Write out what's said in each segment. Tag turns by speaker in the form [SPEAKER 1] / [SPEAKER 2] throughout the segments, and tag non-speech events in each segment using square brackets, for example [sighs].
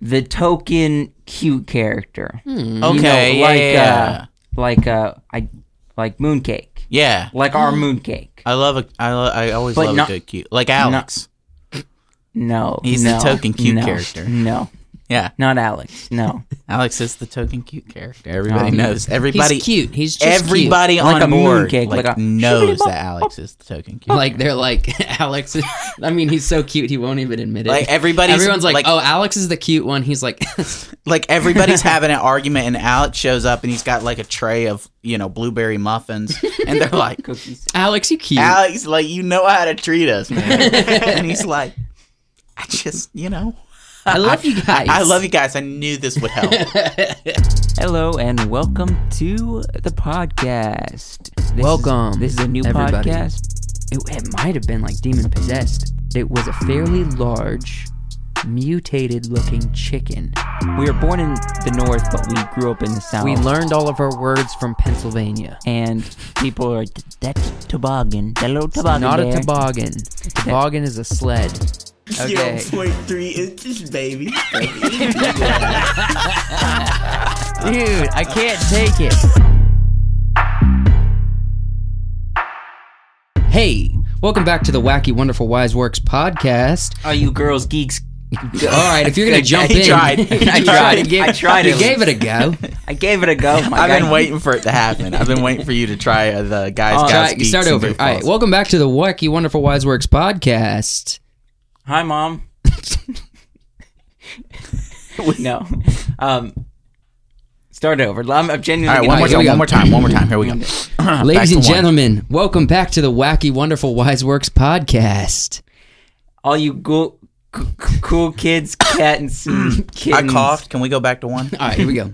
[SPEAKER 1] the token cute character. You
[SPEAKER 2] Okay.
[SPEAKER 3] Hmm.
[SPEAKER 1] know,
[SPEAKER 2] yeah,
[SPEAKER 1] like
[SPEAKER 2] yeah, yeah.
[SPEAKER 1] uh like uh I like mooncake.
[SPEAKER 2] Yeah.
[SPEAKER 1] Like our
[SPEAKER 3] Hmm.
[SPEAKER 1] mooncake.
[SPEAKER 2] I love a. I, lo- I always
[SPEAKER 1] But
[SPEAKER 2] love
[SPEAKER 1] not-
[SPEAKER 2] a good cute. Like Alex.
[SPEAKER 1] No.
[SPEAKER 2] He's the
[SPEAKER 1] no,
[SPEAKER 2] token cute
[SPEAKER 1] no,
[SPEAKER 2] character.
[SPEAKER 1] No.
[SPEAKER 2] Yeah.
[SPEAKER 1] Not Alex.
[SPEAKER 3] [laughs]
[SPEAKER 1] No.
[SPEAKER 2] Alex is the token cute character. Everybody
[SPEAKER 1] Um,
[SPEAKER 2] knows.
[SPEAKER 3] He's
[SPEAKER 2] Everybody.
[SPEAKER 3] cute. He's just cute.
[SPEAKER 2] Everybody
[SPEAKER 1] Like
[SPEAKER 2] on
[SPEAKER 1] a
[SPEAKER 2] board
[SPEAKER 1] mooncake,
[SPEAKER 2] like,
[SPEAKER 1] like a-
[SPEAKER 2] knows that Alex is the token cute.
[SPEAKER 3] Like they're like [laughs] Alex. Is, I mean, he's so cute. He won't even admit it.
[SPEAKER 2] Like, everybody's-
[SPEAKER 3] everyone's like,
[SPEAKER 2] like-
[SPEAKER 3] oh, Alex is the cute one. He's like, [laughs]
[SPEAKER 2] like
[SPEAKER 1] [laughs]
[SPEAKER 2] everybody's having an argument and Alex shows up and he's got like a tray of, you know, blueberry muffins and
[SPEAKER 1] [laughs]
[SPEAKER 2] they're like,
[SPEAKER 1] Cookies.
[SPEAKER 3] Alex, you cute.
[SPEAKER 2] "Alex, like you know how to treat
[SPEAKER 1] [laughs]
[SPEAKER 2] us, man." and he's like, "I just, you know,
[SPEAKER 3] I love you guys.
[SPEAKER 2] I
[SPEAKER 3] [laughs]
[SPEAKER 2] love you guys. I knew this would help."
[SPEAKER 1] Hello and welcome to the podcast. This is-
[SPEAKER 3] Welcome,
[SPEAKER 1] this is a new
[SPEAKER 3] everybody.
[SPEAKER 1] podcast. It, it might have been like demon possessed.
[SPEAKER 3] It was a fairly large, mutated-looking chicken.
[SPEAKER 1] We were born in the north, but we grew up in the south.
[SPEAKER 3] We learned all of our words from Pennsylvania.
[SPEAKER 1] and people are that's toboggan, that little toboggan.
[SPEAKER 3] Not a
[SPEAKER 1] there."
[SPEAKER 2] [laughs]
[SPEAKER 3] toboggan. Toboggan is a sled. Okay.
[SPEAKER 2] point three inches,
[SPEAKER 3] [laughs]
[SPEAKER 2] baby.
[SPEAKER 3] Dude, I can't take it. Hey, welcome back to the Wacky Wonderful Wise Works podcast.
[SPEAKER 1] Are you girls geeks?
[SPEAKER 3] All right, if you're gonna jump
[SPEAKER 2] He
[SPEAKER 3] in, [laughs]
[SPEAKER 2] tried.
[SPEAKER 3] I
[SPEAKER 2] He
[SPEAKER 3] tried.
[SPEAKER 2] tried.
[SPEAKER 3] You gave-
[SPEAKER 1] I tried
[SPEAKER 3] You
[SPEAKER 1] it.
[SPEAKER 3] gave it a go.
[SPEAKER 1] I gave it a
[SPEAKER 2] [laughs]
[SPEAKER 1] go. My
[SPEAKER 2] I've
[SPEAKER 1] guy.
[SPEAKER 2] been waiting for it to happen. I've been waiting for you to try uh, the guys.
[SPEAKER 3] All
[SPEAKER 2] guys
[SPEAKER 3] right,
[SPEAKER 2] Geeks,
[SPEAKER 3] start
[SPEAKER 2] and
[SPEAKER 3] over. All right,
[SPEAKER 2] Goofballs.
[SPEAKER 3] welcome back to the Wacky Wonderful Wise Works podcast.
[SPEAKER 1] Hi, [laughs] mom. no. Um, start over. I'm, I'm
[SPEAKER 2] All
[SPEAKER 1] genuinely.
[SPEAKER 2] right, one more
[SPEAKER 3] here
[SPEAKER 2] time.
[SPEAKER 3] we go.
[SPEAKER 2] One more time. One more time.
[SPEAKER 3] [clears throat]
[SPEAKER 2] Here we go.
[SPEAKER 3] Ladies
[SPEAKER 2] to
[SPEAKER 3] and
[SPEAKER 2] one.
[SPEAKER 3] gentlemen, welcome back to the Wacky Wonderful Wise Works podcast.
[SPEAKER 1] All you cool, c- c- cool kids, cats, and
[SPEAKER 2] [clears throat] I
[SPEAKER 1] kittens.
[SPEAKER 2] coughed. Can we go back to
[SPEAKER 3] [laughs]
[SPEAKER 2] one?
[SPEAKER 3] All right, here we go.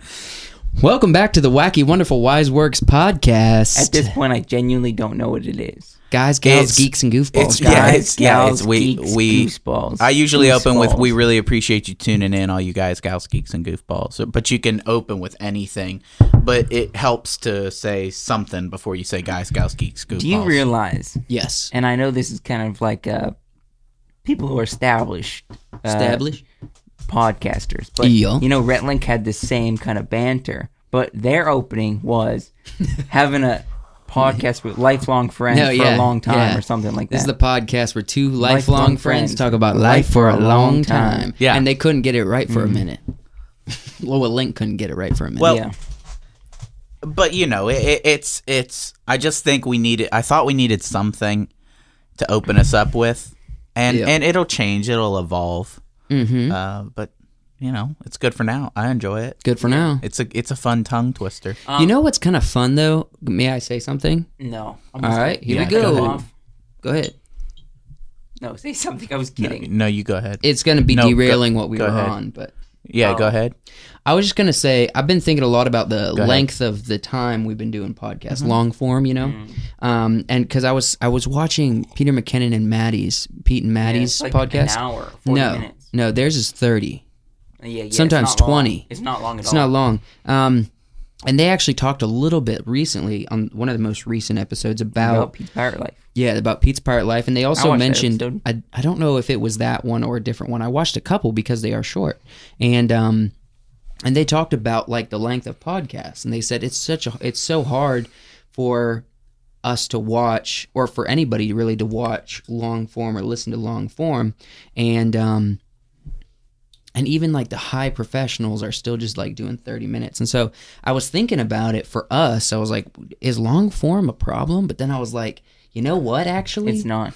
[SPEAKER 3] welcome back to the Wacky Wonderful Wise Works podcast.
[SPEAKER 1] At this point, I genuinely don't know what it is.
[SPEAKER 3] guys, gals,
[SPEAKER 2] It's-
[SPEAKER 3] geeks, and goofballs.
[SPEAKER 2] it's- yeah,
[SPEAKER 3] guys.
[SPEAKER 2] it's- yeah, it's we-
[SPEAKER 1] geeks,
[SPEAKER 2] we-
[SPEAKER 1] gooseballs,
[SPEAKER 2] I usually open with "We
[SPEAKER 1] gooseballs.
[SPEAKER 2] really appreciate you tuning in, all you guys, gals, geeks, and goofballs." So- But you can open with anything, but it helps to say something before you say "guys, gals, geeks, goofballs."
[SPEAKER 1] Do you realize?
[SPEAKER 3] yes.
[SPEAKER 1] And I know this is kind of like uh, people who are established. uh,
[SPEAKER 3] Established.
[SPEAKER 1] podcasters. But
[SPEAKER 3] Yeah.
[SPEAKER 1] you know, Retlink had the same kind of banter, but their opening
[SPEAKER 3] [laughs]
[SPEAKER 1] was having a podcast with lifelong friends
[SPEAKER 3] No,
[SPEAKER 1] for
[SPEAKER 3] yeah,
[SPEAKER 1] a long time
[SPEAKER 3] yeah.
[SPEAKER 1] or something like
[SPEAKER 3] This is
[SPEAKER 1] that.
[SPEAKER 3] the podcast where two lifelong,
[SPEAKER 1] Lifelong
[SPEAKER 3] friends,
[SPEAKER 1] friends.
[SPEAKER 3] talk about life for a long time. Mm-hmm.
[SPEAKER 2] Yeah.
[SPEAKER 3] And they couldn't get it right for a minute. [laughs] Loa Link couldn't get it right for a minute.
[SPEAKER 2] Well-
[SPEAKER 1] yeah,
[SPEAKER 2] but you know, it, it, it's it's. I just think we needed. I thought we needed something to open us up with, and
[SPEAKER 3] Yeah.
[SPEAKER 2] and it'll change. It'll evolve.
[SPEAKER 3] mm-hmm.
[SPEAKER 2] Uh, but you know, it's good for now. I enjoy it.
[SPEAKER 3] good for now.
[SPEAKER 2] It's a it's a fun tongue twister.
[SPEAKER 3] you know what's kind of fun though? May I say something?
[SPEAKER 1] no. I'm
[SPEAKER 3] All
[SPEAKER 1] just-
[SPEAKER 3] right, here
[SPEAKER 2] Yeah,
[SPEAKER 3] we
[SPEAKER 2] go
[SPEAKER 3] go.
[SPEAKER 1] off.
[SPEAKER 3] Go ahead.
[SPEAKER 1] No, say something. I was
[SPEAKER 2] No,
[SPEAKER 1] kidding.
[SPEAKER 2] no, you go ahead.
[SPEAKER 3] It's going to be
[SPEAKER 2] No, go-
[SPEAKER 3] derailing what we
[SPEAKER 2] go
[SPEAKER 3] were
[SPEAKER 2] ahead.
[SPEAKER 3] on, but
[SPEAKER 2] yeah,
[SPEAKER 1] Oh.
[SPEAKER 2] go ahead.
[SPEAKER 3] I was just going to say I've been thinking a lot about the
[SPEAKER 2] Go ahead.
[SPEAKER 3] length of the time we've been doing podcasts, long form, you know. Um, and cuz I was I was watching Peter McKinnon and Maddie's Pete and
[SPEAKER 1] Yeah, it's
[SPEAKER 3] Maddie's
[SPEAKER 1] like
[SPEAKER 3] podcast.
[SPEAKER 1] An hour, 40
[SPEAKER 3] no.
[SPEAKER 1] minutes.
[SPEAKER 3] No, theirs is 30.
[SPEAKER 1] Yeah, yeah, it's
[SPEAKER 3] Sometimes
[SPEAKER 1] not long.
[SPEAKER 3] 20.
[SPEAKER 1] It's not long at
[SPEAKER 3] It's
[SPEAKER 1] all.
[SPEAKER 3] not long. Um, and they actually talked a little bit recently on one of the most recent episodes about,
[SPEAKER 1] about Pete's Pirate Life.
[SPEAKER 3] yeah about Pete's pirate life, and they
[SPEAKER 1] I
[SPEAKER 3] also
[SPEAKER 1] watched that
[SPEAKER 3] mentioned
[SPEAKER 1] episode.
[SPEAKER 3] I, I don't know if it was that one or a different one. I watched a couple because they are short, and um, and they talked about like the length of podcasts, and they said it's such a it's so hard for us to watch or for anybody really to watch long form or listen to long form, and um, and even like the high professionals are still just like doing 30 minutes and so i was thinking about it for us i was like is long form a problem but then i was like you know what actually
[SPEAKER 1] It's not.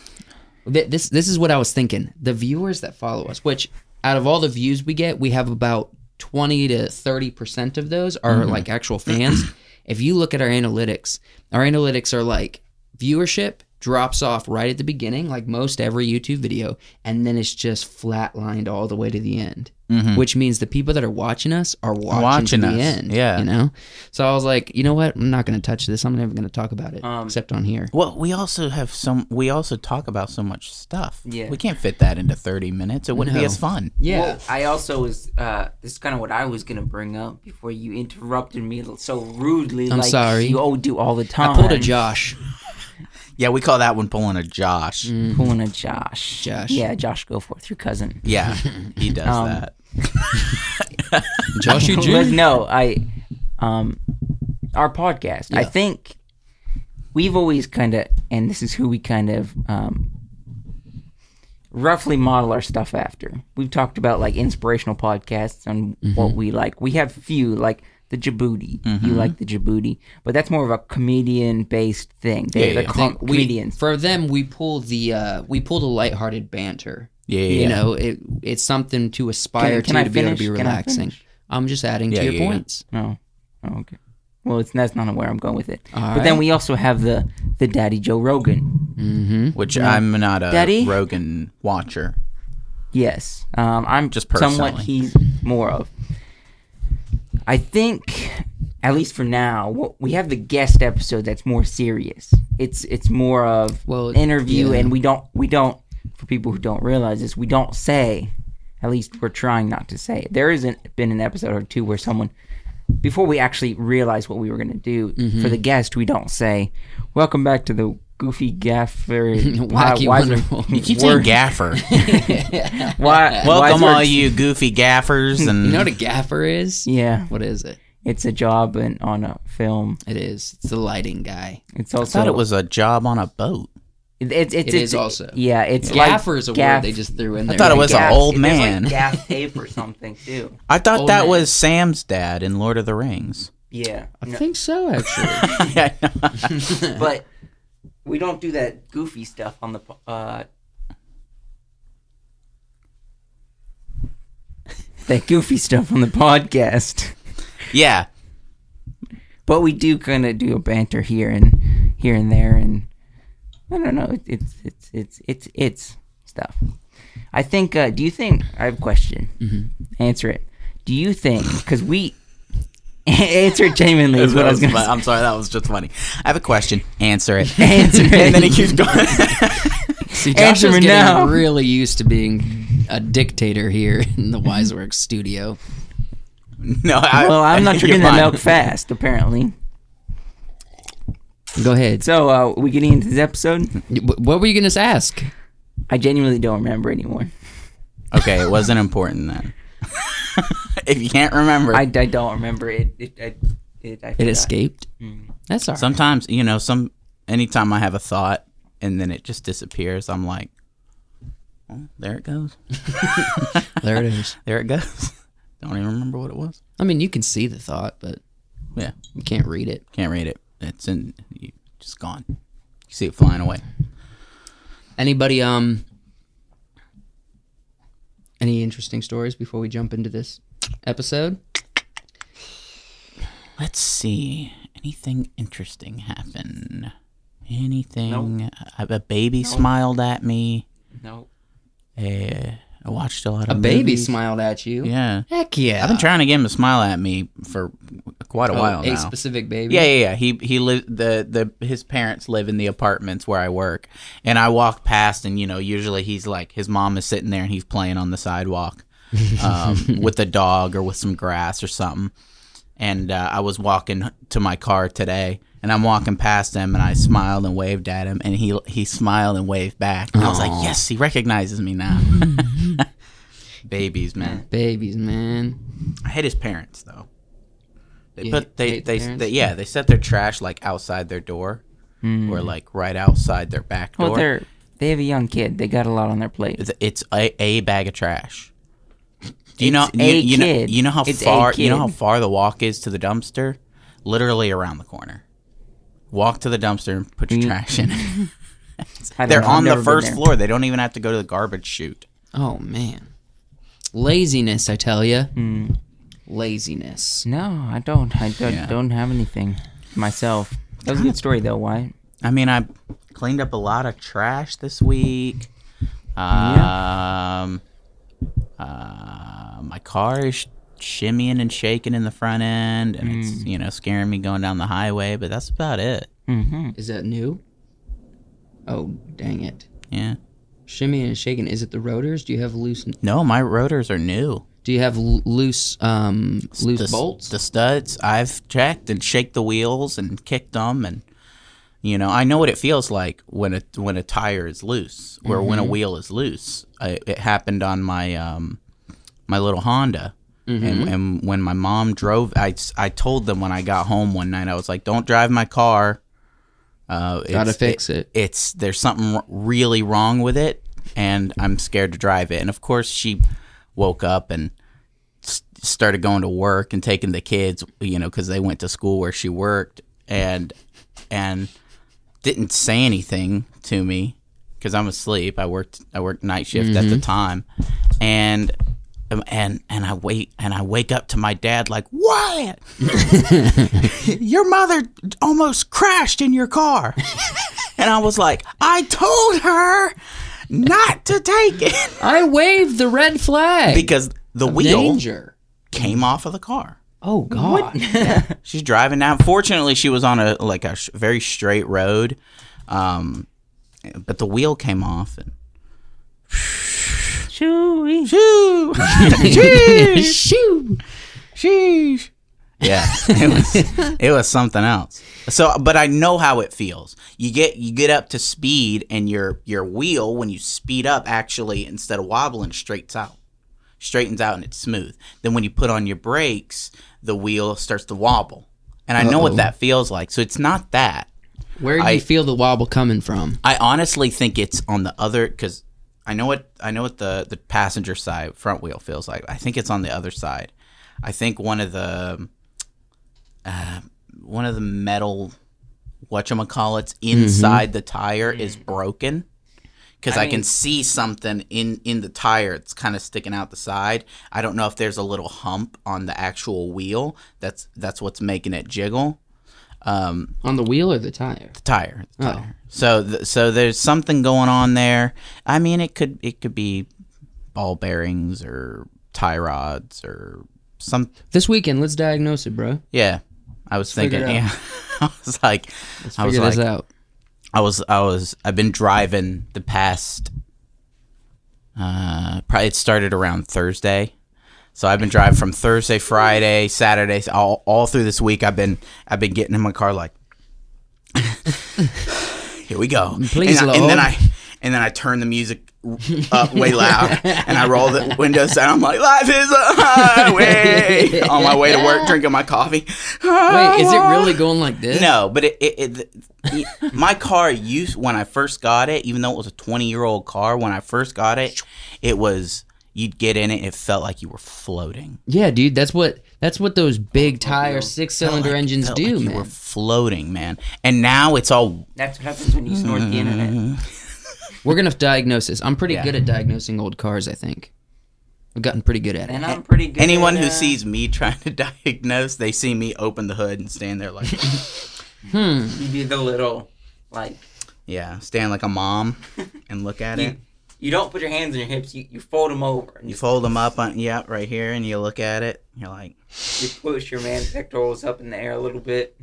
[SPEAKER 3] Th- this this is what i was thinking the viewers that follow us which out of all the views we get we have about 20 to 30 percent of those are
[SPEAKER 2] Mm-hmm.
[SPEAKER 3] like
[SPEAKER 2] [clears throat]
[SPEAKER 3] actual fans if you look at our analytics our analytics are like viewership drops off right at the beginning like most every youtube video and then it's just flatlined all the way to the end which means the people that are watching us are watching,
[SPEAKER 2] Mm-hmm. Watching
[SPEAKER 3] to the
[SPEAKER 2] us,
[SPEAKER 3] end.
[SPEAKER 2] yeah.
[SPEAKER 3] you know. So I was like, you know what? I'm not going to touch this. I'm never going to talk about it
[SPEAKER 1] Um,
[SPEAKER 3] except on here.
[SPEAKER 2] Well, we also have some. We also talk about so much stuff.
[SPEAKER 1] Yeah.
[SPEAKER 2] we can't fit that into thirty minutes. It wouldn't
[SPEAKER 3] No.
[SPEAKER 2] be as fun.
[SPEAKER 3] Yeah,
[SPEAKER 1] Well, I also was. Uh, this is kind of what I was gonna bring up before you interrupted me so rudely.
[SPEAKER 3] I'm
[SPEAKER 1] like
[SPEAKER 3] sorry.
[SPEAKER 1] You all do all the time.
[SPEAKER 3] I pulled a Josh.
[SPEAKER 2] Yeah, we call that one pulling a Josh.
[SPEAKER 1] Mm. Mm-hmm. Pulling a Josh.
[SPEAKER 3] Josh.
[SPEAKER 1] Yeah, Josh Goforth, your cousin.
[SPEAKER 2] Yeah, he does
[SPEAKER 1] Um,
[SPEAKER 2] that.
[SPEAKER 3] Joshy
[SPEAKER 1] But
[SPEAKER 3] G.
[SPEAKER 1] no, I um our podcast. I
[SPEAKER 3] Yeah.
[SPEAKER 1] think we've always kind of and this is who we kind of um roughly model our stuff after. We've talked about like inspirational podcasts and what we like. We have few like the Djibouti. You like the Djibouti, but that's more of a comedian based thing. They,
[SPEAKER 2] Yeah,
[SPEAKER 1] they're
[SPEAKER 2] yeah. I
[SPEAKER 1] com-
[SPEAKER 3] We-
[SPEAKER 1] comedians.
[SPEAKER 3] for them, we pull the uh, we pull the lighthearted banter.
[SPEAKER 2] Yeah, yeah,
[SPEAKER 3] you
[SPEAKER 2] yeah.
[SPEAKER 3] know, it it's something to aspire
[SPEAKER 1] Can- can
[SPEAKER 3] to
[SPEAKER 1] I
[SPEAKER 3] to be able to be
[SPEAKER 1] finish? Can I
[SPEAKER 3] relaxing.
[SPEAKER 1] finish?
[SPEAKER 3] I'm just adding
[SPEAKER 2] Yeah,
[SPEAKER 3] to your
[SPEAKER 2] yeah, yeah.
[SPEAKER 3] points.
[SPEAKER 1] No. Oh, okay. Well, it's that's not where I'm going with it.
[SPEAKER 3] All
[SPEAKER 1] but then
[SPEAKER 3] right.
[SPEAKER 1] we also have the the Daddy Joe Rogan.
[SPEAKER 3] Mm-hmm.
[SPEAKER 2] Which I'm not a
[SPEAKER 1] Daddy?
[SPEAKER 2] Rogan watcher.
[SPEAKER 1] Yes, um, I'm
[SPEAKER 2] Just
[SPEAKER 1] somewhat
[SPEAKER 2] personally.
[SPEAKER 1] he's more of. I think, at least for now, what, we have the guest episode that's more serious. It's it's more of
[SPEAKER 3] Well,
[SPEAKER 1] interview,
[SPEAKER 3] yeah.
[SPEAKER 1] and we don't we don't for people who don't realize this, we don't say. At least we're trying not to say. It. There isn't been an episode or two where someone before we actually realize what we were going to do for the guest, we don't say, "Welcome back to the." Goofy gaffer,
[SPEAKER 3] Wacky
[SPEAKER 1] why- why- [laughs]
[SPEAKER 3] wonderful.
[SPEAKER 2] You keep saying
[SPEAKER 1] Word.
[SPEAKER 2] gaffer. [laughs]
[SPEAKER 1] why-
[SPEAKER 2] Welcome,
[SPEAKER 1] why-
[SPEAKER 2] all
[SPEAKER 3] [laughs]
[SPEAKER 2] you goofy [laughs] gaffers. And
[SPEAKER 3] You know what a gaffer is?
[SPEAKER 1] Yeah,
[SPEAKER 3] What is it?
[SPEAKER 1] it's a job in, on a film.
[SPEAKER 3] It is. It's the lighting guy.
[SPEAKER 1] It's
[SPEAKER 2] I
[SPEAKER 1] also
[SPEAKER 2] thought it was a job on a boat.
[SPEAKER 1] it- it's it's, it's
[SPEAKER 3] It is also.
[SPEAKER 1] yeah. It's like
[SPEAKER 3] Gaffer is a
[SPEAKER 1] gaff-
[SPEAKER 3] word they just threw in there.
[SPEAKER 2] thought it was a
[SPEAKER 1] gaff-
[SPEAKER 2] old
[SPEAKER 1] there's like
[SPEAKER 2] man.
[SPEAKER 1] gaff
[SPEAKER 2] [laughs]
[SPEAKER 1] tape or something too.
[SPEAKER 2] I thought
[SPEAKER 3] Old
[SPEAKER 2] that
[SPEAKER 3] man.
[SPEAKER 2] was Sam's dad in Lord of the [laughs] Rings.
[SPEAKER 1] Yeah,
[SPEAKER 3] I [laughs] think so,
[SPEAKER 1] [laughs]
[SPEAKER 3] actually.
[SPEAKER 1] but we don't do that goofy stuff on the. po-
[SPEAKER 2] [laughs]
[SPEAKER 1] Uh, that goofy stuff on the podcast,
[SPEAKER 2] [laughs] yeah.
[SPEAKER 1] but we do kind of do a banter here and here and there, and I don't know. It, it's it's it's it's it's stuff. I think. Uh, do you think? I have a question.
[SPEAKER 2] Mm-hmm.
[SPEAKER 1] Answer it. Do you think? Because we [laughs] answer it genuinely is what I was going to
[SPEAKER 2] I'm sorry, that was just funny. I have a question. [laughs] Answer it.
[SPEAKER 1] Answer it.
[SPEAKER 2] and then he keeps going.
[SPEAKER 3] See, Josh
[SPEAKER 1] Answer
[SPEAKER 3] is
[SPEAKER 1] me
[SPEAKER 3] getting
[SPEAKER 1] now.
[SPEAKER 3] really used to being a dictator here [laughs] in the Wiseworks studio.
[SPEAKER 2] [laughs] no, I,
[SPEAKER 1] Well, I'm not
[SPEAKER 2] [laughs] you're
[SPEAKER 1] drinking the
[SPEAKER 2] fine.
[SPEAKER 1] milk fast, apparently.
[SPEAKER 3] Go ahead.
[SPEAKER 1] So, uh, we getting into this episode?
[SPEAKER 3] Wh- What were you going to ask?
[SPEAKER 1] I genuinely don't remember anymore.
[SPEAKER 2] Okay, it wasn't important then. [laughs] if you can't remember,
[SPEAKER 1] I, I don't remember it. It, I- it, I
[SPEAKER 3] It
[SPEAKER 1] forgot.
[SPEAKER 3] escaped.
[SPEAKER 2] Mm.
[SPEAKER 3] That's all right.
[SPEAKER 2] sometimes you know, some anytime I have a thought and then it just disappears, I'm like, "Oh, there it goes,
[SPEAKER 3] there it is.
[SPEAKER 2] there it goes. [laughs] Don't even remember what it was.
[SPEAKER 3] I mean, you can see the thought, but
[SPEAKER 2] Yeah,
[SPEAKER 3] you can't read it.
[SPEAKER 2] can't read it. It's in, you, just gone. You see it flying away.
[SPEAKER 3] Anybody um any interesting stories before we jump into this episode?
[SPEAKER 2] Let's see. Anything interesting happen? Anything? A, a baby smiled at me.
[SPEAKER 1] No.
[SPEAKER 2] A, I watched a lot
[SPEAKER 3] A
[SPEAKER 2] of
[SPEAKER 3] baby
[SPEAKER 2] movies.
[SPEAKER 3] smiled at you.
[SPEAKER 2] Yeah,
[SPEAKER 3] Heck yeah.
[SPEAKER 2] I've been trying to get him to smile at me for quite a
[SPEAKER 3] Oh,
[SPEAKER 2] while
[SPEAKER 3] a
[SPEAKER 2] now.
[SPEAKER 3] specific baby.
[SPEAKER 2] yeah, yeah, yeah. He he live the the his parents live in the apartments where I work, and I walk past, and you know, usually he's like his mom is sitting there and he's playing on the sidewalk um, with a dog or with some grass or something. And uh, I was walking to my car today, and I'm walking past him, and I smiled and waved at him, and he he smiled and waved back, and I was like, yes, he recognizes me now. [laughs] Babies, man.
[SPEAKER 3] Babies, man.
[SPEAKER 2] I hate his parents though. They
[SPEAKER 3] You
[SPEAKER 2] put they
[SPEAKER 3] hate
[SPEAKER 2] they,
[SPEAKER 3] the
[SPEAKER 2] they,
[SPEAKER 3] parents?
[SPEAKER 2] yeah they set their trash like outside their door,
[SPEAKER 1] Hmm.
[SPEAKER 2] or like right outside their back door.
[SPEAKER 1] Well, they're, they have a young kid. They got a lot on their plate.
[SPEAKER 2] it's it's a, a bag of trash. Do you know
[SPEAKER 1] It's
[SPEAKER 2] you,
[SPEAKER 1] a
[SPEAKER 2] you know
[SPEAKER 1] kid.
[SPEAKER 2] you know how
[SPEAKER 1] It's a
[SPEAKER 2] far you know
[SPEAKER 1] kid.
[SPEAKER 2] how far the walk is to the dumpster? Literally around the corner. Walk to the dumpster and put your
[SPEAKER 1] Mm.
[SPEAKER 2] trash in. it.
[SPEAKER 1] [laughs] I don't
[SPEAKER 2] They're
[SPEAKER 1] know. I've
[SPEAKER 2] on the
[SPEAKER 1] never been
[SPEAKER 2] first
[SPEAKER 1] there.
[SPEAKER 2] floor. They don't even have to go to the garbage chute.
[SPEAKER 3] Oh man. Laziness, I tell you.
[SPEAKER 2] Hmm.
[SPEAKER 3] Laziness.
[SPEAKER 1] No, I don't. I don't,
[SPEAKER 2] Yeah.
[SPEAKER 1] don't have anything myself. That was a good story, though. Why?
[SPEAKER 2] I mean, I cleaned up a lot of trash this week. Um, uh, my car is shimmying and shaking in the front end, and it's you know scaring me going down the highway. But that's about it. Hmm.
[SPEAKER 1] Mm-hmm.
[SPEAKER 3] Is that new? Oh, dang it.
[SPEAKER 2] Yeah.
[SPEAKER 3] Shimmy and shaking. Is it the rotors? Do you have loose
[SPEAKER 2] No, my rotors are new.
[SPEAKER 3] do you have l- loose um loose
[SPEAKER 2] the, s-
[SPEAKER 3] bolts?
[SPEAKER 2] the studs. I've checked and shake the wheels and kicked them, and you know I know what it feels like when a when a
[SPEAKER 3] Mm-hmm.
[SPEAKER 2] tire is loose or when a wheel is loose. I, it happened on my um, my little Honda.
[SPEAKER 3] Mm-hmm.
[SPEAKER 2] And, and when my mom drove, I, s- I told them when I got home one night, I was like, don't drive my car. Uh,
[SPEAKER 3] Gotta
[SPEAKER 2] it's-
[SPEAKER 3] fix it.
[SPEAKER 2] It's there's something r- really wrong with it, and I'm scared to drive it. And of course, she woke up and s- started going to work and taking the kids, you know, because they went to school where she worked, and and didn't say anything to me because I'm asleep. I worked I worked night shift at the time, and um, and and I wait and I wake up to my dad like Wyatt, [laughs] your mother almost crashed in your car, and I was like, I told her not to take it
[SPEAKER 3] I waved the red
[SPEAKER 2] [laughs]
[SPEAKER 3] flag.
[SPEAKER 2] because the wheel
[SPEAKER 3] danger.
[SPEAKER 2] came off of the car.
[SPEAKER 3] Oh God. [laughs]
[SPEAKER 2] She's driving now. Fortunately, she was on a like a sh- very straight road, um, but the wheel came off and. [laughs]
[SPEAKER 1] Chewy.
[SPEAKER 2] Shoo! Sheesh!
[SPEAKER 3] Shoo.
[SPEAKER 2] Sheesh! Yeah, [laughs] it was it was something else. So, but I know how it feels. You get you get up to speed, and your your wheel when you speed up actually instead of wobbling straightens out, straightens out, and it's smooth. Then when you put on your brakes, the wheel starts to wobble, and I know what that feels like. So it's not that.
[SPEAKER 3] Where do
[SPEAKER 2] I-
[SPEAKER 3] you feel the wobble coming from?
[SPEAKER 2] I honestly think it's on the other because I know what I know what the the passenger side front wheel feels like. I think it's on the other side. I think one of the uh, one of the metal whatchamacallits inside the tire is broken because I, can
[SPEAKER 1] mean-
[SPEAKER 2] see something in in the tire. It's kind of sticking out the side. I don't know if there's a little hump on the actual wheel. That's that's what's making it jiggle
[SPEAKER 3] On the wheel or the tire?
[SPEAKER 2] tire. the
[SPEAKER 3] Oh.
[SPEAKER 2] tire. So th- so there's something going on there. I mean, it could it could be ball bearings or tie rods or some.
[SPEAKER 3] This weekend, let's diagnose it, bro.
[SPEAKER 2] Yeah, I was thinking.
[SPEAKER 3] figure it
[SPEAKER 2] Yeah, [laughs] I was like, I was
[SPEAKER 3] Figure
[SPEAKER 2] like,
[SPEAKER 3] this out.
[SPEAKER 2] [laughs] I was I was I've been driving the past. Uh, probably it started around Thursday. So I've been driving from Thursday, Friday, Saturday, all, all through this week. I've been I've been getting in my car like, [laughs] here we go.
[SPEAKER 3] [laughs] Please,
[SPEAKER 2] and, I- and
[SPEAKER 3] Lord.
[SPEAKER 2] then I and then I turn the music up way loud and I roll the windows down. I'm like, life is a
[SPEAKER 3] [laughs]
[SPEAKER 2] highway on my way to work, drinking my coffee.
[SPEAKER 3] Wait, is it really going like this?
[SPEAKER 2] No, but it, it, it the- my car used when I first got it, even though it was a 20 year old car, when I first got it, it was you'd get in it, it felt like you were floating.
[SPEAKER 3] Yeah, dude, that's what that's what those big tire six cylinder
[SPEAKER 2] Like,
[SPEAKER 3] engines
[SPEAKER 2] felt
[SPEAKER 3] do,
[SPEAKER 2] like You
[SPEAKER 3] man.
[SPEAKER 2] were floating, man. And now it's all
[SPEAKER 1] That's what happens when you snort the
[SPEAKER 2] [laughs]
[SPEAKER 3] Mm-hmm.
[SPEAKER 1] internet.
[SPEAKER 3] We're gonna diagnose this. I'm pretty
[SPEAKER 2] Yeah.
[SPEAKER 3] good at diagnosing old cars. I think I've gotten pretty good at it.
[SPEAKER 1] And I'm pretty good.
[SPEAKER 2] anyone
[SPEAKER 1] at,
[SPEAKER 2] who
[SPEAKER 1] uh,
[SPEAKER 2] sees me [laughs] trying to diagnose, they see me open the hood and stand there
[SPEAKER 3] [laughs]
[SPEAKER 2] like,
[SPEAKER 3] Hmm.
[SPEAKER 2] [laughs]
[SPEAKER 1] you do the little like
[SPEAKER 2] yeah, stand like a mom and look at it.
[SPEAKER 3] [laughs]
[SPEAKER 1] you, you don't put your hands on your hips. You, you fold them over and
[SPEAKER 2] You
[SPEAKER 1] you,
[SPEAKER 2] fold them up on yeah, right here, and you look at it. You're like,
[SPEAKER 1] you push your man pectorals up in the air a little bit.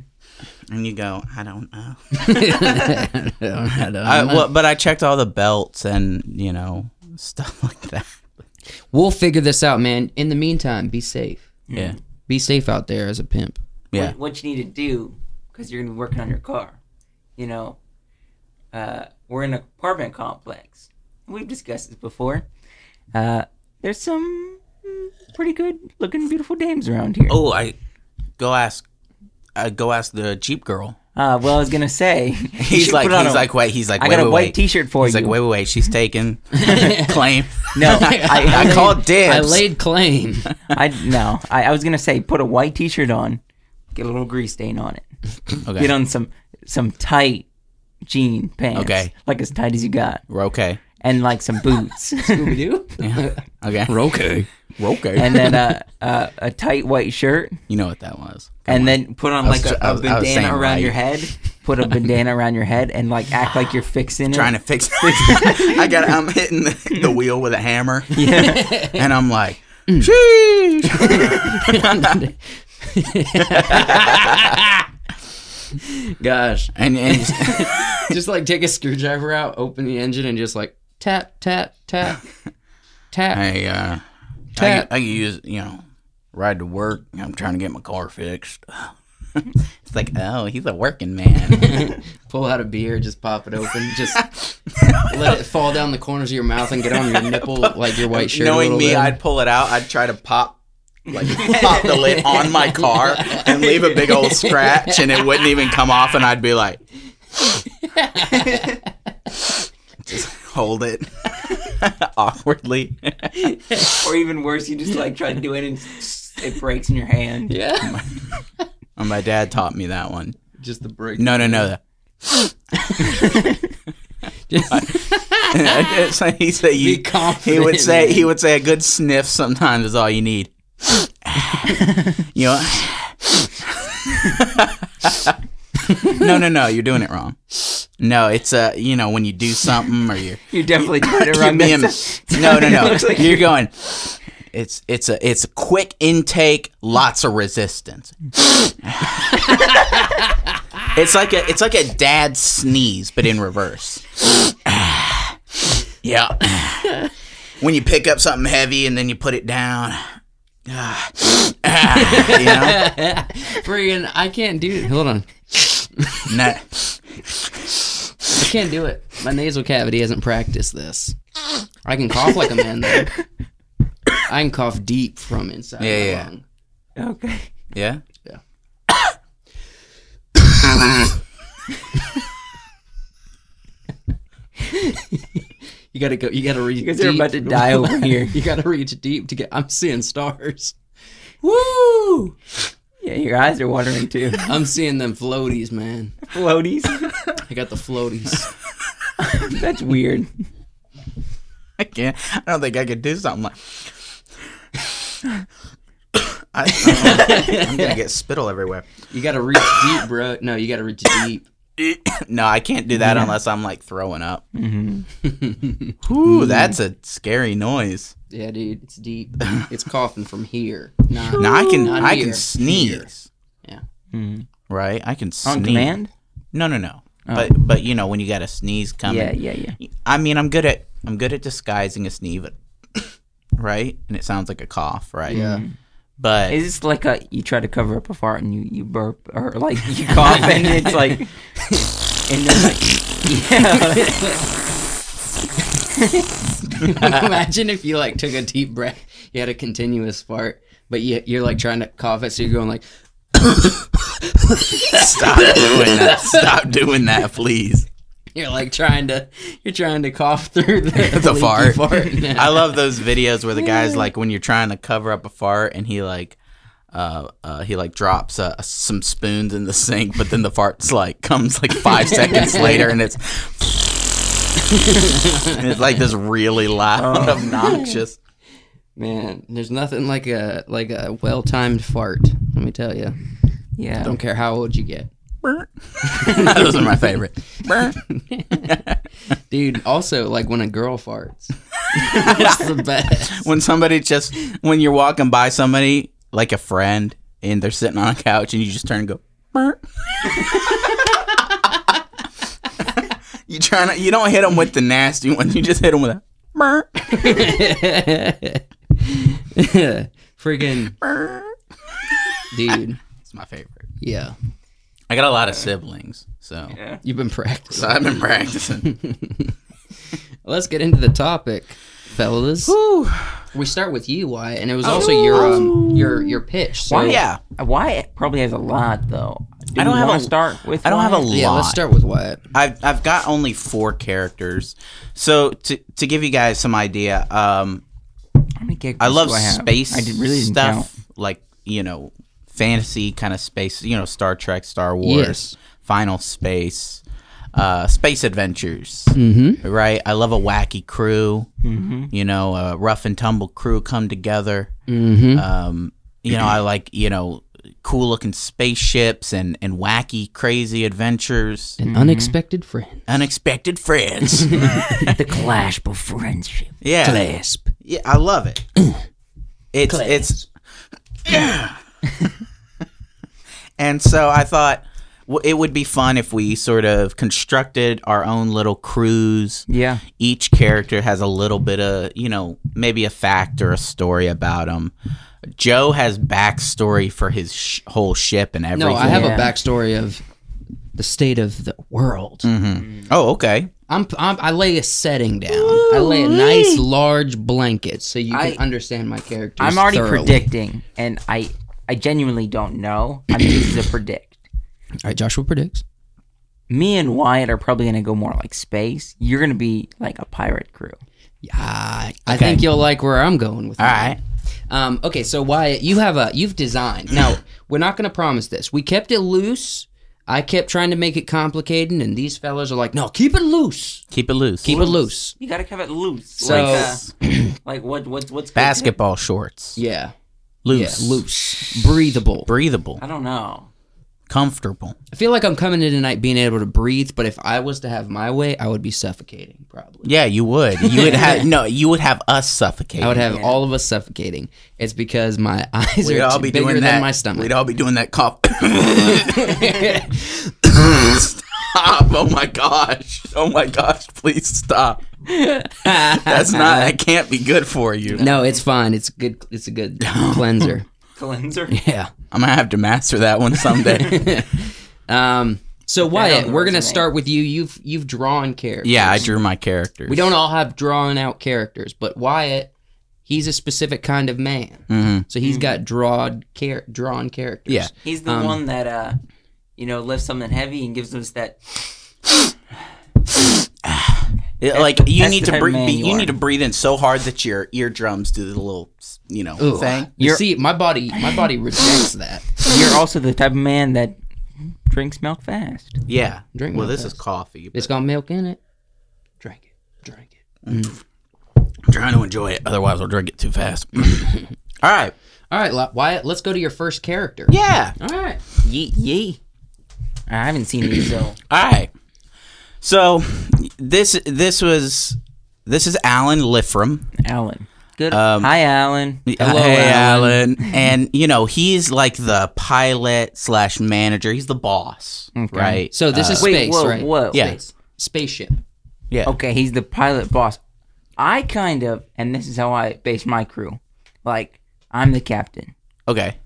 [SPEAKER 2] and you go, I don't know.
[SPEAKER 3] [laughs] I don't- I don't
[SPEAKER 2] I,
[SPEAKER 3] know.
[SPEAKER 2] well, but I checked all the belts and you know [laughs] stuff like that.
[SPEAKER 3] we'll figure this out, man. In the meantime, be safe.
[SPEAKER 2] Yeah,
[SPEAKER 3] Be safe out there as a pimp.
[SPEAKER 2] yeah.
[SPEAKER 1] What, what you need to do because you're gonna be working on your car. You know, uh, we're in an apartment complex. We've discussed this before. Uh, there's some mm, pretty good looking, beautiful dames around here.
[SPEAKER 2] Oh, I go ask, I go ask the Jeep [laughs] girl.
[SPEAKER 1] Uh, well, I was gonna say [laughs] you
[SPEAKER 2] [laughs] He's
[SPEAKER 1] should
[SPEAKER 2] like,
[SPEAKER 1] put on
[SPEAKER 2] he's
[SPEAKER 1] a-
[SPEAKER 2] like, wait, he's like,
[SPEAKER 1] I
[SPEAKER 2] wait,
[SPEAKER 1] got a
[SPEAKER 2] wait,
[SPEAKER 1] white
[SPEAKER 2] wait.
[SPEAKER 1] T-shirt for
[SPEAKER 2] He's
[SPEAKER 1] you.
[SPEAKER 2] like, wait, wait, wait, she's [laughs] taken claim.
[SPEAKER 1] No,
[SPEAKER 2] I, I,
[SPEAKER 1] I-
[SPEAKER 2] called dibs.
[SPEAKER 3] I laid claim. [laughs]
[SPEAKER 1] I no, I, I was gonna say put a white T-shirt on, get a little grease stain on it,
[SPEAKER 2] okay,
[SPEAKER 1] get on some some tight jean pants,
[SPEAKER 2] Okay.
[SPEAKER 1] like as tight as you got,
[SPEAKER 2] we're okay.
[SPEAKER 1] and like some
[SPEAKER 2] [laughs]
[SPEAKER 1] boots, [laughs]
[SPEAKER 3] we do.
[SPEAKER 2] Okay,
[SPEAKER 3] We're okay.
[SPEAKER 2] we're okay.
[SPEAKER 1] and then
[SPEAKER 2] [laughs]
[SPEAKER 1] uh, uh, a tight white shirt,
[SPEAKER 2] you know what that was.
[SPEAKER 1] and then put on
[SPEAKER 2] was
[SPEAKER 1] like a,
[SPEAKER 2] tr- I
[SPEAKER 1] a
[SPEAKER 2] was- I was saying
[SPEAKER 1] bandana around
[SPEAKER 2] right.
[SPEAKER 1] your head, put a bandana around your head, and like act like
[SPEAKER 2] [sighs]
[SPEAKER 1] you're fixing it.
[SPEAKER 2] Trying to fix. [laughs] I got. I'm hitting the, the wheel with a hammer,
[SPEAKER 1] yeah,
[SPEAKER 2] and I'm like, sheesh.
[SPEAKER 3] Gosh,
[SPEAKER 2] And, and
[SPEAKER 3] just like take a screwdriver out, open the engine, and just like tap, tap, tap,
[SPEAKER 2] [laughs]
[SPEAKER 3] tap.
[SPEAKER 2] I uh, I,
[SPEAKER 3] Tap.
[SPEAKER 2] I use you know ride to work. I'm trying to get my car fixed. [laughs] It's like, oh, he's a working man.
[SPEAKER 3] Pull out a beer, just pop it open,
[SPEAKER 2] [laughs]
[SPEAKER 3] just let it fall down the corners of your mouth and get on your nipple like your white shirt. a
[SPEAKER 2] Knowing
[SPEAKER 3] little
[SPEAKER 2] me,
[SPEAKER 3] bit.
[SPEAKER 2] I'd pull it out. I'd try to pop. Like pop the lid on my car and leave a big old scratch, and it wouldn't even come off. And I'd be like, just hold it [laughs] awkwardly.
[SPEAKER 1] or even worse, you just like try to do it and s- it breaks in your hand.
[SPEAKER 2] [laughs]
[SPEAKER 3] [laughs] yeah,
[SPEAKER 2] And [laughs] my dad taught me that one.
[SPEAKER 3] just the break.
[SPEAKER 2] No, no, no. [laughs] It's like he said you. He
[SPEAKER 3] confident.
[SPEAKER 2] would say he
[SPEAKER 3] man.
[SPEAKER 2] would say a good sniff sometimes is all you
[SPEAKER 3] [laughs]
[SPEAKER 2] need. you know. [laughs] no, no, no. You're doing it wrong. No, it's uh, you know when you do something or you're
[SPEAKER 1] [laughs] You definitely did it
[SPEAKER 2] [laughs] you're
[SPEAKER 1] wrong.
[SPEAKER 2] being,
[SPEAKER 1] That's- [laughs]
[SPEAKER 2] no, no,
[SPEAKER 1] It
[SPEAKER 2] no.
[SPEAKER 1] looks like-
[SPEAKER 2] you're going. It's it's a it's a quick intake, lots of resistance. [laughs] it's like a it's like a dad sneeze, but in reverse. [sighs] yeah. [sighs] when you pick up something heavy and then you put it down. [sighs] Ah. Ah. you know?
[SPEAKER 3] [laughs] Friggin', I can't do it. Hold on,
[SPEAKER 2] No.
[SPEAKER 3] I can't do it. My nasal cavity hasn't practiced this. I can cough like a man though.
[SPEAKER 2] [laughs]
[SPEAKER 3] I can cough deep from inside
[SPEAKER 2] Yeah,
[SPEAKER 3] my
[SPEAKER 2] yeah. [laughs]
[SPEAKER 3] lung.
[SPEAKER 1] okay.
[SPEAKER 2] Yeah.
[SPEAKER 3] Yeah. You gotta go. You gotta reach.
[SPEAKER 1] guys are about to die
[SPEAKER 3] [laughs]
[SPEAKER 1] over here.
[SPEAKER 3] You gotta reach deep to get. I'm seeing stars.
[SPEAKER 1] Woo! Yeah, your eyes are watering
[SPEAKER 2] [laughs]
[SPEAKER 1] too.
[SPEAKER 3] I'm seeing them floaties, man.
[SPEAKER 1] Floaties.
[SPEAKER 3] I got the floaties.
[SPEAKER 1] That's weird.
[SPEAKER 2] I can't. I don't think I could do something like. [coughs] I, am gonna get spittle everywhere. [coughs]
[SPEAKER 3] You gotta reach deep, bro. No, you gotta reach deep. [laughs]
[SPEAKER 2] no, I can't do that unless I'm like throwing up.
[SPEAKER 1] Mm-hmm.
[SPEAKER 2] Ooh, that's a scary noise.
[SPEAKER 3] Yeah, dude, it's deep. It's coughing from here. Nah,
[SPEAKER 2] Now I can
[SPEAKER 3] Not
[SPEAKER 2] I
[SPEAKER 3] here.
[SPEAKER 2] can sneeze.
[SPEAKER 3] Yeah.
[SPEAKER 1] Mhm.
[SPEAKER 2] Right, I can sneeze.
[SPEAKER 1] On command?
[SPEAKER 2] No, no, no. But but you know when you got a sneeze coming.
[SPEAKER 1] Yeah, yeah, yeah.
[SPEAKER 2] I mean, I'm good at I'm good at disguising a sneeze, [coughs] right? And it sounds like a cough, right?
[SPEAKER 3] Yeah.
[SPEAKER 2] But
[SPEAKER 1] Is this like a you try to cover up a fart and you, you burp or like you cough and
[SPEAKER 2] [laughs]
[SPEAKER 1] it's like and then like yeah.
[SPEAKER 3] [laughs] Imagine if you like took a deep breath, you had a continuous fart, but you, you're like trying to cough it, so you're going like,
[SPEAKER 2] stop doing that. Stop doing that, please.
[SPEAKER 3] you're like trying to, you're trying to cough through
[SPEAKER 2] [laughs]
[SPEAKER 3] the,
[SPEAKER 2] The
[SPEAKER 3] leaky
[SPEAKER 2] fart.
[SPEAKER 3] [laughs] Yeah.
[SPEAKER 2] I love those videos where the guys like when you're trying to cover up a fart and he like uh, uh he like drops uh, some spoons in the sink, but then the fart's like comes like five seconds later and it's and it's like this really loud, obnoxious. [laughs]
[SPEAKER 3] Man, there's nothing like a like a well timed fart. Let me tell you.
[SPEAKER 2] [laughs]
[SPEAKER 1] yeah.
[SPEAKER 3] Don't care how old you get,
[SPEAKER 2] those are my favorite.
[SPEAKER 3] dude. Also, like when a girl [laughs] farts, it's the best.
[SPEAKER 2] when somebody just when you're walking by somebody like a friend and they're sitting on a couch and you just turn and go "Burp." you trying to you don't hit them with the nasty one you just hit them with a "Burp,
[SPEAKER 3] [laughs] Friggin'
[SPEAKER 2] burp."
[SPEAKER 3] dude.
[SPEAKER 2] it's my favorite
[SPEAKER 3] Yeah,
[SPEAKER 2] i got a lot of siblings so
[SPEAKER 1] Yeah.
[SPEAKER 3] you've been practicing.
[SPEAKER 2] so i've been practicing
[SPEAKER 3] Let's get into the topic, fellas. We start with you, Wyatt, and it was also your um, your your pitch. So,
[SPEAKER 1] Wyatt.
[SPEAKER 2] yeah
[SPEAKER 1] Wyatt probably has a lot though. Do
[SPEAKER 2] I don't
[SPEAKER 1] we
[SPEAKER 2] have
[SPEAKER 1] wanna
[SPEAKER 2] a-
[SPEAKER 1] start with
[SPEAKER 2] i don't have a
[SPEAKER 1] Wyatt?
[SPEAKER 2] lot
[SPEAKER 3] yeah. Let's start with Wyatt.
[SPEAKER 2] I've I've got only four characters, so to to give you guys some idea, um,
[SPEAKER 1] How many characters
[SPEAKER 2] I love
[SPEAKER 1] do have?
[SPEAKER 2] space
[SPEAKER 1] I did, really didn't
[SPEAKER 2] stuff,
[SPEAKER 1] count.
[SPEAKER 2] like you know, fantasy kind of space. You know, Star Trek, Star Wars,
[SPEAKER 3] Yes.
[SPEAKER 2] Final Space, uh, space adventures.
[SPEAKER 3] Mm-hmm.
[SPEAKER 2] Right? I love a wacky crew. You know, a rough and tumble crew come together.
[SPEAKER 3] Mm-hmm.
[SPEAKER 2] Um, you know, I like you know cool looking spaceships and and wacky crazy adventures,
[SPEAKER 3] An unexpected friend.
[SPEAKER 2] unexpected friends. [laughs]
[SPEAKER 1] the clash of friendship.
[SPEAKER 2] yeah,
[SPEAKER 3] Clasp.
[SPEAKER 2] Yeah, I love
[SPEAKER 3] [clears throat]
[SPEAKER 2] it. it's [laughs] it's and so I thought, w- it would be fun if we sort of constructed our own little cruise.
[SPEAKER 1] Yeah.
[SPEAKER 2] Each character has a little bit of, you know, maybe a fact or a story about them. Joe has backstory for his sh- whole ship and everything.
[SPEAKER 3] No, I have
[SPEAKER 1] Yeah.
[SPEAKER 3] a backstory of the state of the world.
[SPEAKER 2] Oh, okay.
[SPEAKER 3] I'm, I'm I lay a setting down. I lay a nice large blanket so you
[SPEAKER 1] I-
[SPEAKER 3] can understand my character.
[SPEAKER 1] I'm already predicting, and I I genuinely don't know. I'm just to predict.
[SPEAKER 3] All right, Joshua predicts.
[SPEAKER 1] Me and Wyatt are probably gonna go more like space. You're gonna be like a pirate crew.
[SPEAKER 3] Yeah, I think you'll like where I'm going with.
[SPEAKER 2] All
[SPEAKER 3] that.
[SPEAKER 2] right.
[SPEAKER 3] Um, okay, so Wyatt, you have a you've designed. Now we're not going to promise this. We kept it loose. I kept trying to make it complicated, and these fellas are like, "No, keep it loose.
[SPEAKER 2] Keep it loose.
[SPEAKER 3] Keep it loose."
[SPEAKER 1] You gotta have it loose.
[SPEAKER 3] So-
[SPEAKER 1] like, uh, like what what's what's good-
[SPEAKER 2] Basketball shorts.
[SPEAKER 3] Yeah,
[SPEAKER 2] Loose.
[SPEAKER 3] yeah, loose, breathable.
[SPEAKER 2] Breathable.
[SPEAKER 1] I don't know. [laughs]
[SPEAKER 2] Comfortable.
[SPEAKER 3] I feel like I'm coming in tonight being able to breathe, but if I was to have my way, I would be suffocating probably.
[SPEAKER 2] Yeah, you would. You would have
[SPEAKER 3] [laughs]
[SPEAKER 2] no. You would have us suffocate.
[SPEAKER 3] I would have
[SPEAKER 1] Yeah.
[SPEAKER 3] all of us suffocating. It's because my [laughs] eyes
[SPEAKER 2] We'd
[SPEAKER 3] are
[SPEAKER 2] all
[SPEAKER 3] too-
[SPEAKER 2] be
[SPEAKER 3] bigger
[SPEAKER 2] doing
[SPEAKER 3] than
[SPEAKER 2] that.
[SPEAKER 3] my
[SPEAKER 2] We'd
[SPEAKER 3] stomach.
[SPEAKER 2] all be doing that cough. [laughs]
[SPEAKER 3] [laughs]
[SPEAKER 2] stop! Oh my gosh! Oh my gosh! Please stop! That's not. [laughs] That can't be good for you.
[SPEAKER 3] [laughs] No, it's fine. It's good. It's
[SPEAKER 2] [laughs]
[SPEAKER 3] a good cleanser.
[SPEAKER 1] Cleanser.
[SPEAKER 3] Yeah.
[SPEAKER 2] I'm gonna have to master that one someday.
[SPEAKER 3] [laughs] Um. So Wyatt,
[SPEAKER 1] the
[SPEAKER 3] we're gonna
[SPEAKER 1] resume.
[SPEAKER 3] start with you. You've you've drawn characters.
[SPEAKER 2] yeah, I drew my characters.
[SPEAKER 3] we don't all have drawn out characters, but Wyatt, he's a specific kind of man.
[SPEAKER 2] Mhm.
[SPEAKER 3] So he's got drawn char- drawn characters.
[SPEAKER 2] Yeah.
[SPEAKER 1] He's the one that uh, you know, lifts something heavy and gives us that.
[SPEAKER 3] Eh,
[SPEAKER 2] It- like
[SPEAKER 1] the-
[SPEAKER 2] you
[SPEAKER 1] that's
[SPEAKER 2] need
[SPEAKER 1] the
[SPEAKER 2] to
[SPEAKER 1] type of
[SPEAKER 2] breathe.
[SPEAKER 1] man
[SPEAKER 2] be-
[SPEAKER 1] you
[SPEAKER 2] You
[SPEAKER 1] are.
[SPEAKER 2] need to breathe in so hard that your eardrums do the little, you know,
[SPEAKER 3] Ooh,
[SPEAKER 2] thing.
[SPEAKER 3] you
[SPEAKER 1] You're-
[SPEAKER 3] see, my body my body rejects that.
[SPEAKER 1] [laughs] You're also the type of man that drinks milk fast.
[SPEAKER 2] Yeah.
[SPEAKER 3] Drink
[SPEAKER 2] well,
[SPEAKER 3] milk
[SPEAKER 2] this is coffee.
[SPEAKER 3] It's
[SPEAKER 2] But
[SPEAKER 3] got milk in it. Drink it. Drink it.
[SPEAKER 2] I'm trying to enjoy it. Otherwise, I'll drink it too
[SPEAKER 3] [laughs]
[SPEAKER 2] fast. all right.
[SPEAKER 3] All right, Li- Wyatt, let's go to your first character.
[SPEAKER 2] Yeah.
[SPEAKER 3] All right.
[SPEAKER 1] Yee yee. I haven't seen you so.
[SPEAKER 2] All right. So this this was this is Alan Liffram.
[SPEAKER 1] [clears throat] Alan. Good.
[SPEAKER 2] Um,
[SPEAKER 1] Hi, Alan.
[SPEAKER 3] Hello,
[SPEAKER 2] hey,
[SPEAKER 3] Alan.
[SPEAKER 2] Alan. And you know he's like the pilot slash manager. He's the boss, right?
[SPEAKER 3] So this is
[SPEAKER 1] Wait,
[SPEAKER 3] space,
[SPEAKER 1] whoa,
[SPEAKER 3] right?
[SPEAKER 1] whoa.
[SPEAKER 2] Yeah.
[SPEAKER 3] Space. Spaceship.
[SPEAKER 2] yeah.
[SPEAKER 1] Okay, he's the pilot boss. I kind of, and this is how I base my crew. Like, I'm the captain.
[SPEAKER 2] Uh, Okay.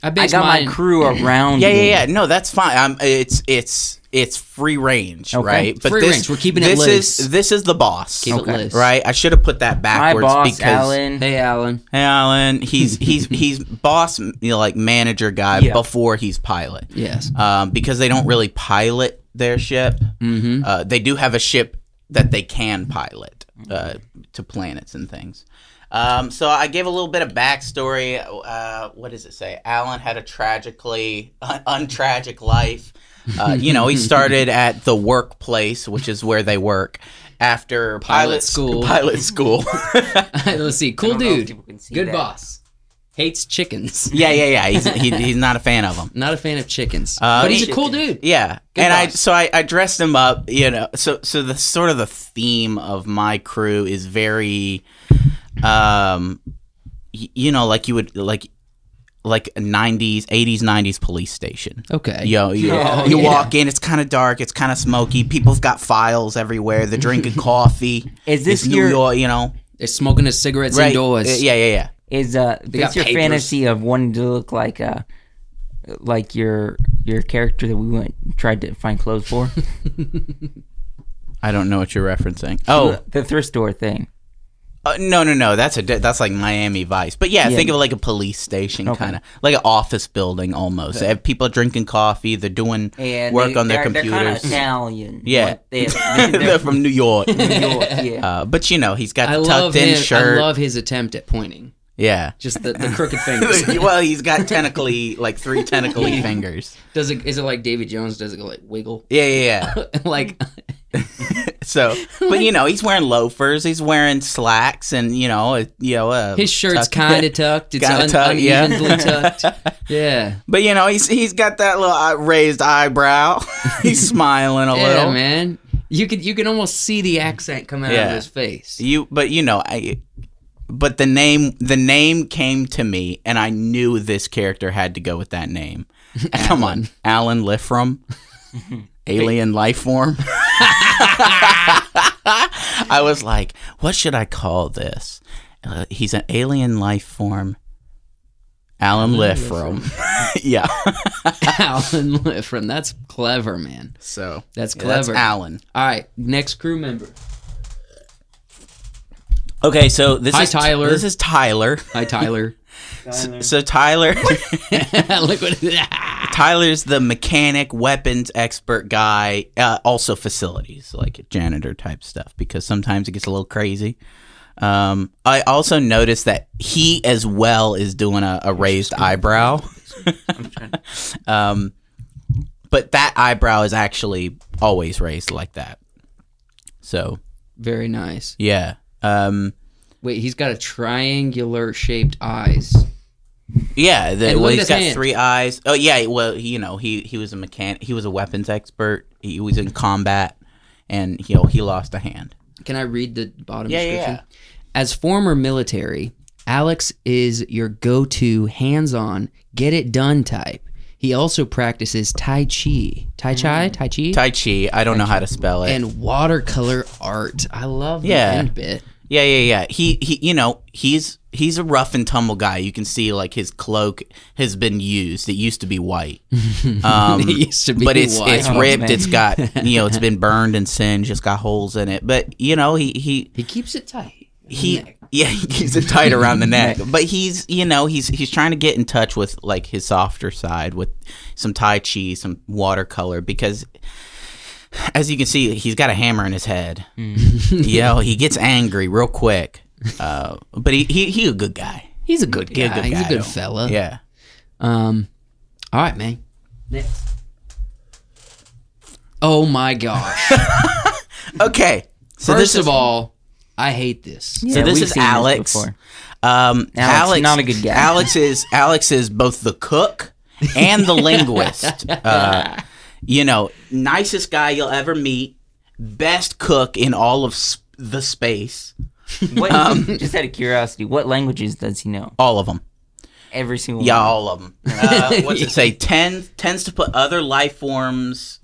[SPEAKER 3] I,
[SPEAKER 1] I
[SPEAKER 3] base
[SPEAKER 1] got
[SPEAKER 3] mine,
[SPEAKER 1] my crew around
[SPEAKER 2] Yeah,
[SPEAKER 1] me.
[SPEAKER 2] yeah, yeah. No, that's fine. Um, it's it's it's free range,
[SPEAKER 1] Okay.
[SPEAKER 2] right?
[SPEAKER 3] Free range. We're keeping it
[SPEAKER 2] this
[SPEAKER 3] loose.
[SPEAKER 2] is this is the boss,
[SPEAKER 3] Keep
[SPEAKER 1] Okay.
[SPEAKER 3] it loose.
[SPEAKER 2] right? I should have put that
[SPEAKER 1] My
[SPEAKER 2] backwards
[SPEAKER 1] boss,
[SPEAKER 2] because
[SPEAKER 1] Alan.
[SPEAKER 3] Hey, Alan.
[SPEAKER 2] Hey, Alan, he's he's he's boss, you know, like manager
[SPEAKER 3] [laughs]
[SPEAKER 2] guy
[SPEAKER 1] Yeah.
[SPEAKER 2] before he's pilot.
[SPEAKER 3] Yes.
[SPEAKER 2] um, because they don't really pilot their ship.
[SPEAKER 3] Mm-hmm. [laughs]
[SPEAKER 2] Uh, they do have a ship that they can pilot uh, to planets and things. Um, so I gave a little bit of backstory. Uh, what does it say? Alan had a tragically un- untragic life. Uh, you
[SPEAKER 3] [laughs]
[SPEAKER 2] know, he started at the workplace, which is where they work after pilot,
[SPEAKER 3] Pilot
[SPEAKER 2] sc- [laughs]
[SPEAKER 3] school.
[SPEAKER 2] Pilot
[SPEAKER 3] [laughs]
[SPEAKER 2] school.
[SPEAKER 3] Let's see. Cool
[SPEAKER 1] don't know if
[SPEAKER 3] dude.
[SPEAKER 1] people can see
[SPEAKER 3] Good
[SPEAKER 1] that.
[SPEAKER 3] boss. Hates chickens.
[SPEAKER 2] yeah, yeah, yeah. He's, he, he's not a fan of them.
[SPEAKER 3] [laughs] Not a fan of chickens.
[SPEAKER 2] Uh,
[SPEAKER 3] but he's a
[SPEAKER 1] chickens.
[SPEAKER 3] cool dude.
[SPEAKER 2] Yeah,
[SPEAKER 3] Good
[SPEAKER 2] and I
[SPEAKER 3] boss.
[SPEAKER 2] so I, I dressed him up, you know. So so the sort of the theme of my crew is very, um, y- you know, like you would like, like nineties, eighties, nineties police station.
[SPEAKER 3] Okay.
[SPEAKER 2] Yo, you,
[SPEAKER 1] Yeah.
[SPEAKER 2] you
[SPEAKER 3] Yeah.
[SPEAKER 2] walk in, it's kind of dark, it's kind of smoky. People've got files everywhere. They're drinking coffee.
[SPEAKER 1] Is this
[SPEAKER 2] it's
[SPEAKER 1] your-
[SPEAKER 2] New York? You know,
[SPEAKER 3] They're smoking his cigarettes
[SPEAKER 2] right? Uh,
[SPEAKER 3] indoors.
[SPEAKER 2] Yeah, yeah, yeah.
[SPEAKER 1] Is uh,
[SPEAKER 3] got
[SPEAKER 1] this your
[SPEAKER 3] papers.
[SPEAKER 1] fantasy of wanting to look like uh, like your your character that we went tried to find clothes for?
[SPEAKER 2] I don't know what you're referencing. [laughs] Oh,
[SPEAKER 1] [laughs] the, the thrift store thing.
[SPEAKER 2] Uh, no, no, no. That's a di- that's like Miami Vice. But yeah,
[SPEAKER 1] Yeah.
[SPEAKER 2] think of it like a police station kind of like an office building almost. They have people drinking coffee. They're doing
[SPEAKER 1] And
[SPEAKER 2] work
[SPEAKER 1] they-
[SPEAKER 2] on their
[SPEAKER 1] they're- They're kind
[SPEAKER 2] computers.
[SPEAKER 1] of Italian.
[SPEAKER 2] [laughs] yeah,
[SPEAKER 1] Like, They,
[SPEAKER 2] [laughs] they're,
[SPEAKER 1] they're from
[SPEAKER 2] from New
[SPEAKER 1] [laughs]
[SPEAKER 2] York.
[SPEAKER 1] New York. Yeah.
[SPEAKER 2] [laughs] Uh, but you know, he's got
[SPEAKER 3] I
[SPEAKER 2] the
[SPEAKER 3] love
[SPEAKER 2] tucked in
[SPEAKER 3] him.
[SPEAKER 2] shirt.
[SPEAKER 3] I love his attempt at pointing.
[SPEAKER 2] yeah.
[SPEAKER 3] Just the, the crooked fingers.
[SPEAKER 2] [laughs] well, he's got tentacly like three tentacly fingers.
[SPEAKER 3] Does it? Is it like David Jones? Does it like wiggle? [laughs]
[SPEAKER 2] Yeah, yeah, yeah.
[SPEAKER 3] like
[SPEAKER 2] So, but you know, he's wearing loafers. He's wearing slacks, and you know, uh, you know, uh,
[SPEAKER 3] his shirt's
[SPEAKER 2] tucked-
[SPEAKER 3] kind of tucked.
[SPEAKER 2] [laughs]
[SPEAKER 3] It's
[SPEAKER 2] Kinda
[SPEAKER 3] un-
[SPEAKER 2] tucked, yeah. [laughs]
[SPEAKER 3] unevenly tucked. Yeah.
[SPEAKER 2] But you know, he's he's got that little uh, raised eyebrow. [laughs] he's smiling a
[SPEAKER 3] Yeah,
[SPEAKER 2] little.
[SPEAKER 3] man. You could you can almost see the accent coming out
[SPEAKER 2] Yeah.
[SPEAKER 3] of his face.
[SPEAKER 2] You, but you know, I but the name the name came to me and I knew this character had to go with that name. Come on. Alan Lifram. alien life form. [laughs] I was like, what should I call this? Uh, he's an alien life form. Alan Lifram. [laughs] yeah.
[SPEAKER 3] [laughs] Alan Lifrin. That's clever, man.
[SPEAKER 2] So
[SPEAKER 3] That's
[SPEAKER 2] yeah, that's
[SPEAKER 3] clever.
[SPEAKER 2] Alan.
[SPEAKER 3] All right, next crew member.
[SPEAKER 2] Okay, so this
[SPEAKER 3] Hi,
[SPEAKER 2] is
[SPEAKER 3] Tyler.
[SPEAKER 2] This is Tyler. [laughs]
[SPEAKER 3] Hi, Tyler. [laughs]
[SPEAKER 2] So Tyler [laughs]
[SPEAKER 3] Look what it
[SPEAKER 2] Tyler's the mechanic, weapons expert guy, uh, also facilities, like janitor type stuff, because sometimes it gets a little crazy. Um, I also noticed that he as well is doing a, a raised [laughs] eyebrow. [laughs] um, but that eyebrow is actually always raised like that. So,
[SPEAKER 3] Very nice.
[SPEAKER 2] yeah. Um,
[SPEAKER 3] Wait, he's got a triangular shaped eyes.
[SPEAKER 2] Yeah, the,
[SPEAKER 3] And
[SPEAKER 2] well,
[SPEAKER 3] look at
[SPEAKER 2] he's
[SPEAKER 3] his
[SPEAKER 2] got
[SPEAKER 3] hand.
[SPEAKER 2] three eyes. Oh yeah, well, he- you know, he he was a mechanic. He was a weapons expert. He was in combat, and you know, he lost a hand.
[SPEAKER 3] Can I read the bottom
[SPEAKER 2] Yeah, yeah,
[SPEAKER 3] description? As former military, Alex is your go-to hands-on, get it done type. He also practices tai chi, tai
[SPEAKER 2] Mm.
[SPEAKER 3] chi, tai chi,
[SPEAKER 2] Tai Chi. I don't know how to spell it.
[SPEAKER 3] and watercolor art. I love the
[SPEAKER 2] Yeah.
[SPEAKER 3] end bit. [laughs]
[SPEAKER 2] yeah, yeah, yeah. He he. You know, he's he's a rough and tumble guy. You can see like his cloak has been used. It used to be
[SPEAKER 3] [laughs]
[SPEAKER 2] white. Um,
[SPEAKER 3] It used to be
[SPEAKER 2] but it's
[SPEAKER 3] white.
[SPEAKER 2] it's
[SPEAKER 1] Oh,
[SPEAKER 2] ripped.
[SPEAKER 1] man.
[SPEAKER 2] It's got you know,
[SPEAKER 3] [laughs]
[SPEAKER 2] it's been burned and singed. It's got holes in it. But you know, he he
[SPEAKER 3] He keeps it tight.
[SPEAKER 2] he yeah [laughs] he keeps it tight around the neck but he's you know he's he's trying to get in touch with like his softer side with some tai chi some watercolor because as you can see he's got a hammer in his head
[SPEAKER 3] Mm.
[SPEAKER 2] [laughs] you know he
[SPEAKER 3] [laughs]
[SPEAKER 2] gets angry real quick uh, but he, he he a good guy
[SPEAKER 3] He's a good guy.
[SPEAKER 2] a good
[SPEAKER 3] He's a
[SPEAKER 2] guy,
[SPEAKER 3] good
[SPEAKER 2] though.
[SPEAKER 3] fella.
[SPEAKER 2] yeah
[SPEAKER 3] Um, all right, man. Next. Oh my gosh!
[SPEAKER 2] okay [laughs] so
[SPEAKER 3] First
[SPEAKER 2] this
[SPEAKER 3] of
[SPEAKER 2] is
[SPEAKER 3] all, I hate this.
[SPEAKER 2] so this is Alex. um Alex,
[SPEAKER 1] not a good guy.
[SPEAKER 2] Alex is Alex is both the cook
[SPEAKER 1] [laughs]
[SPEAKER 2] and the linguist. Uh, you know, nicest guy you'll ever meet, best cook in all of sp- the space,
[SPEAKER 1] What, [laughs]
[SPEAKER 2] Um,
[SPEAKER 1] just out of curiosity, what languages does he know?
[SPEAKER 2] all of them.
[SPEAKER 1] Every single
[SPEAKER 2] Yeah,
[SPEAKER 1] one.
[SPEAKER 2] all of them.
[SPEAKER 1] [laughs]
[SPEAKER 2] Uh, what's it say? Ten tends to put other life forms.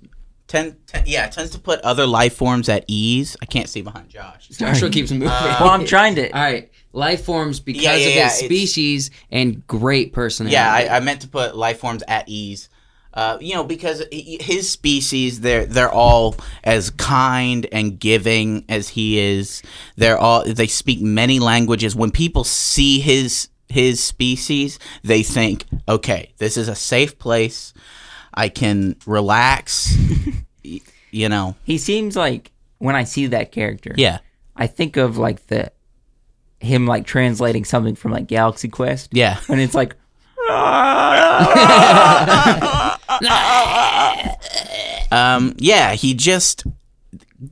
[SPEAKER 2] Ten, ten, yeah, tends to put other life forms at ease. I can't see behind Josh.
[SPEAKER 3] Joshua keeps moving.
[SPEAKER 1] Well,
[SPEAKER 2] [laughs]
[SPEAKER 1] I'm trying to.
[SPEAKER 3] Uh, all right, life forms because
[SPEAKER 2] Yeah, yeah,
[SPEAKER 3] of
[SPEAKER 2] yeah,
[SPEAKER 3] his
[SPEAKER 2] it's-
[SPEAKER 3] species and great personality.
[SPEAKER 2] Yeah, I, I meant to put life forms at ease. Uh, you know, because h- his species, they're they're all as kind and giving as he is. They're all they speak many languages. When people see his his species, they think, okay, this is a safe place. I can relax. Y- you know,
[SPEAKER 1] He seems like when I see that character,
[SPEAKER 2] yeah,
[SPEAKER 1] I think of like the him like translating something from like Galaxy Quest.
[SPEAKER 2] yeah.
[SPEAKER 1] and it's like
[SPEAKER 2] Um, yeah, he just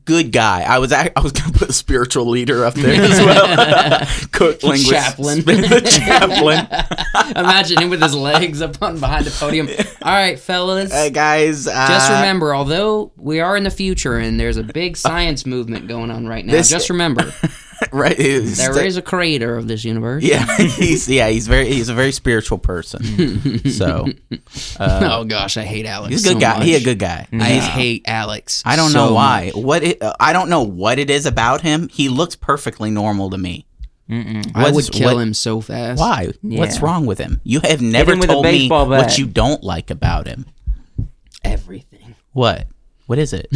[SPEAKER 2] good guy. I was ac- I was gonna put a spiritual leader up there as well. Cook linguist,
[SPEAKER 3] Chaplain.
[SPEAKER 2] [laughs] the chaplain.
[SPEAKER 3] Imagine him with his [laughs] legs up on behind the
[SPEAKER 2] [laughs]
[SPEAKER 3] podium. All right, fellas.
[SPEAKER 2] Hey guys, uh,
[SPEAKER 3] just remember, although we are in the future and there's a big science movement going on right
[SPEAKER 2] [laughs]
[SPEAKER 3] now,
[SPEAKER 2] This-
[SPEAKER 3] just remember
[SPEAKER 2] right? it's-
[SPEAKER 3] there is a creator of this universe.
[SPEAKER 2] yeah, [laughs] he's yeah, he's very he's a very spiritual person. so
[SPEAKER 3] [laughs] oh gosh, I hate Alex.
[SPEAKER 2] he's a good
[SPEAKER 3] so
[SPEAKER 2] guy. He a
[SPEAKER 3] much.
[SPEAKER 2] good guy.
[SPEAKER 3] I hate Alex.
[SPEAKER 2] I don't
[SPEAKER 3] so
[SPEAKER 2] know why.
[SPEAKER 3] much.
[SPEAKER 2] What it, uh, I don't know what it is about him. He looks perfectly normal to me.
[SPEAKER 3] I
[SPEAKER 2] What's-
[SPEAKER 3] would kill
[SPEAKER 2] what-
[SPEAKER 3] him so fast.
[SPEAKER 2] Why? What's
[SPEAKER 1] Yeah.
[SPEAKER 2] wrong with him? You have never
[SPEAKER 1] him with a
[SPEAKER 2] told me
[SPEAKER 1] baseball
[SPEAKER 2] what
[SPEAKER 1] bat.
[SPEAKER 2] you don't like about him.
[SPEAKER 3] Everything.
[SPEAKER 2] What? What is
[SPEAKER 3] [laughs]
[SPEAKER 2] it?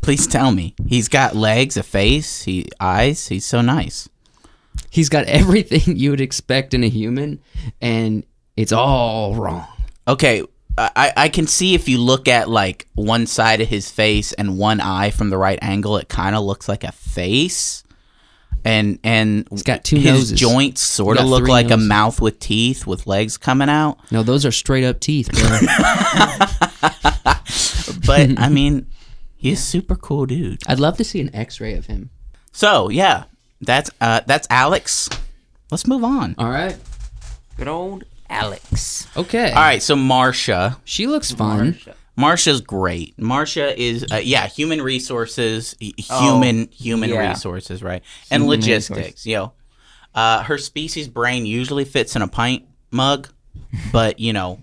[SPEAKER 2] Please tell me. He's got legs, a face, he eyes. He's so nice.
[SPEAKER 3] He's got [laughs] everything you would expect in a human, and it's all wrong.
[SPEAKER 2] Okay, I- I I can see if you look at like one side of his face and one eye from the right angle, it kind of looks like a face. And and he's
[SPEAKER 3] got two
[SPEAKER 2] his
[SPEAKER 3] noses.
[SPEAKER 2] joints sort
[SPEAKER 3] He's
[SPEAKER 2] of
[SPEAKER 3] got
[SPEAKER 2] look
[SPEAKER 3] three
[SPEAKER 2] like a
[SPEAKER 3] noses.
[SPEAKER 2] mouth with teeth with legs coming out.
[SPEAKER 3] No, those are straight up teeth,
[SPEAKER 2] [laughs]
[SPEAKER 3] bro.
[SPEAKER 2] But
[SPEAKER 3] [laughs]
[SPEAKER 2] I mean, he's a super cool dude.
[SPEAKER 3] I'd love to see an X-ray of him.
[SPEAKER 2] So yeah, that's uh that's Alex. Let's move on.
[SPEAKER 3] All right.
[SPEAKER 1] good old Alex.
[SPEAKER 3] Okay.
[SPEAKER 2] All right, so Marsha.
[SPEAKER 3] She looks
[SPEAKER 2] Mm-hmm.
[SPEAKER 3] fun.
[SPEAKER 2] Marsha's great. Marsha is uh, yeah, human resources, y- human human
[SPEAKER 1] yeah.
[SPEAKER 2] Oh, resources, right? And logistics,
[SPEAKER 1] resources.
[SPEAKER 2] yo. Uh, her species brain usually fits in a pint mug, but you know,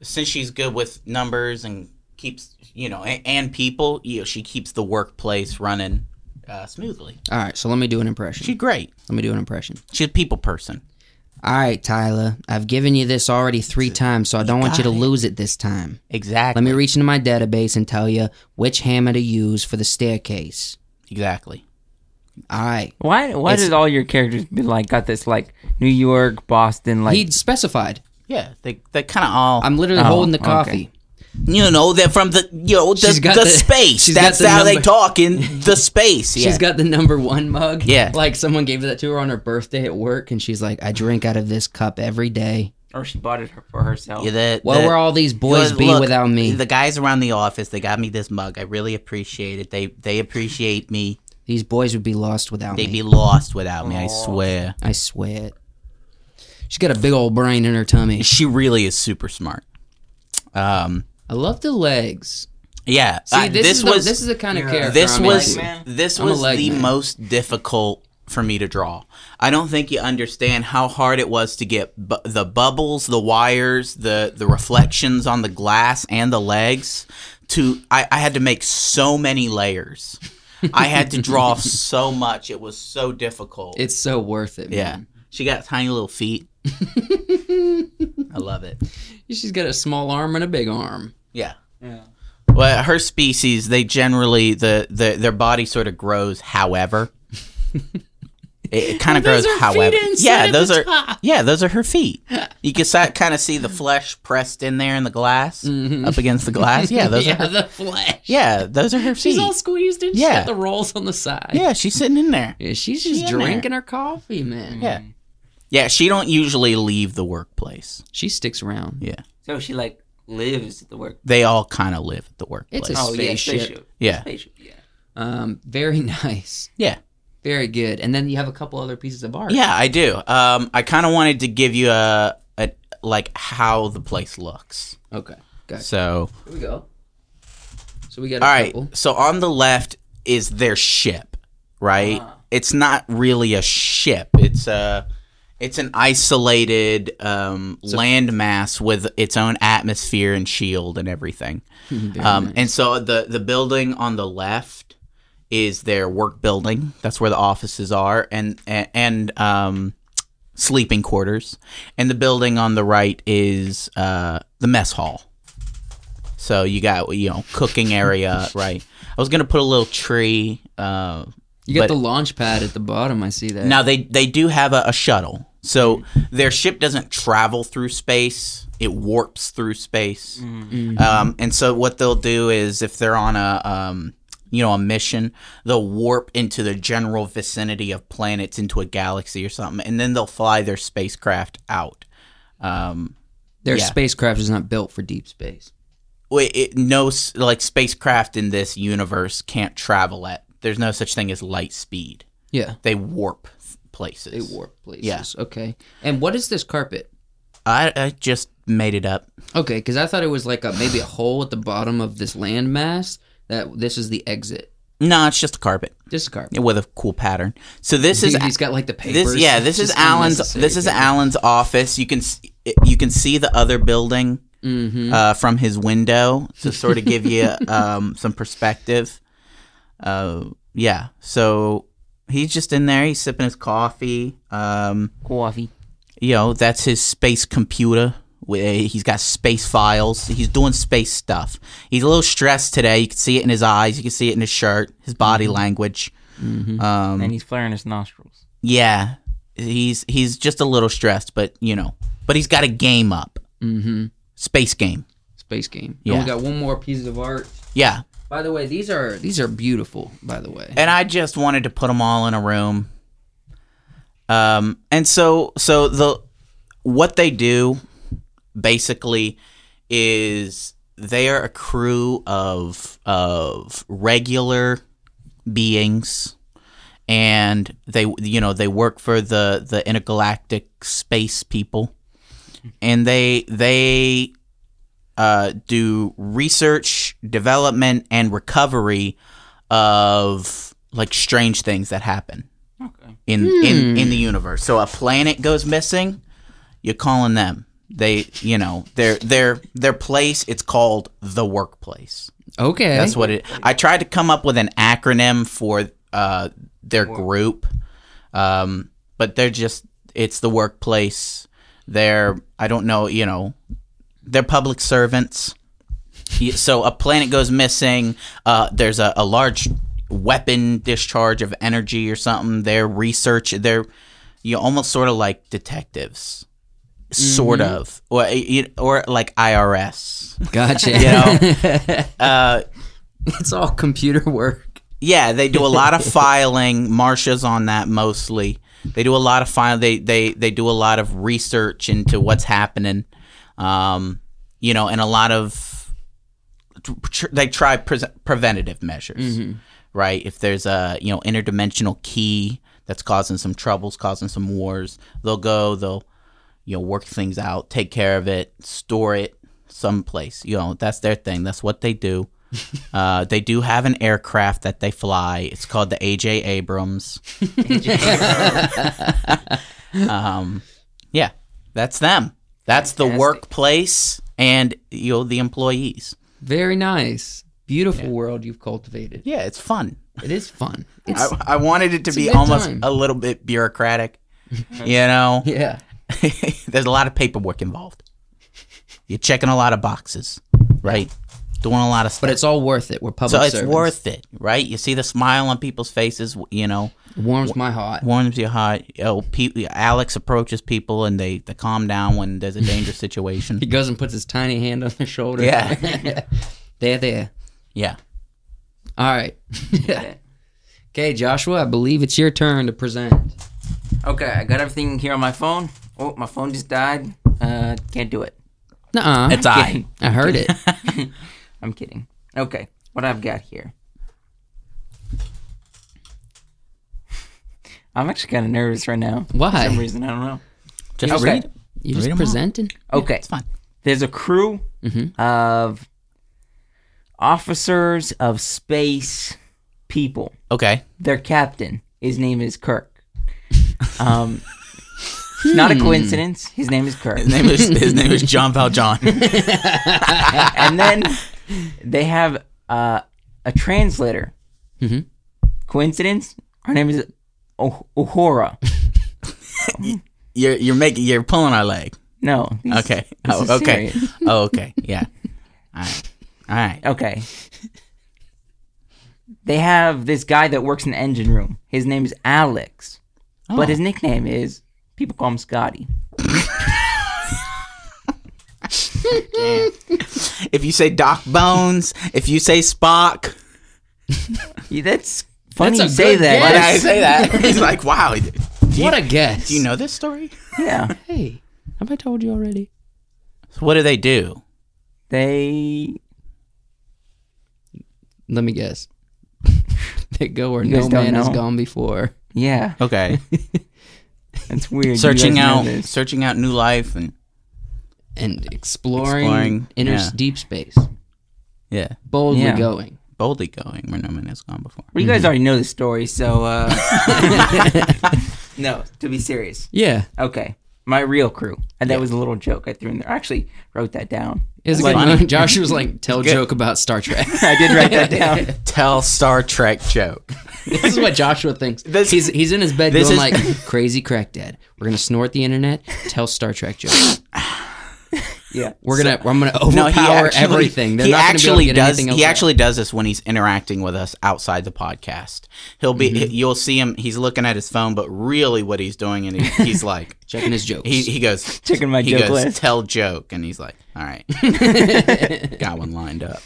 [SPEAKER 2] since she's good with numbers and keeps you know and, and people, you know, she keeps the workplace running uh, smoothly.
[SPEAKER 3] All right, so let me do an impression.
[SPEAKER 2] She's great.
[SPEAKER 3] let me do an impression.
[SPEAKER 2] She's a people person.
[SPEAKER 3] All right, Tyler, I've given you this already three times, so I don't want you to lose it this time.
[SPEAKER 2] Exactly.
[SPEAKER 3] Let me reach into my database and tell you which hammer to use for the staircase.
[SPEAKER 2] exactly.
[SPEAKER 3] All right.
[SPEAKER 1] Why? Why did all your characters be like got this like New York, Boston, like
[SPEAKER 3] He specified.
[SPEAKER 2] Yeah, they they kind of all.
[SPEAKER 3] I'm literally
[SPEAKER 1] Oh,
[SPEAKER 3] holding the
[SPEAKER 1] okay.
[SPEAKER 3] coffee.
[SPEAKER 2] you know, they're from the you know the,
[SPEAKER 3] She's got
[SPEAKER 2] the
[SPEAKER 3] the-
[SPEAKER 2] space.
[SPEAKER 3] she's
[SPEAKER 2] That's
[SPEAKER 3] got the
[SPEAKER 2] how they
[SPEAKER 3] number.
[SPEAKER 2] talk
[SPEAKER 3] [laughs]
[SPEAKER 2] in the space. Yeah.
[SPEAKER 3] She's got the number one mug.
[SPEAKER 2] Yeah.
[SPEAKER 3] Like someone gave that to her on her birthday at work, and she's like, I drink out of this cup every day.
[SPEAKER 1] or she bought it for herself.
[SPEAKER 2] Yeah, the-
[SPEAKER 3] What
[SPEAKER 2] the-
[SPEAKER 3] were all these boys
[SPEAKER 2] Look,
[SPEAKER 3] be
[SPEAKER 2] look,
[SPEAKER 3] without me?
[SPEAKER 2] The guys around the office, they got me this mug. I really appreciate it. They they appreciate me.
[SPEAKER 3] these boys would be lost without
[SPEAKER 2] They'd be
[SPEAKER 3] me.
[SPEAKER 2] lost without me. I
[SPEAKER 1] Aw.
[SPEAKER 2] swear.
[SPEAKER 3] I swear it. She's got a big old brain in her tummy.
[SPEAKER 2] She really is super smart. Um.
[SPEAKER 3] I love the legs.
[SPEAKER 2] Yeah.
[SPEAKER 3] See,
[SPEAKER 2] I-
[SPEAKER 3] this,
[SPEAKER 2] Uh, this,
[SPEAKER 3] is the,
[SPEAKER 2] was
[SPEAKER 3] this is the kind of
[SPEAKER 1] Yeah.
[SPEAKER 3] character.
[SPEAKER 2] this
[SPEAKER 3] I'm
[SPEAKER 2] was
[SPEAKER 3] into.
[SPEAKER 1] man.
[SPEAKER 2] this
[SPEAKER 3] I'm a
[SPEAKER 2] was
[SPEAKER 3] leg
[SPEAKER 2] the
[SPEAKER 3] man.
[SPEAKER 2] most difficult for me to draw. I don't think you understand how hard it was to get bu- the bubbles, the wires, the the reflections on the glass and the legs. To I, I had to make so many layers. I had to
[SPEAKER 3] [laughs]
[SPEAKER 2] draw so much. It was so difficult.
[SPEAKER 3] It's so worth it.
[SPEAKER 2] yeah,
[SPEAKER 3] Man.
[SPEAKER 2] she got tiny little
[SPEAKER 3] [laughs]
[SPEAKER 2] feet. I love it.
[SPEAKER 3] Yeah. She's got a small arm and a big arm.
[SPEAKER 2] Yeah.
[SPEAKER 1] Yeah.
[SPEAKER 2] Well, her species, they generally the, the their body sort of grows.
[SPEAKER 3] [laughs]
[SPEAKER 2] However, it, kind of
[SPEAKER 3] Those
[SPEAKER 2] grows.
[SPEAKER 3] are feet
[SPEAKER 2] however,
[SPEAKER 3] inside
[SPEAKER 2] yeah,
[SPEAKER 3] of
[SPEAKER 2] those
[SPEAKER 3] the
[SPEAKER 2] are
[SPEAKER 3] top.
[SPEAKER 2] yeah, those are her feet. You can
[SPEAKER 3] [laughs]
[SPEAKER 2] kind of see the flesh pressed in there in the glass up against the glass. Mm-hmm. Yeah, those
[SPEAKER 3] Mm-hmm. [laughs] yeah,
[SPEAKER 2] are her,
[SPEAKER 3] the flesh.
[SPEAKER 2] yeah, those are her feet.
[SPEAKER 3] She's all squeezed and she's
[SPEAKER 2] Yeah.
[SPEAKER 3] got the rolls on the side.
[SPEAKER 2] yeah, she's sitting in there.
[SPEAKER 3] Yeah, she's just
[SPEAKER 2] She in there.
[SPEAKER 3] drinking her coffee, man.
[SPEAKER 2] Yeah, yeah, she don't usually leave the workplace.
[SPEAKER 3] She sticks around.
[SPEAKER 2] Yeah,
[SPEAKER 1] So she like lives at the work.
[SPEAKER 2] they all kind of live at the workplace.
[SPEAKER 3] It's a-
[SPEAKER 1] Oh yeah,
[SPEAKER 3] Spaceship.
[SPEAKER 1] spaceship.
[SPEAKER 2] yeah,
[SPEAKER 1] Spaceship. Yeah.
[SPEAKER 3] Um, very [laughs] nice.
[SPEAKER 2] yeah.
[SPEAKER 3] Very good. And then you have a couple other pieces of art.
[SPEAKER 2] Yeah, I do. Um, I kind of wanted to give you a, a like how the place looks.
[SPEAKER 3] Okay. Gotcha.
[SPEAKER 2] So,
[SPEAKER 3] Here we go. So we got a
[SPEAKER 2] all right.
[SPEAKER 3] couple.
[SPEAKER 2] So on the left is their ship, right? It's not really a ship. It's a it's an isolated um, landmass with its own atmosphere and shield and everything. Um, and so the the building on the left is their work building. That's where the offices are, and and, and um, sleeping quarters. And the building on the right is uh, the mess hall. So you got you know cooking area, right? I was gonna put a little tree. Uh,
[SPEAKER 3] You got
[SPEAKER 2] but-
[SPEAKER 3] the launch pad at the bottom. I see that.
[SPEAKER 2] now they they do have a, a shuttle, so their ship doesn't travel through space; it warps through space. Um, and so what they'll do is, if they're on a um, you know a mission, they'll warp into the general vicinity of planets into a galaxy or something, and then they'll fly their spacecraft out. Um,
[SPEAKER 3] Their
[SPEAKER 2] yeah.
[SPEAKER 3] spacecraft is not built for deep space.
[SPEAKER 2] Wait, it, no, s- like spacecraft in this universe can't travel at. There's no such thing as light speed.
[SPEAKER 3] Yeah.
[SPEAKER 2] They warp th- places.
[SPEAKER 3] They warp places.
[SPEAKER 2] Yeah.
[SPEAKER 3] Okay. And what is this carpet?
[SPEAKER 2] I, I just made it up.
[SPEAKER 3] Okay, because I thought it was like a maybe a hole at the bottom of this landmass. That this is the exit.
[SPEAKER 2] No, it's just a carpet
[SPEAKER 3] This is carpet.
[SPEAKER 2] with a cool pattern. So this is
[SPEAKER 3] Dude, he's got like the papers.
[SPEAKER 2] this yeah this is Alan's this is Alan's office. You can s- you can see the other building
[SPEAKER 3] Mm-hmm.
[SPEAKER 2] uh, from his window to sort of give
[SPEAKER 3] [laughs]
[SPEAKER 2] you um, some perspective. Uh, yeah, so he's just in there. He's sipping his coffee. Um,
[SPEAKER 1] Coffee.
[SPEAKER 2] you know that's his space computer where he's got space files he's doing space stuff he's a little stressed today you can see it in his eyes you can see it in his shirt his body language um,
[SPEAKER 1] And he's flaring his nostrils.
[SPEAKER 2] yeah he's he's just a little stressed but you know but he's got a game up
[SPEAKER 3] Mm-hmm.
[SPEAKER 2] space game
[SPEAKER 3] Space game.
[SPEAKER 2] Yeah.
[SPEAKER 3] Yeah. we got one more piece of art.
[SPEAKER 2] yeah
[SPEAKER 3] By the way, these are these are beautiful. By the way,
[SPEAKER 2] and i just wanted to put them all in a room um and so so the what they do basically is they are a crew of of regular beings and they you know they work for the the intergalactic space people and they they uh, do research development and recovery of like strange things that happen
[SPEAKER 1] Okay.
[SPEAKER 2] in in in the universe. So a planet goes missing, you're calling them. They, you know, their their their place. It's called the workplace.
[SPEAKER 3] Okay.
[SPEAKER 2] That's what it. I tried to come up with an acronym for uh, their group, um, but they're just. It's the workplace. They're. I don't know. You know, they're public servants. Yeah, So a planet goes missing. Uh, there's a, a large weapon discharge of energy or something. They're research. They're you know, almost sort of like detectives, sort of, or or like IRS. [laughs]
[SPEAKER 3] gotcha.
[SPEAKER 2] You know, uh,
[SPEAKER 3] [laughs] it's all computer work.
[SPEAKER 2] Yeah, they do a lot of filing. Marsha's on that mostly. They do a lot of file. They they they do a lot of research into what's happening, um, you know, and a lot of tr- they try pre- preventative measures, right? If there's a you know interdimensional key that's causing some troubles, causing some wars, they'll go. They'll you know work things out, take care of it, store it someplace. You know, that's their thing. That's what they do. Uh, they do have an aircraft that they fly. It's called the AJ [laughs] Abrams. um, yeah, that's them. That's the workplace and you know the employees.
[SPEAKER 3] Very nice. Beautiful world you've cultivated.
[SPEAKER 2] Yeah, it's fun.
[SPEAKER 3] It is fun. It's,
[SPEAKER 2] I, I wanted it to
[SPEAKER 3] a
[SPEAKER 2] be
[SPEAKER 3] good
[SPEAKER 2] almost
[SPEAKER 3] time.
[SPEAKER 2] a little bit bureaucratic. [laughs] You [laughs] know,
[SPEAKER 3] yeah.
[SPEAKER 2] there's a lot of paperwork involved. You're checking a lot of boxes, right? Doing a lot of stuff.
[SPEAKER 3] But it's all worth it. We're public
[SPEAKER 2] so it's
[SPEAKER 3] servants.
[SPEAKER 2] worth it, right? You see the smile on people's faces, you know.
[SPEAKER 3] warms my heart.
[SPEAKER 2] warms you hot. Oh, pe- Alex approaches people and they, they calm down when there's a dangerous situation. [laughs]
[SPEAKER 3] He goes and puts his tiny hand on their shoulder. [laughs]
[SPEAKER 2] Yeah.
[SPEAKER 3] there, there.
[SPEAKER 2] yeah.
[SPEAKER 3] All right. [laughs] okay, Joshua, I believe it's your turn to present.
[SPEAKER 1] Okay, I got everything here on my phone. Oh, my phone just died. Uh, can't do it.
[SPEAKER 3] Nuh-uh.
[SPEAKER 2] It's I.
[SPEAKER 3] I heard
[SPEAKER 2] [laughs]
[SPEAKER 3] it.
[SPEAKER 1] I'm kidding. Okay, what I've got here. [laughs] I'm actually kind of nervous right now. For some
[SPEAKER 3] Why?
[SPEAKER 1] reason, I don't know.
[SPEAKER 2] Just
[SPEAKER 1] Okay.
[SPEAKER 2] read. Read 'em
[SPEAKER 3] You just
[SPEAKER 2] all.
[SPEAKER 3] presenting?
[SPEAKER 1] Okay,
[SPEAKER 2] It's fine.
[SPEAKER 1] there's a crew of officers of space people.
[SPEAKER 2] Okay.
[SPEAKER 1] Their captain, his name is Kirk. Um, it's not a coincidence. His name is Kirk.
[SPEAKER 2] His name is his name is John Valjean.
[SPEAKER 1] and then they have uh, a translator.
[SPEAKER 3] Mhm.
[SPEAKER 1] Coincidence? Her name is oh- Uhura.
[SPEAKER 2] [laughs] You're you're making you're pulling our leg.
[SPEAKER 1] No. these-
[SPEAKER 2] Okay.
[SPEAKER 1] this is
[SPEAKER 2] oh, okay.
[SPEAKER 1] serious.
[SPEAKER 2] [laughs] Oh, okay. Yeah. All right. All right.
[SPEAKER 1] Okay. They have this guy that works in the engine room. His name is Alex, but his nickname is people call him Scotty.
[SPEAKER 2] If you say Doc Bones, if you say Spock,
[SPEAKER 1] Yeah, That's funny
[SPEAKER 3] That's a
[SPEAKER 1] you say
[SPEAKER 3] good
[SPEAKER 1] that.
[SPEAKER 2] why did
[SPEAKER 3] guess.
[SPEAKER 2] I [laughs] say that? He's like, wow. Do you,
[SPEAKER 3] What a guess.
[SPEAKER 2] do you know this story?
[SPEAKER 1] Yeah.
[SPEAKER 3] Hey, have I told you already?
[SPEAKER 2] So what do they do?
[SPEAKER 1] They
[SPEAKER 3] Let me guess. [laughs] they go where
[SPEAKER 1] You
[SPEAKER 3] no
[SPEAKER 1] guys don't
[SPEAKER 3] man has
[SPEAKER 1] know.
[SPEAKER 3] gone before.
[SPEAKER 1] yeah.
[SPEAKER 2] [laughs] Okay.
[SPEAKER 1] That's weird. You guys
[SPEAKER 2] searching
[SPEAKER 1] know
[SPEAKER 2] out
[SPEAKER 1] this.
[SPEAKER 2] searching out new life and
[SPEAKER 3] And exploring,
[SPEAKER 2] Exploring,
[SPEAKER 3] inner
[SPEAKER 2] yeah.
[SPEAKER 3] deep space.
[SPEAKER 2] yeah.
[SPEAKER 3] Boldly
[SPEAKER 1] Yeah.
[SPEAKER 3] going.
[SPEAKER 2] Boldly going where no man has gone before.
[SPEAKER 1] Well, you guys already know the story, so uh [laughs] No, to be serious.
[SPEAKER 3] Yeah.
[SPEAKER 1] Okay. My real crew. And that was a little joke I threw in there. I actually wrote that down.
[SPEAKER 3] It was a
[SPEAKER 2] Like-
[SPEAKER 3] good [laughs]
[SPEAKER 2] [laughs]
[SPEAKER 3] one. Josh was like, tell joke about Star Trek. [laughs]
[SPEAKER 1] I did write that down.
[SPEAKER 2] tell Star Trek joke.
[SPEAKER 3] this is what Joshua thinks.
[SPEAKER 2] This-
[SPEAKER 3] he's he's in his bed
[SPEAKER 2] this
[SPEAKER 3] going
[SPEAKER 2] is- [laughs]
[SPEAKER 3] like crazy crack dad. We're gonna snort the internet, tell Star Trek jokes.
[SPEAKER 1] Yeah.
[SPEAKER 3] We're gonna I'm [laughs] gonna overpower everything. They're
[SPEAKER 2] he
[SPEAKER 3] not gonna be able to
[SPEAKER 2] actually
[SPEAKER 3] get
[SPEAKER 2] does.
[SPEAKER 3] anything else
[SPEAKER 2] He
[SPEAKER 3] out.
[SPEAKER 2] actually does this when he's interacting with us outside the podcast. He'll be.
[SPEAKER 3] Mm-hmm.
[SPEAKER 2] You'll see him. He's looking at his phone, but really, what he's doing, and he, he's
[SPEAKER 3] [laughs]
[SPEAKER 2] like,
[SPEAKER 3] checking his jokes.
[SPEAKER 2] he, he
[SPEAKER 3] [laughs]
[SPEAKER 2] goes,
[SPEAKER 1] Checking my
[SPEAKER 2] he
[SPEAKER 1] joke
[SPEAKER 2] goes,
[SPEAKER 1] list.
[SPEAKER 2] Tell joke, and he's like, all right, got one lined
[SPEAKER 3] [laughs]
[SPEAKER 2] up.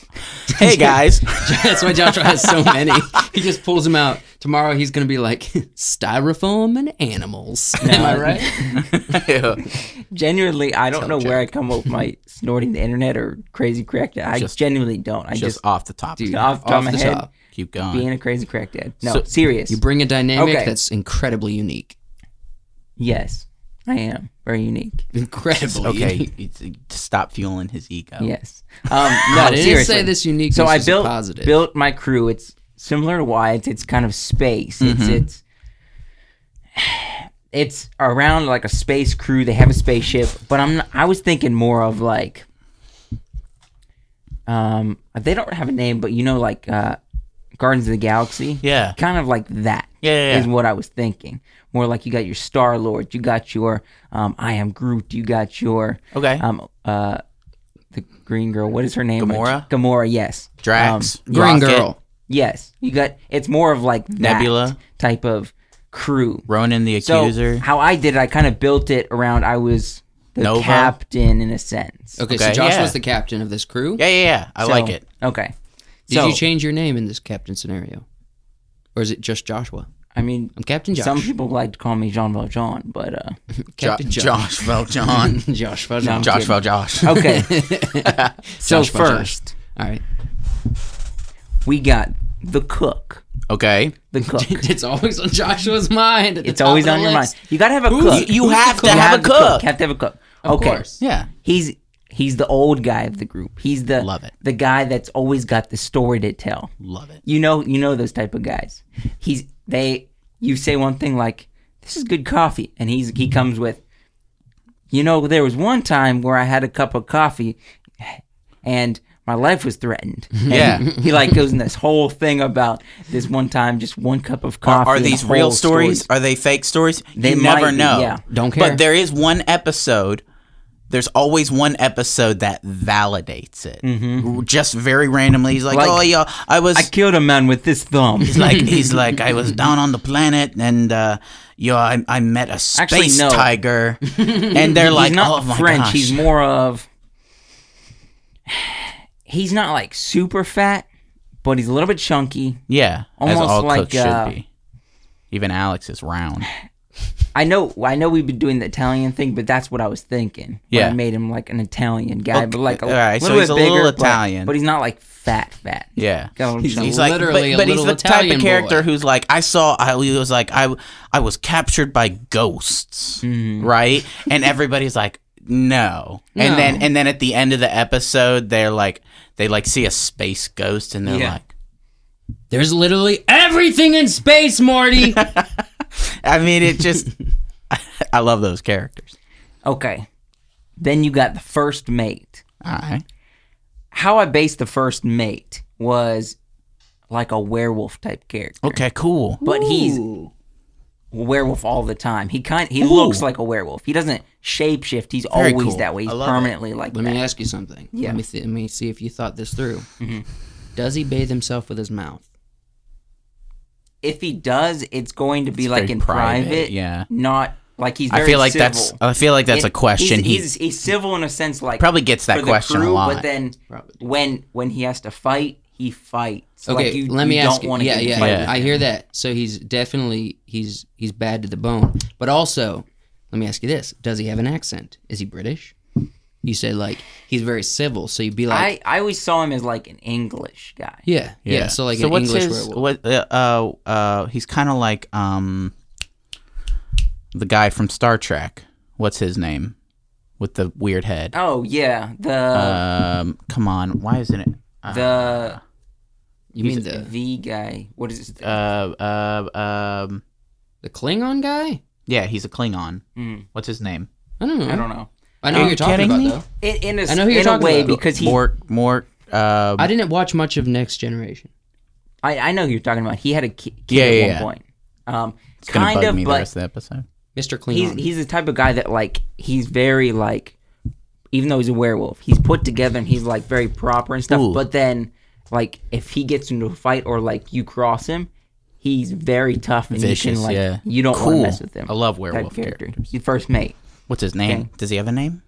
[SPEAKER 2] Hey guys, [laughs]
[SPEAKER 3] That's why Joshua has [laughs] so many. He just pulls them out. Tomorrow he's gonna be like [laughs] styrofoam and animals. [laughs] Am I right?
[SPEAKER 1] Genuinely, I don't know where I come up with
[SPEAKER 3] [laughs]
[SPEAKER 1] my snorting the internet or crazy crack dad. I
[SPEAKER 2] Just-
[SPEAKER 1] genuinely don't. I just,
[SPEAKER 2] just off the top.
[SPEAKER 3] Dude,
[SPEAKER 1] off the top
[SPEAKER 3] off
[SPEAKER 1] of my
[SPEAKER 3] the
[SPEAKER 1] head,
[SPEAKER 3] top.
[SPEAKER 2] Keep going.
[SPEAKER 1] being a crazy crack dad. No,
[SPEAKER 2] So-
[SPEAKER 1] serious.
[SPEAKER 3] You bring a dynamic
[SPEAKER 1] Okay.
[SPEAKER 3] that's incredibly unique.
[SPEAKER 1] yes, I am very unique.
[SPEAKER 3] Incredibly
[SPEAKER 2] okay,
[SPEAKER 3] [laughs] unique.
[SPEAKER 2] [laughs] it's- to stop fueling his ego.
[SPEAKER 1] Yes. Um, no,
[SPEAKER 3] Oh. [laughs] I didn't
[SPEAKER 1] seriously.
[SPEAKER 3] say this uniqueness
[SPEAKER 1] so I
[SPEAKER 3] is
[SPEAKER 1] built
[SPEAKER 3] positive. Mm-hmm.
[SPEAKER 1] built my crew. It's similar to why it's it's kind of space. It's it's it's around like a space crew. They have a spaceship, but I'm not, I was thinking more of like um they don't have a name, but you know like uh Gardens of the Galaxy.
[SPEAKER 2] Yeah.
[SPEAKER 1] Kind of like that.
[SPEAKER 2] Yeah, yeah, yeah.
[SPEAKER 1] Is what I was thinking. More like you got your Star Lord, you got your um I am Groot, you got your
[SPEAKER 2] Okay.
[SPEAKER 1] um uh the green girl, what is her name?
[SPEAKER 2] Gamora?
[SPEAKER 1] Gamora, yes.
[SPEAKER 2] Drax,
[SPEAKER 1] Um,
[SPEAKER 3] Green
[SPEAKER 2] Rocket,
[SPEAKER 3] Girl.
[SPEAKER 1] yes. You got it's more of like that
[SPEAKER 2] Nebula.
[SPEAKER 1] type of crew.
[SPEAKER 2] Ronan the
[SPEAKER 1] So
[SPEAKER 2] Accuser.
[SPEAKER 1] how I did it, I kind of built it around I was the
[SPEAKER 2] Nova?
[SPEAKER 1] captain in a sense.
[SPEAKER 3] Okay, so
[SPEAKER 2] Okay,
[SPEAKER 3] Josh
[SPEAKER 2] yeah.
[SPEAKER 3] was the captain of this crew.
[SPEAKER 2] yeah, yeah, yeah. I
[SPEAKER 1] So-
[SPEAKER 2] like it.
[SPEAKER 1] Okay.
[SPEAKER 3] Did
[SPEAKER 1] so,
[SPEAKER 3] you change your name in this captain scenario, or is it just Joshua?
[SPEAKER 1] I mean,
[SPEAKER 3] I'm Captain Josh.
[SPEAKER 1] some people like to call me Jean Valjean, but uh,
[SPEAKER 2] Jo-
[SPEAKER 3] Captain Josh.
[SPEAKER 1] [laughs]
[SPEAKER 2] Josh Valjean.
[SPEAKER 3] [laughs] Josh. Valjean.
[SPEAKER 2] Josh Valjosh.
[SPEAKER 3] [laughs]
[SPEAKER 1] okay. so
[SPEAKER 3] Josh Valjean.
[SPEAKER 1] first,
[SPEAKER 3] All right.
[SPEAKER 1] we got the cook.
[SPEAKER 2] Okay.
[SPEAKER 3] [laughs]
[SPEAKER 1] The cook.
[SPEAKER 3] It's always on Joshua's mind. at the
[SPEAKER 1] it's
[SPEAKER 3] top
[SPEAKER 1] always
[SPEAKER 3] of the
[SPEAKER 1] on your mind.
[SPEAKER 3] list.
[SPEAKER 1] You gotta have a
[SPEAKER 3] Who's-
[SPEAKER 1] cook.
[SPEAKER 3] you
[SPEAKER 1] Who's the
[SPEAKER 2] have to
[SPEAKER 1] You
[SPEAKER 2] have a
[SPEAKER 1] the
[SPEAKER 2] cook.
[SPEAKER 1] You have to have a cook.
[SPEAKER 3] Of
[SPEAKER 1] okay.
[SPEAKER 3] course.
[SPEAKER 2] Yeah.
[SPEAKER 1] He's he's the old guy of the group. He's the
[SPEAKER 2] Love it.
[SPEAKER 1] the guy that's always got the story to tell.
[SPEAKER 2] Love it.
[SPEAKER 1] you know you know those type of guys he's they you say one thing like this is good coffee and he's he comes with you know there was one time where i had a cup of coffee and my life was
[SPEAKER 2] [laughs]
[SPEAKER 1] threatened And
[SPEAKER 2] [laughs]
[SPEAKER 1] [laughs]
[SPEAKER 2] Yeah.
[SPEAKER 1] he like goes in this whole thing about this one time just one cup of coffee
[SPEAKER 2] Are
[SPEAKER 1] and
[SPEAKER 2] these
[SPEAKER 1] the whole
[SPEAKER 2] real stories? Are they fake stories?
[SPEAKER 1] They
[SPEAKER 2] you
[SPEAKER 1] might
[SPEAKER 2] never
[SPEAKER 1] be,
[SPEAKER 2] know.
[SPEAKER 1] yeah.
[SPEAKER 3] Don't care.
[SPEAKER 2] But there is one episode. There's always one episode that validates it. Just very randomly, he's like,
[SPEAKER 1] Mm-hmm. Like-
[SPEAKER 2] "Oh yeah, I was."
[SPEAKER 1] i killed a man with this thumb
[SPEAKER 2] he's
[SPEAKER 1] [laughs]
[SPEAKER 2] like, he's like, I was down on the planet, and uh, yeah, I, I met a space
[SPEAKER 1] Actually, no. [laughs]
[SPEAKER 2] tiger, and they're like,
[SPEAKER 1] he's not
[SPEAKER 2] "Oh my
[SPEAKER 1] french
[SPEAKER 2] gosh,
[SPEAKER 1] he's more of he's not like super fat but he's a little bit chunky
[SPEAKER 2] yeah."
[SPEAKER 1] almost
[SPEAKER 2] as all
[SPEAKER 1] like,
[SPEAKER 2] cooks
[SPEAKER 1] uh,
[SPEAKER 2] should be. Even Alex
[SPEAKER 1] [sighs]
[SPEAKER 2] is round.
[SPEAKER 1] I know, I know we've been doing the Italian thing, but that's what I was thinking. when
[SPEAKER 2] Yeah.
[SPEAKER 1] I made him like an Italian guy, but like a
[SPEAKER 2] all right, so
[SPEAKER 1] little
[SPEAKER 2] he's
[SPEAKER 1] bit
[SPEAKER 2] a
[SPEAKER 1] bigger,
[SPEAKER 2] little
[SPEAKER 1] but-
[SPEAKER 2] Italian.
[SPEAKER 1] but, he's not like fat, fat.
[SPEAKER 2] Yeah.
[SPEAKER 1] Got a little chunk.
[SPEAKER 2] He's like,
[SPEAKER 3] Literally a
[SPEAKER 2] but, but he's
[SPEAKER 3] little
[SPEAKER 2] the type
[SPEAKER 3] Italian
[SPEAKER 2] of character
[SPEAKER 3] boy.
[SPEAKER 2] who's like, I saw, I he was like, I, I was captured by ghosts,
[SPEAKER 1] Mm-hmm.
[SPEAKER 2] right? And everybody's like, no.
[SPEAKER 3] No.
[SPEAKER 2] And then, and then at the end of the episode, they're like, they like see a space ghost, and they're
[SPEAKER 1] Yeah.
[SPEAKER 2] like,
[SPEAKER 3] There's literally everything in
[SPEAKER 1] [laughs]
[SPEAKER 3] space, Morty.
[SPEAKER 2] I mean, it
[SPEAKER 3] [laughs]
[SPEAKER 2] just, [laughs] I love those characters.
[SPEAKER 1] okay. Then you got the first mate.
[SPEAKER 2] All right.
[SPEAKER 1] How I based the first mate was like a werewolf type character,
[SPEAKER 2] Okay. Cool.
[SPEAKER 1] but he's
[SPEAKER 3] Ooh.
[SPEAKER 1] werewolf all the time. He kind, he looks like a werewolf. He doesn't shapeshift. He's always
[SPEAKER 2] cool.
[SPEAKER 1] that way. He's
[SPEAKER 2] I love it.
[SPEAKER 1] permanently like
[SPEAKER 3] Let
[SPEAKER 1] that.
[SPEAKER 3] me ask you something.
[SPEAKER 1] Yeah. Mm-hmm.
[SPEAKER 3] Let me, th- let me see if you thought this through. Does he bathe himself with his mouth?
[SPEAKER 1] if he does, it's going to be like
[SPEAKER 2] very
[SPEAKER 1] in
[SPEAKER 2] private,
[SPEAKER 1] private,
[SPEAKER 2] yeah.
[SPEAKER 1] not like he's. Very
[SPEAKER 2] I feel like
[SPEAKER 1] civil.
[SPEAKER 2] that's, I feel like that's
[SPEAKER 1] It-
[SPEAKER 2] a question.
[SPEAKER 1] He's,
[SPEAKER 2] he
[SPEAKER 1] he's, he's civil in a sense, like
[SPEAKER 2] probably gets
[SPEAKER 1] for
[SPEAKER 2] that
[SPEAKER 1] the
[SPEAKER 2] question
[SPEAKER 1] crew,
[SPEAKER 2] a lot.
[SPEAKER 1] But then
[SPEAKER 3] Probably.
[SPEAKER 1] when when he has to fight, he fights.
[SPEAKER 3] Okay,
[SPEAKER 1] like you,
[SPEAKER 3] let me
[SPEAKER 1] you
[SPEAKER 3] ask
[SPEAKER 1] Don't
[SPEAKER 3] you.
[SPEAKER 1] wanna
[SPEAKER 3] Yeah,
[SPEAKER 1] get
[SPEAKER 3] yeah,
[SPEAKER 1] fight.
[SPEAKER 2] Yeah.
[SPEAKER 3] I hear that. So he's definitely he's he's bad to the bone. But also, let me ask you this: Does he have an accent? Is he British? You said like he's very civil, so you'd be like,
[SPEAKER 1] I I always saw him as like an English guy.
[SPEAKER 3] yeah, yeah, So like an English werewolf.
[SPEAKER 2] what uh, uh uh he's kind of like um the guy from Star Trek. What's his name with the weird head?
[SPEAKER 1] Oh yeah, the
[SPEAKER 2] Um, come on, why isn't it? Uh,
[SPEAKER 1] the
[SPEAKER 3] You mean
[SPEAKER 1] the
[SPEAKER 3] the
[SPEAKER 1] V guy? What is it?
[SPEAKER 2] uh, uh, um,
[SPEAKER 3] the Klingon guy?
[SPEAKER 2] yeah, he's a Klingon.
[SPEAKER 1] Mm.
[SPEAKER 2] What's his name?
[SPEAKER 3] I don't know.
[SPEAKER 1] I don't know.
[SPEAKER 3] I know
[SPEAKER 2] Are
[SPEAKER 3] who
[SPEAKER 2] you
[SPEAKER 3] you're talking
[SPEAKER 2] kidding
[SPEAKER 3] about
[SPEAKER 2] me?
[SPEAKER 3] though.
[SPEAKER 1] Hmm? In, in a, s-
[SPEAKER 3] I know who you're
[SPEAKER 1] in a
[SPEAKER 3] talking
[SPEAKER 1] way
[SPEAKER 3] about.
[SPEAKER 1] because he
[SPEAKER 2] More, more. Uh,
[SPEAKER 3] I didn't watch much of Next Generation.
[SPEAKER 1] I, I know who you're talking about. He had a ki- kid
[SPEAKER 2] Yeah,
[SPEAKER 1] at
[SPEAKER 2] yeah,
[SPEAKER 1] one
[SPEAKER 2] yeah.
[SPEAKER 1] point. Um,
[SPEAKER 2] it's gonna
[SPEAKER 1] kind
[SPEAKER 2] bug
[SPEAKER 1] of,
[SPEAKER 2] me the
[SPEAKER 1] but
[SPEAKER 2] rest of the episode.
[SPEAKER 3] Mr. Klingon.
[SPEAKER 1] he's he's the type of guy that like he's very like even though he's a werewolf he's put together and he's like very proper and stuff
[SPEAKER 2] Ooh.
[SPEAKER 1] but then like if he gets into a fight or like you cross him he's very tough and you
[SPEAKER 2] Vicious,
[SPEAKER 1] can like
[SPEAKER 2] yeah.
[SPEAKER 1] you don't want to
[SPEAKER 2] Cool.
[SPEAKER 1] mess with him
[SPEAKER 2] I love
[SPEAKER 1] Type
[SPEAKER 2] werewolf
[SPEAKER 1] character
[SPEAKER 2] characters.
[SPEAKER 1] he's first mate
[SPEAKER 2] What's his name? Does he have a name?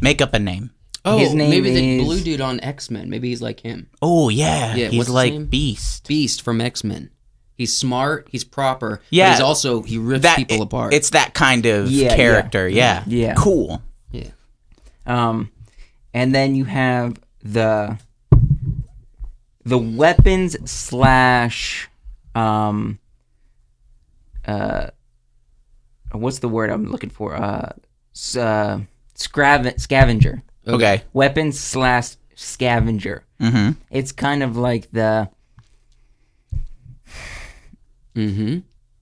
[SPEAKER 2] Make up a name.
[SPEAKER 3] oh,
[SPEAKER 1] his name
[SPEAKER 3] maybe the
[SPEAKER 1] is-
[SPEAKER 3] blue dude on X Men. Maybe he's like him.
[SPEAKER 2] Oh yeah,
[SPEAKER 3] Yeah,
[SPEAKER 2] he's
[SPEAKER 3] what's his name?
[SPEAKER 2] like Beast.
[SPEAKER 3] Beast from X Men. He's smart. He's proper. Yeah.
[SPEAKER 2] Yeah.
[SPEAKER 3] he's also he rips people
[SPEAKER 2] it-
[SPEAKER 3] apart.
[SPEAKER 2] It's that kind of
[SPEAKER 1] Yeah, yeah.
[SPEAKER 2] character. Yeah.
[SPEAKER 1] Yeah.
[SPEAKER 2] Cool.
[SPEAKER 3] yeah.
[SPEAKER 1] um and then you have the the weapons slash um uh what's the word I'm looking for uh, s- uh scraven- scavenger
[SPEAKER 2] Okay.
[SPEAKER 1] weapons slash scavenger
[SPEAKER 2] Mm-hmm.
[SPEAKER 1] it's kind of like the
[SPEAKER 3] Mm-hmm.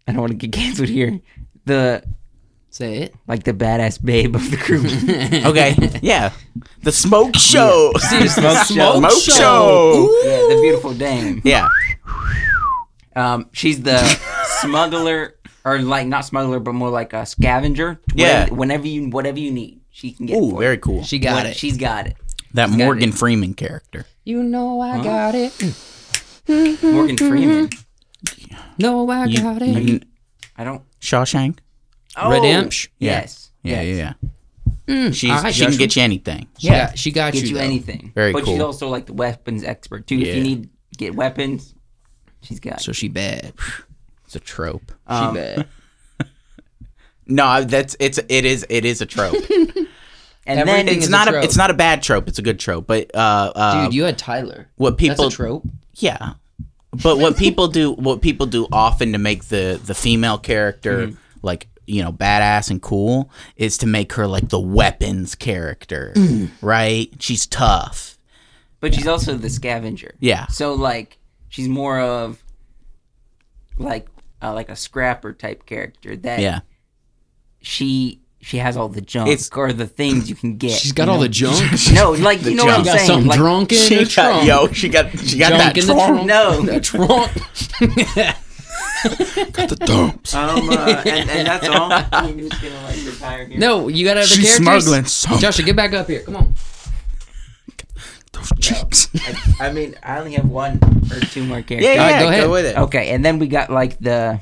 [SPEAKER 1] I don't want to get [laughs] canceled here. The
[SPEAKER 3] Say it.
[SPEAKER 1] like the badass babe of the crew. [laughs]
[SPEAKER 2] Okay. yeah. The smoke show. [laughs]
[SPEAKER 1] smoke show.
[SPEAKER 2] Smoke show.
[SPEAKER 1] yeah, the beautiful dame.
[SPEAKER 2] Yeah.
[SPEAKER 1] Um, she's
[SPEAKER 2] [laughs]
[SPEAKER 1] the smuggler, or like not smuggler, but more like a scavenger.
[SPEAKER 2] Yeah.
[SPEAKER 1] Whenever, whenever you whatever you need, she can get. it
[SPEAKER 2] Ooh,
[SPEAKER 1] for
[SPEAKER 2] very
[SPEAKER 1] you.
[SPEAKER 2] cool.
[SPEAKER 3] She got
[SPEAKER 1] What-
[SPEAKER 3] it.
[SPEAKER 1] She's got it.
[SPEAKER 2] that Morgan Freeman character.
[SPEAKER 3] you know I got it.
[SPEAKER 1] Morgan Freeman.
[SPEAKER 3] No, I
[SPEAKER 2] You-
[SPEAKER 3] got
[SPEAKER 2] you
[SPEAKER 3] it.
[SPEAKER 2] kn-
[SPEAKER 1] I don't.
[SPEAKER 2] Shawshank.
[SPEAKER 1] Oh,
[SPEAKER 3] Redemption.
[SPEAKER 2] Yeah.
[SPEAKER 1] Yes.
[SPEAKER 2] Yeah,
[SPEAKER 1] yes. Mm.
[SPEAKER 2] yeah. She's,
[SPEAKER 3] all right,
[SPEAKER 2] she can
[SPEAKER 3] Joshua.
[SPEAKER 2] get you anything.
[SPEAKER 3] She
[SPEAKER 1] Yeah.
[SPEAKER 3] got, she got
[SPEAKER 1] Get
[SPEAKER 3] you.
[SPEAKER 1] you,
[SPEAKER 3] though.
[SPEAKER 1] anything.
[SPEAKER 2] Very
[SPEAKER 1] but she's
[SPEAKER 2] cool.
[SPEAKER 1] also like the weapons expert too. If you
[SPEAKER 2] Yeah.
[SPEAKER 1] need get weapons, she's got. it.
[SPEAKER 3] So she bad.
[SPEAKER 2] It's a trope.
[SPEAKER 3] She
[SPEAKER 1] Um,
[SPEAKER 3] bad.
[SPEAKER 2] No, that's it's it is it is a trope.
[SPEAKER 1] and
[SPEAKER 3] everything
[SPEAKER 1] then
[SPEAKER 3] is
[SPEAKER 2] it's
[SPEAKER 3] a
[SPEAKER 2] not a,
[SPEAKER 3] trope.
[SPEAKER 2] it's not a bad trope. It's a good trope. But uh, uh
[SPEAKER 3] Dude, you had Tyler.
[SPEAKER 2] what
[SPEAKER 3] That's
[SPEAKER 2] people
[SPEAKER 3] a trope.
[SPEAKER 2] yeah, but what people do what people do often to make the the female
[SPEAKER 3] Mm-hmm.
[SPEAKER 2] character like you know badass and cool is to make her like the weapons character,
[SPEAKER 3] Mm.
[SPEAKER 2] right? She's tough.
[SPEAKER 1] but she's also the scavenger.
[SPEAKER 2] Yeah.
[SPEAKER 1] So like she's more of like uh, like a scrapper type character that
[SPEAKER 2] Yeah,
[SPEAKER 1] she she has all the junk
[SPEAKER 2] It's-
[SPEAKER 1] or the things you can get.
[SPEAKER 3] She's got
[SPEAKER 1] you
[SPEAKER 3] all
[SPEAKER 1] know?
[SPEAKER 2] [laughs]
[SPEAKER 3] the junk.
[SPEAKER 1] No,
[SPEAKER 3] [laughs]
[SPEAKER 1] like you know what I'm
[SPEAKER 2] junk. She
[SPEAKER 3] got
[SPEAKER 1] saying.
[SPEAKER 3] some
[SPEAKER 1] like,
[SPEAKER 3] drunk in
[SPEAKER 2] she
[SPEAKER 3] her
[SPEAKER 2] got
[SPEAKER 3] trunk.
[SPEAKER 2] yo, she got she got
[SPEAKER 3] Junk
[SPEAKER 2] that
[SPEAKER 3] in the
[SPEAKER 2] trunk.
[SPEAKER 3] trunk. [laughs]
[SPEAKER 1] No. [laughs]
[SPEAKER 3] the trunk.
[SPEAKER 2] The dumps.
[SPEAKER 1] Um, uh, and, and that's [laughs] all. I'm just gonna like retire here.
[SPEAKER 3] no, you got other
[SPEAKER 2] She's
[SPEAKER 3] characters.
[SPEAKER 2] smuggling something.
[SPEAKER 3] Joshua, get back up here. Come on.
[SPEAKER 2] Those
[SPEAKER 3] [laughs]
[SPEAKER 2] cheeks.
[SPEAKER 1] I, I mean, I only have one or two more characters.
[SPEAKER 2] Yeah, yeah,
[SPEAKER 3] right,
[SPEAKER 2] go,
[SPEAKER 3] go ahead. Oh.
[SPEAKER 2] with it.
[SPEAKER 1] Okay, and then we got like the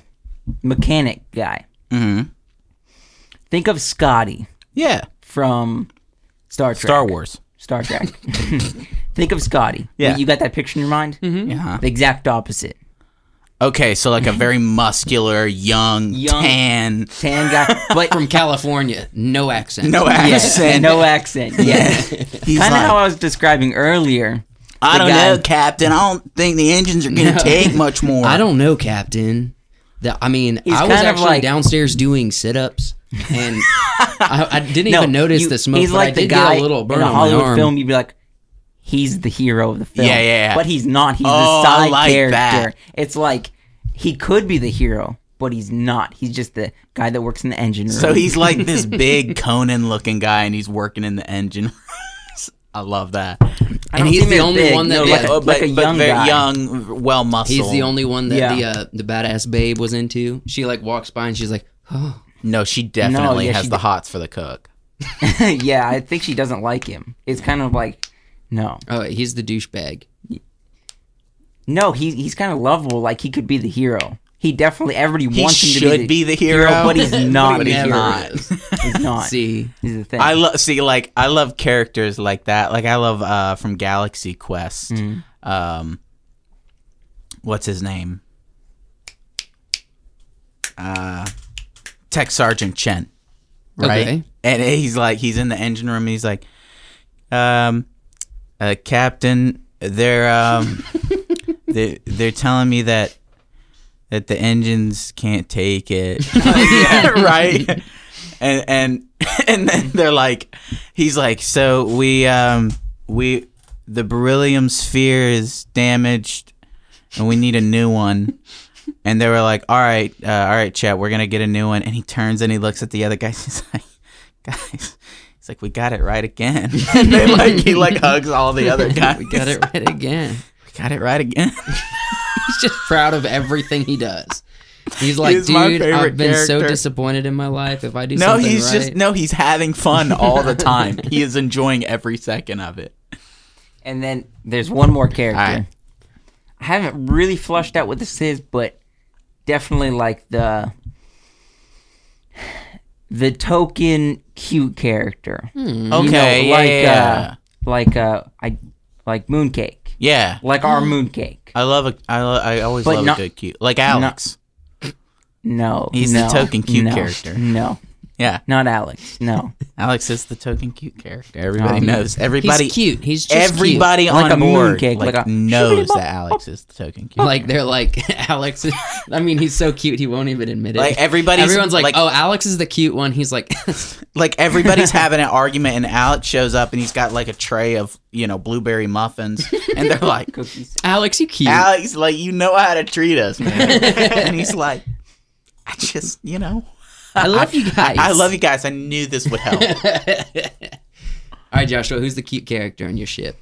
[SPEAKER 1] mechanic guy.
[SPEAKER 2] hmm
[SPEAKER 1] Mm-hmm. Think of Scotty
[SPEAKER 2] Yeah,
[SPEAKER 1] from Star Trek.
[SPEAKER 2] Star Wars.
[SPEAKER 1] Star Trek. [laughs] Think of Scotty.
[SPEAKER 2] Yeah.
[SPEAKER 1] You got that picture in your mind? Mm-hmm.
[SPEAKER 2] Uh-huh.
[SPEAKER 1] The exact opposite.
[SPEAKER 2] Okay, so like a very muscular, young,
[SPEAKER 1] Young.
[SPEAKER 2] tan,
[SPEAKER 1] Tan [laughs] guy, but
[SPEAKER 3] From California. No accent.
[SPEAKER 2] no
[SPEAKER 1] yes,
[SPEAKER 3] [laughs]
[SPEAKER 1] [laughs]
[SPEAKER 2] accent.
[SPEAKER 1] no accent. Yes.
[SPEAKER 2] He's
[SPEAKER 1] kind of
[SPEAKER 2] like,
[SPEAKER 1] how I was describing earlier.
[SPEAKER 2] I
[SPEAKER 1] the
[SPEAKER 2] don't
[SPEAKER 1] guy-
[SPEAKER 2] know, Captain. I don't think the engines are gonna
[SPEAKER 3] No.
[SPEAKER 2] take much more.
[SPEAKER 3] I don't know, Captain. The, I mean,
[SPEAKER 1] He's
[SPEAKER 3] I was
[SPEAKER 1] kind of
[SPEAKER 3] actually
[SPEAKER 1] like-
[SPEAKER 3] downstairs doing sit-ups,
[SPEAKER 1] [laughs]
[SPEAKER 3] and I, I didn't
[SPEAKER 1] No,
[SPEAKER 3] even notice
[SPEAKER 1] you-
[SPEAKER 3] the smoke.
[SPEAKER 1] He's
[SPEAKER 3] but
[SPEAKER 1] like
[SPEAKER 3] I
[SPEAKER 1] the
[SPEAKER 3] did
[SPEAKER 1] guy
[SPEAKER 3] get a little burn
[SPEAKER 1] in a
[SPEAKER 3] on my
[SPEAKER 1] Hollywood
[SPEAKER 3] arm.
[SPEAKER 1] film. You'd be like, he's the hero of the film.
[SPEAKER 2] Yeah, yeah, yeah.
[SPEAKER 1] But he's not. He's
[SPEAKER 2] Oh,
[SPEAKER 1] the
[SPEAKER 2] I
[SPEAKER 1] side
[SPEAKER 2] like
[SPEAKER 1] character.
[SPEAKER 2] that.
[SPEAKER 1] It's like he could be the hero, but he's not. He's just the guy that works in the engine room.
[SPEAKER 2] So he's like this big Conan-looking guy, and he's working in the engine. I love that.
[SPEAKER 1] I
[SPEAKER 3] and
[SPEAKER 1] don't
[SPEAKER 3] he's
[SPEAKER 1] think
[SPEAKER 3] the
[SPEAKER 1] they're
[SPEAKER 3] only one that-
[SPEAKER 1] no,
[SPEAKER 3] yeah.
[SPEAKER 1] like, a,
[SPEAKER 2] Oh,
[SPEAKER 1] like a young
[SPEAKER 2] very
[SPEAKER 1] guy.
[SPEAKER 2] young, well muscled.
[SPEAKER 3] He's the only one that
[SPEAKER 1] Yeah.
[SPEAKER 3] the uh, the badass babe was into. She like walks by and she's like, "Oh,
[SPEAKER 2] No, she definitely
[SPEAKER 1] yeah,
[SPEAKER 2] has
[SPEAKER 1] she
[SPEAKER 2] the
[SPEAKER 1] d-
[SPEAKER 2] hots for the cook.
[SPEAKER 1] [laughs] yeah, I think she doesn't like him. It's kind of like, no,
[SPEAKER 3] oh he's the douchebag."
[SPEAKER 1] no. He he's kind of lovable. Like he could be the hero. He definitely everybody
[SPEAKER 2] He
[SPEAKER 1] wants him
[SPEAKER 2] should
[SPEAKER 1] to be the,
[SPEAKER 2] be the hero,
[SPEAKER 1] but
[SPEAKER 3] [laughs]
[SPEAKER 1] he's not.
[SPEAKER 2] But
[SPEAKER 1] the
[SPEAKER 2] he's
[SPEAKER 1] hero.
[SPEAKER 2] not.
[SPEAKER 1] He's not.
[SPEAKER 3] See,
[SPEAKER 1] This is the thing.
[SPEAKER 2] I love see like I love characters like that. Like I love uh from Galaxy Quest. Um what's his name? Uh Tech Sergeant Chen. Right?
[SPEAKER 3] Okay.
[SPEAKER 2] And he's like he's in the engine room and he's like um uh Captain they're um they they're telling me that that the engines can't take it. [laughs] right? and and [laughs] and then they're like he's like so we um we the beryllium sphere is damaged and we need a new one and they were like all right uh, all right chat we're gonna get a new one and he turns and he looks at the other guys [laughs] he's like guys he's like we got it right again and they like he like hugs all the other guys
[SPEAKER 3] we got it right again.
[SPEAKER 2] we got it right again
[SPEAKER 3] He's just proud of everything he does. He's like,
[SPEAKER 2] is my
[SPEAKER 3] dude,
[SPEAKER 2] favorite
[SPEAKER 3] I've been so
[SPEAKER 2] character."
[SPEAKER 3] disappointed in my life. If I
[SPEAKER 2] [laughs]
[SPEAKER 3] do
[SPEAKER 2] no
[SPEAKER 3] something
[SPEAKER 2] he's
[SPEAKER 3] right,
[SPEAKER 2] just no he's having fun all the time he is enjoying every second of it
[SPEAKER 1] And then there's one more character.
[SPEAKER 2] Alright.
[SPEAKER 1] I haven't really flushed out what this is, but definitely like the the token cute character. You know,
[SPEAKER 2] Hmm. okay yeah,
[SPEAKER 1] like
[SPEAKER 2] yeah, yeah.
[SPEAKER 1] uh like uh I like mooncake.
[SPEAKER 2] yeah
[SPEAKER 1] Like our mooncake.
[SPEAKER 2] I love a. I, lo- I always
[SPEAKER 1] But
[SPEAKER 2] love
[SPEAKER 1] not-
[SPEAKER 2] a good cute, like Alex.
[SPEAKER 1] No.
[SPEAKER 2] He's the
[SPEAKER 1] no,
[SPEAKER 2] token cute
[SPEAKER 1] no,
[SPEAKER 2] character.
[SPEAKER 1] No.
[SPEAKER 2] Yeah,
[SPEAKER 1] Not Alex. No.
[SPEAKER 2] Alex is the token cute character. Everybody
[SPEAKER 1] Um,
[SPEAKER 2] knows.
[SPEAKER 3] he's
[SPEAKER 2] Everybody.
[SPEAKER 3] cute. He's just everybody.
[SPEAKER 2] Everybody
[SPEAKER 1] Like a
[SPEAKER 2] on board
[SPEAKER 1] mooncake,
[SPEAKER 2] like,
[SPEAKER 1] like a-
[SPEAKER 2] knows that Alex is the token cute.
[SPEAKER 3] Like they're like [laughs] Alex. Is, I mean, he's so cute. He won't even admit it.
[SPEAKER 2] Like everybody's
[SPEAKER 3] everyone's like,
[SPEAKER 2] like,
[SPEAKER 3] oh, Alex is the cute one. He's like, [laughs]
[SPEAKER 2] like everybody's having an argument, and Alex shows up, and he's got like a tray of you know blueberry muffins, and they're like,
[SPEAKER 1] Cookies.
[SPEAKER 3] Alex, you cute.
[SPEAKER 2] Alex, like you know how to treat us, man, and he's like, I just, you know,
[SPEAKER 3] I love you guys.
[SPEAKER 2] I love you guys. I knew this would help.
[SPEAKER 3] [laughs] All right, Joshua, who's the cute character in your ship?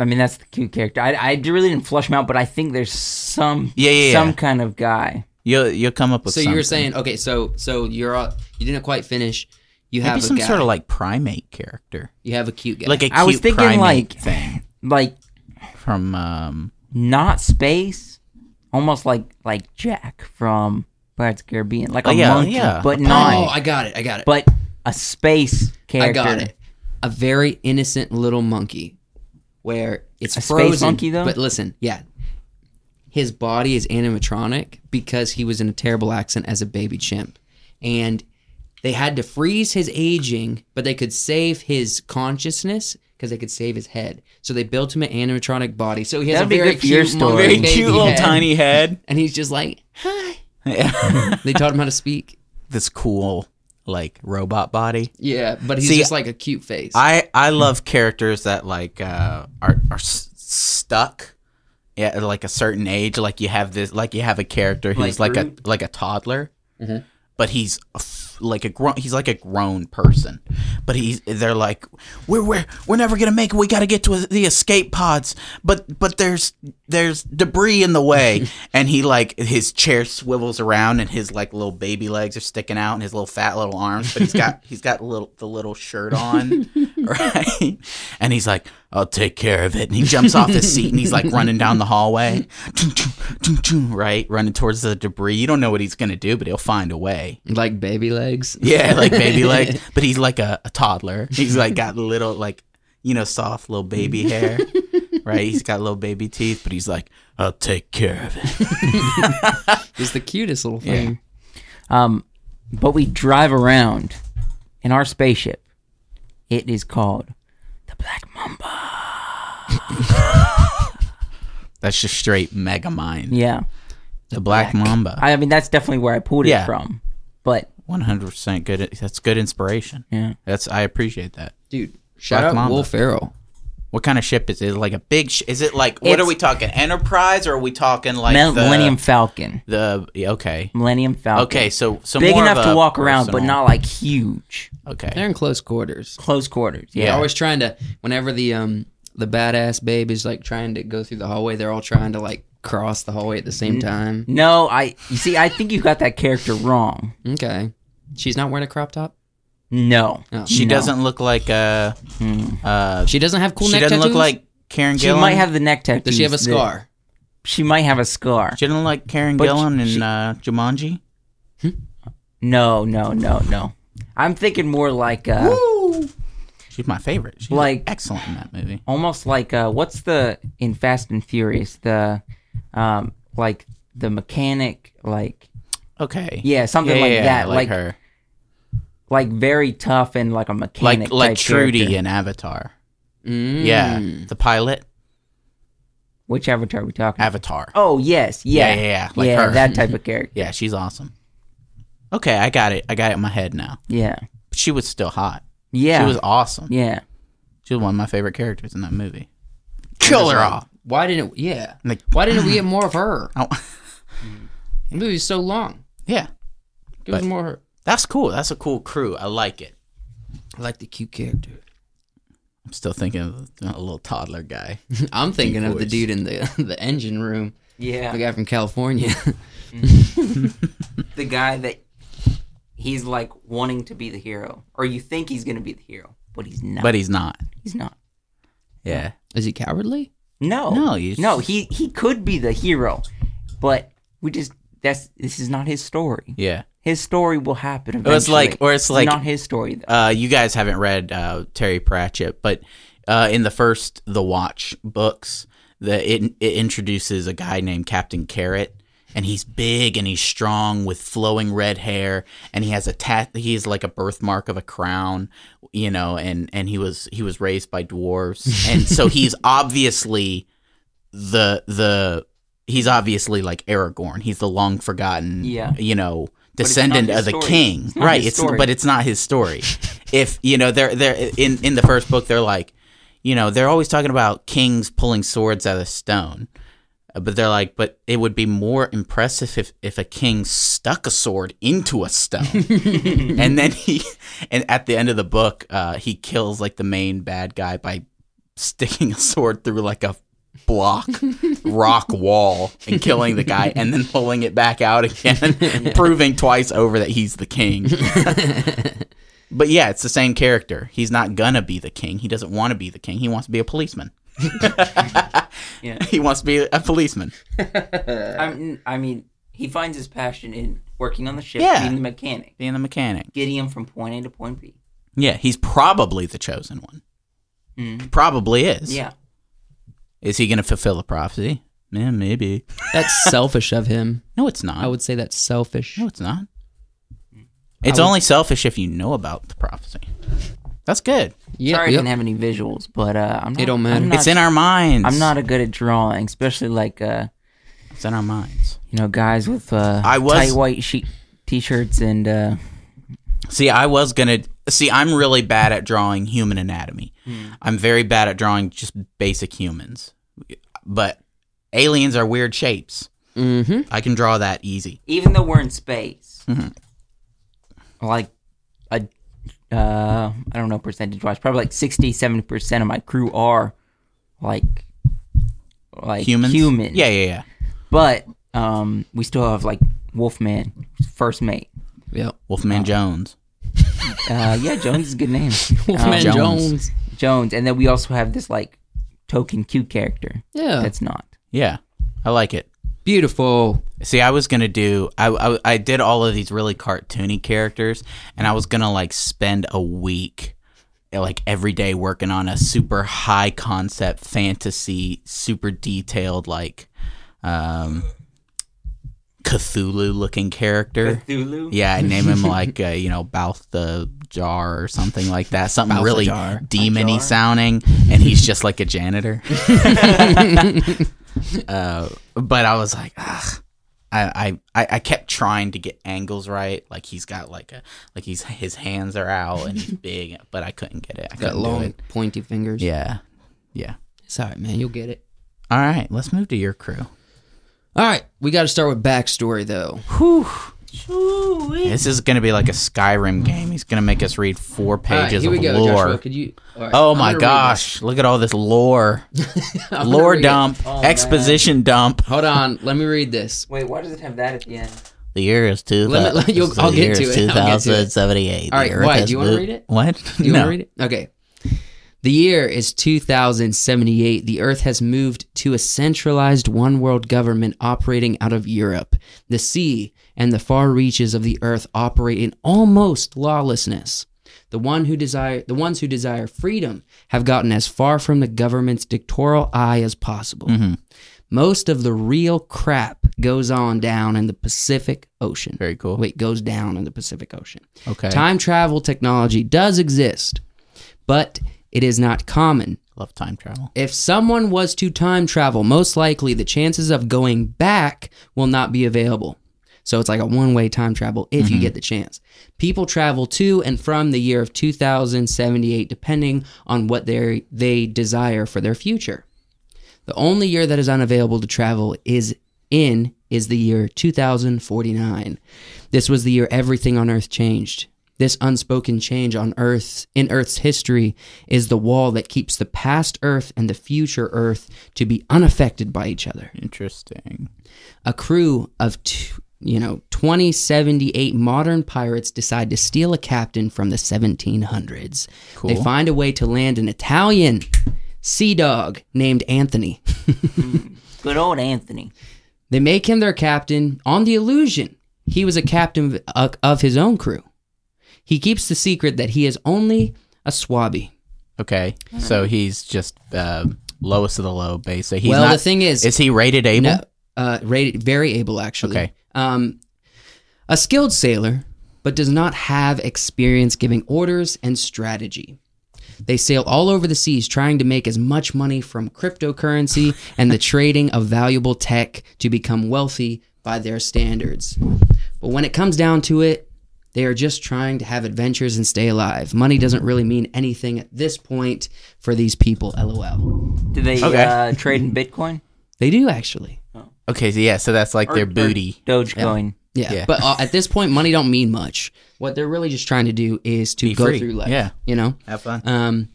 [SPEAKER 1] I mean, that's the cute character. I, I really didn't flush him out, but I think there's some
[SPEAKER 2] Yeah, yeah,
[SPEAKER 1] some
[SPEAKER 2] yeah.
[SPEAKER 1] kind of guy.
[SPEAKER 2] You'll you'll come up with.
[SPEAKER 3] so you were
[SPEAKER 2] something.
[SPEAKER 3] saying okay, so so you're all, you didn't quite finish. You have
[SPEAKER 2] maybe
[SPEAKER 3] a
[SPEAKER 2] some
[SPEAKER 3] guy.
[SPEAKER 2] sort of like primate character,
[SPEAKER 3] you have a cute guy.
[SPEAKER 2] like a cute
[SPEAKER 1] I was thinking
[SPEAKER 2] primate
[SPEAKER 1] like
[SPEAKER 2] thing
[SPEAKER 1] like
[SPEAKER 2] [laughs] from um
[SPEAKER 1] not space, almost like like Jack from Pirates of the Caribbean, like a
[SPEAKER 2] Oh, yeah,
[SPEAKER 1] monkey,
[SPEAKER 2] yeah.
[SPEAKER 1] but
[SPEAKER 2] A
[SPEAKER 1] not
[SPEAKER 3] oh, I got it. I got it.
[SPEAKER 1] but a space
[SPEAKER 3] I
[SPEAKER 1] character.
[SPEAKER 3] got it. A very innocent little monkey, where it's
[SPEAKER 1] A space
[SPEAKER 3] frozen.
[SPEAKER 1] monkey, though?
[SPEAKER 3] But listen, yeah, his body is animatronic because he was in a terrible accident as a baby chimp, and they had to freeze his aging, but they could save his consciousness because they could save his head. So they built him an animatronic body. So he has
[SPEAKER 1] That'd
[SPEAKER 3] a
[SPEAKER 1] be
[SPEAKER 3] very
[SPEAKER 1] good for your
[SPEAKER 3] cute, mon-
[SPEAKER 1] story.
[SPEAKER 3] very
[SPEAKER 2] very
[SPEAKER 1] Baby
[SPEAKER 2] cute
[SPEAKER 3] baby
[SPEAKER 2] little
[SPEAKER 3] head.
[SPEAKER 2] tiny head.
[SPEAKER 3] and he's just like, hi.
[SPEAKER 2] Yeah.
[SPEAKER 3] They taught him how to speak.
[SPEAKER 2] [laughs] this cool like robot body.
[SPEAKER 3] Yeah, but he's
[SPEAKER 2] See,
[SPEAKER 3] just like a cute face.
[SPEAKER 2] I I love characters that like uh, are are s- stuck at like a certain age. Like you have this, like you have a character who's
[SPEAKER 1] Like
[SPEAKER 2] like, a
[SPEAKER 1] Groot? Mm-hmm.
[SPEAKER 2] like a toddler,
[SPEAKER 3] Mhm.
[SPEAKER 2] but he's a f- like a grown. He's like a grown person, but he's they're like we're we're we're never gonna make it. We got to get to the escape pods, but but there's there's debris in
[SPEAKER 1] [laughs]
[SPEAKER 2] the way, and he like his chair swivels around, and his like little baby legs are sticking out, and his little fat little arms, but he's got he's got little the little shirt on, [laughs] right? And he's like, I'll take care of it, and he jumps off his seat, and he's like running down the hallway, Choo, choo, choo, choo, right, running towards the debris. You don't know what he's gonna do, but he'll find a way.
[SPEAKER 3] like baby legs.
[SPEAKER 2] Yeah, like baby legs. But he's like a, a toddler. He's like got little like you know, soft little baby hair. right? He's got little baby teeth, but he's like, I'll take care of it.
[SPEAKER 3] He's the cutest little thing.
[SPEAKER 1] Um, but we drive around in our spaceship. It is called the Black Mamba.
[SPEAKER 2] That's just straight mega mind.
[SPEAKER 1] Yeah,
[SPEAKER 2] The black, mamba.
[SPEAKER 1] I, I mean that's definitely where I pulled it
[SPEAKER 2] Yeah.
[SPEAKER 1] from. But
[SPEAKER 2] One hundred percent good that's good inspiration.
[SPEAKER 1] yeah,
[SPEAKER 2] That's I appreciate that.
[SPEAKER 3] Dude, shout
[SPEAKER 2] Black
[SPEAKER 3] out
[SPEAKER 2] Mamba.
[SPEAKER 3] Will Ferrell.
[SPEAKER 2] What kind of ship is it? Is it like a big sh- is it like what
[SPEAKER 1] It's-
[SPEAKER 2] are we talking? Enterprise or are we talking like
[SPEAKER 1] Mil-
[SPEAKER 2] the,
[SPEAKER 1] Millennium Falcon.
[SPEAKER 2] the yeah, okay.
[SPEAKER 1] Millennium Falcon.
[SPEAKER 2] Okay, so so
[SPEAKER 1] big
[SPEAKER 2] more of
[SPEAKER 1] enough to
[SPEAKER 2] a
[SPEAKER 1] walk around, but
[SPEAKER 2] personal-
[SPEAKER 1] not like huge.
[SPEAKER 2] okay.
[SPEAKER 3] They're in close quarters.
[SPEAKER 1] Close quarters.
[SPEAKER 3] They're
[SPEAKER 1] Yeah.
[SPEAKER 3] always trying to whenever the um the badass babe is like trying to go through the hallway, they're all trying to like cross the hallway at the same
[SPEAKER 2] Mm-hmm.
[SPEAKER 3] time.
[SPEAKER 1] No, I. You see, I think you got that character wrong.
[SPEAKER 3] Okay. She's not wearing a crop top?
[SPEAKER 1] No,
[SPEAKER 3] Oh.
[SPEAKER 2] She
[SPEAKER 1] No. Hmm.
[SPEAKER 2] doesn't look like uh uh
[SPEAKER 3] She doesn't have cool
[SPEAKER 2] she
[SPEAKER 3] neck
[SPEAKER 2] doesn't look
[SPEAKER 3] tattoos?
[SPEAKER 2] like Karen
[SPEAKER 1] she
[SPEAKER 2] Gillan.
[SPEAKER 1] might have the neck tattoo.
[SPEAKER 3] Does she have a scar?
[SPEAKER 1] She might have a scar.
[SPEAKER 2] She didn't look like Karen
[SPEAKER 1] But
[SPEAKER 2] Gillan in
[SPEAKER 1] she-
[SPEAKER 2] uh, Jumanji.
[SPEAKER 1] No, no, no, no. I'm thinking more like uh,
[SPEAKER 2] She's my favorite. She's
[SPEAKER 1] Like-
[SPEAKER 2] like excellent in that movie.
[SPEAKER 1] almost like uh, what's the in Fast and Furious the um like the mechanic like
[SPEAKER 2] Okay.
[SPEAKER 1] yeah something
[SPEAKER 2] Yeah,
[SPEAKER 1] like
[SPEAKER 2] yeah,
[SPEAKER 1] that
[SPEAKER 2] Like,
[SPEAKER 1] like
[SPEAKER 2] her.
[SPEAKER 1] like very tough and like a
[SPEAKER 2] Like
[SPEAKER 1] mechanic
[SPEAKER 2] like
[SPEAKER 1] type
[SPEAKER 2] Trudy
[SPEAKER 1] character. Hmm.
[SPEAKER 2] in Avatar.
[SPEAKER 3] Mm.
[SPEAKER 2] Yeah. The pilot.
[SPEAKER 1] which avatar are we talking
[SPEAKER 2] Avatar.
[SPEAKER 1] oh yes yeah
[SPEAKER 2] Yeah, yeah, yeah, like
[SPEAKER 1] Yeah,
[SPEAKER 2] her.
[SPEAKER 1] that type of character
[SPEAKER 2] [laughs] Yeah, she's awesome. Okay, I got it. I got it in my head now.
[SPEAKER 1] yeah
[SPEAKER 2] But she was still hot.
[SPEAKER 1] yeah
[SPEAKER 2] She was awesome.
[SPEAKER 1] yeah
[SPEAKER 2] She was one of my favorite characters in that movie. Kill her off.
[SPEAKER 3] Why didn't yeah.
[SPEAKER 2] Like-
[SPEAKER 3] Why didn't we get more of her?
[SPEAKER 2] Oh,
[SPEAKER 3] The movie's so long.
[SPEAKER 2] [laughs] yeah.
[SPEAKER 3] Give us
[SPEAKER 2] But-
[SPEAKER 3] more of her.
[SPEAKER 2] That's cool. That's a cool crew. I like it.
[SPEAKER 3] I like the cute character.
[SPEAKER 2] I'm still thinking of a little toddler guy.
[SPEAKER 3] [laughs] I'm thinking of the
[SPEAKER 2] voice.
[SPEAKER 3] dude in the [laughs] the engine room.
[SPEAKER 1] yeah
[SPEAKER 3] The guy from California. [laughs]
[SPEAKER 1] the guy that he's like wanting to be the hero, or you think he's gonna be the hero, but he's not.
[SPEAKER 2] But he's not.
[SPEAKER 1] he's not.
[SPEAKER 2] Yeah.
[SPEAKER 3] Is he cowardly?
[SPEAKER 1] No,
[SPEAKER 2] No, he's-
[SPEAKER 1] no. He he could be the hero, but we just that's this is not his story.
[SPEAKER 2] Yeah.
[SPEAKER 1] His story will happen. Eventually.
[SPEAKER 2] it's like- or it's like-
[SPEAKER 1] not his story though.
[SPEAKER 2] Uh, you guys haven't read uh, Terry Pratchett, but uh, in the first The Watch books, the, it, it introduces a guy named Captain Carrot, and he's big and he's strong with flowing red hair, and he has a tat. He has like a birthmark of a crown, you know, and and he was he was raised by
[SPEAKER 1] [laughs]
[SPEAKER 2] dwarves, and so he's obviously the the he's obviously like Aragorn. He's the long forgotten,
[SPEAKER 1] Yeah.
[SPEAKER 2] you know,
[SPEAKER 1] it's
[SPEAKER 2] descendant
[SPEAKER 1] not his
[SPEAKER 2] of the
[SPEAKER 1] story.
[SPEAKER 2] king,
[SPEAKER 1] It's not
[SPEAKER 2] right?
[SPEAKER 1] his
[SPEAKER 2] It's
[SPEAKER 1] story.
[SPEAKER 2] but it's not his story. if you know, they're they're in in the first book, they're like, you know, they're always talking about kings pulling swords out of stone. Uh, But they're like, but it would be more impressive if, if a king stuck a sword into
[SPEAKER 1] [laughs]
[SPEAKER 2] a stone. and then he, and at the end of the book, uh, he kills like the main bad guy by sticking a sword through like a block rock wall and killing the guy and then pulling it back out again [laughs] proving twice over that he's the
[SPEAKER 1] [laughs]
[SPEAKER 2] king but yeah it's the same character he's not gonna be the king he doesn't want to be the king he wants to be a policeman
[SPEAKER 1] [laughs] Yeah.
[SPEAKER 2] [laughs] he wants to be a policeman
[SPEAKER 1] I'm, I mean, he finds his passion in working on the ship,
[SPEAKER 2] Yeah.
[SPEAKER 1] being the mechanic,
[SPEAKER 2] being the mechanic
[SPEAKER 1] getting him from point A to point B.
[SPEAKER 2] yeah he's probably the chosen one
[SPEAKER 1] Mm.
[SPEAKER 2] probably is
[SPEAKER 1] Yeah.
[SPEAKER 2] is he gonna fulfill the prophecy yeah maybe
[SPEAKER 3] That's selfish of him.
[SPEAKER 2] no it's not
[SPEAKER 3] I would say that's selfish.
[SPEAKER 2] No, it's not. It's
[SPEAKER 3] would-
[SPEAKER 2] only selfish if you know about the prophecy. That's good.
[SPEAKER 3] Yeah,
[SPEAKER 1] Sorry, I
[SPEAKER 3] yep.
[SPEAKER 1] didn't have any visuals, but uh, I'm not.
[SPEAKER 3] don't matter.
[SPEAKER 1] I'm not,
[SPEAKER 2] it's in our minds.
[SPEAKER 1] I'm not a good at drawing, especially like uh,
[SPEAKER 2] It's in our minds.
[SPEAKER 1] you know, guys with uh,
[SPEAKER 2] I was-
[SPEAKER 1] tight white sheet t-shirts and uh,
[SPEAKER 2] See, I was gonna. See, I'm really bad at drawing human anatomy.
[SPEAKER 1] Hmm.
[SPEAKER 2] I'm very bad at drawing just basic humans. But aliens are weird shapes.
[SPEAKER 3] Mm-hmm.
[SPEAKER 2] I can draw that easy.
[SPEAKER 1] even though we're in space, like a, uh, I don't know percentage wise, probably like 60, 70 percent of my crew are like like
[SPEAKER 2] Humans.
[SPEAKER 1] Human.
[SPEAKER 2] Yeah, yeah, yeah.
[SPEAKER 1] But um, we still have like Wolfman, first mate.
[SPEAKER 3] Yep.
[SPEAKER 1] Oh.
[SPEAKER 2] Wolfman Jones.
[SPEAKER 1] Uh, yeah, Jones is a good [laughs] name.
[SPEAKER 3] Wolfman
[SPEAKER 1] Um,
[SPEAKER 2] Jones.
[SPEAKER 3] Jones.
[SPEAKER 1] Jones, and then we also have this like token cute character
[SPEAKER 3] Yeah.
[SPEAKER 1] that's not.
[SPEAKER 2] Yeah, I like it.
[SPEAKER 3] Beautiful.
[SPEAKER 2] See, I was gonna do. I, I I did all of these really cartoony characters, and I was gonna like spend a week, eh, like every day, working on a super high concept fantasy, super detailed like, um, Cthulhu looking character.
[SPEAKER 1] Cthulhu.
[SPEAKER 2] Yeah, I name him like uh, you know Balth the Jar or something like that. Something really
[SPEAKER 3] Balthazar.
[SPEAKER 2] demony
[SPEAKER 1] Jar.
[SPEAKER 2] sounding, and he's just like a
[SPEAKER 3] [laughs]
[SPEAKER 2] janitor. [laughs] uh, but I was like, ugh. I, I I- I kept trying to get angles right. Like he's got like a like he's his hands are out and
[SPEAKER 3] [laughs]
[SPEAKER 2] he's big, but I couldn't get it. I couldn't
[SPEAKER 3] Got
[SPEAKER 2] do
[SPEAKER 3] long,
[SPEAKER 2] it.
[SPEAKER 3] pointy fingers.
[SPEAKER 2] Yeah, yeah.
[SPEAKER 3] It's all right, man. You'll get it.
[SPEAKER 2] All right, let's move to your crew.
[SPEAKER 3] All right. We got to start with backstory, though.
[SPEAKER 2] Whew. This is gonna be like a Skyrim game. He's gonna make us read four
[SPEAKER 3] All right,
[SPEAKER 2] pages
[SPEAKER 3] here we
[SPEAKER 2] of
[SPEAKER 3] go,
[SPEAKER 2] lore.
[SPEAKER 3] Joshua. Could you? all right,
[SPEAKER 2] Oh
[SPEAKER 3] I'm
[SPEAKER 2] my
[SPEAKER 3] gonna read
[SPEAKER 2] gosh, look at all this lore.
[SPEAKER 3] [laughs] this. I'm gonna
[SPEAKER 2] lore
[SPEAKER 3] read it.
[SPEAKER 2] dump, exposition dump.
[SPEAKER 3] Hold on. Let me read this.
[SPEAKER 1] Wait, why does it have that at the end?
[SPEAKER 2] The year is two.
[SPEAKER 3] Let me- let- you'll- I'll get to it, I'll get to it.
[SPEAKER 2] 2078.
[SPEAKER 3] All right, why, do you wanna read it?
[SPEAKER 2] What?
[SPEAKER 3] Do you
[SPEAKER 2] no.
[SPEAKER 3] want to read it? Okay. The year is 2078. The Earth has moved to a centralized one world government operating out of Europe. The sea and the far reaches of the Earth operate in almost lawlessness. The one who desire the ones who desire freedom have gotten as far from the government's dictatorial eye as possible.
[SPEAKER 2] Mm-hmm.
[SPEAKER 3] Most of the real crap goes on down in the Pacific Ocean.
[SPEAKER 2] Very cool.
[SPEAKER 3] Wait, goes down in the Pacific Ocean.
[SPEAKER 2] Okay.
[SPEAKER 3] Time travel technology does exist, but it is not common.
[SPEAKER 2] Love time travel.
[SPEAKER 3] If someone was to time travel, most likely the chances of going back will not be available. So it's like a one way time travel if you get the chance. People travel to and from the year of 2078, depending on what they they desire for their future. The only year that is unavailable to travel is in is the year 2049. This was the year everything on earth changed. This unspoken change on earth in earth's history is the wall that keeps the past earth and the future earth to be unaffected by each other
[SPEAKER 2] Interesting.
[SPEAKER 3] a crew of t- you know 2078 modern pirates decide to steal a captain from the 1700s they
[SPEAKER 2] Cool.
[SPEAKER 3] find a way to land an italian sea dog named anthony
[SPEAKER 1] Good old Anthony.
[SPEAKER 3] they make him their captain on the illusion he was a captain of, of his own crew he keeps the secret that he is only a swabby
[SPEAKER 2] Okay, so he's just uh, lowest of the low base. So he's
[SPEAKER 3] well
[SPEAKER 2] not.
[SPEAKER 3] the thing is
[SPEAKER 2] is he rated able?
[SPEAKER 3] No, uh, rated very able actually.
[SPEAKER 2] Okay.
[SPEAKER 3] Um, a skilled sailor, but does not have experience giving orders and strategy. They sail all over the seas trying to make as much money from [laughs] cryptocurrency and the trading of valuable tech to become wealthy by their standards. But when it comes down to it, they are just trying to have adventures and stay alive. Money doesn't really mean anything at this point for these people, lol.
[SPEAKER 1] Do they
[SPEAKER 2] Okay.
[SPEAKER 1] uh, trade in Bitcoin?
[SPEAKER 3] They do actually.
[SPEAKER 2] Okay, so yeah, so that's like their
[SPEAKER 1] Or- or
[SPEAKER 2] booty.
[SPEAKER 1] Dogecoin.
[SPEAKER 3] Yeah.
[SPEAKER 2] Yeah.
[SPEAKER 3] But uh, at this point, money don't mean much. What they're really just trying to do is to
[SPEAKER 2] Be
[SPEAKER 3] go
[SPEAKER 2] free.
[SPEAKER 3] through life.
[SPEAKER 2] Yeah.
[SPEAKER 3] You know?
[SPEAKER 2] Have fun.
[SPEAKER 3] Um,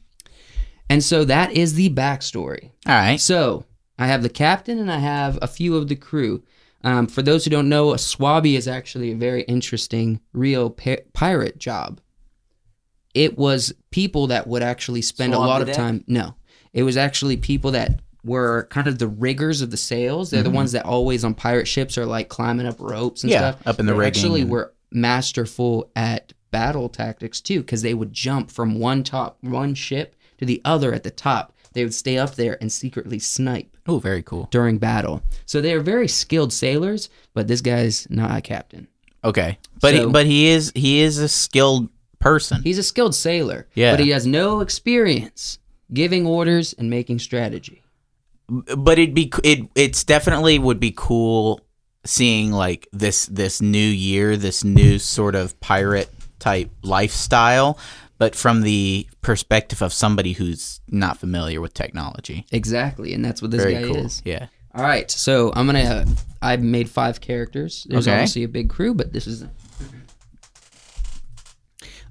[SPEAKER 3] and so that is the backstory.
[SPEAKER 2] All right.
[SPEAKER 3] So I have the captain and I have a few of the crew. Um, for those who don't know, a Swabi is actually a very interesting real pi- pirate job. It was people that would actually spend a
[SPEAKER 1] Swab
[SPEAKER 3] lot
[SPEAKER 1] the
[SPEAKER 3] of
[SPEAKER 1] deck?
[SPEAKER 3] time. No, it was actually people that were kind of the riggers of the sails. They're the ones that always on pirate ships are like climbing up ropes and
[SPEAKER 2] Mm-hmm. Yeah,
[SPEAKER 3] stuff.
[SPEAKER 2] up in the
[SPEAKER 3] They
[SPEAKER 2] rigging
[SPEAKER 3] Actually,
[SPEAKER 2] and-
[SPEAKER 3] were masterful at battle tactics too, because they would jump from one top one ship to the other at the top. They would stay up there and secretly snipe
[SPEAKER 2] Oh, very cool.
[SPEAKER 3] during battle. So they are very skilled sailors, but this guy's not a captain.
[SPEAKER 2] Okay, but
[SPEAKER 3] So-
[SPEAKER 2] he, but he is he is a skilled person.
[SPEAKER 3] He's a skilled sailor,
[SPEAKER 2] Yeah.
[SPEAKER 3] but he has no experience giving orders and making strategy.
[SPEAKER 2] but it'd be c- it it's definitely would be cool seeing like this this new year this new sort of pirate type lifestyle but from the perspective of somebody who's not familiar with technology
[SPEAKER 3] Exactly, and that's what this
[SPEAKER 2] very
[SPEAKER 3] guy
[SPEAKER 2] cool
[SPEAKER 3] is.
[SPEAKER 2] yeah
[SPEAKER 3] All right, so I'm gonna. I made five characters. There's
[SPEAKER 2] Okay.
[SPEAKER 3] obviously a big crew, but this is.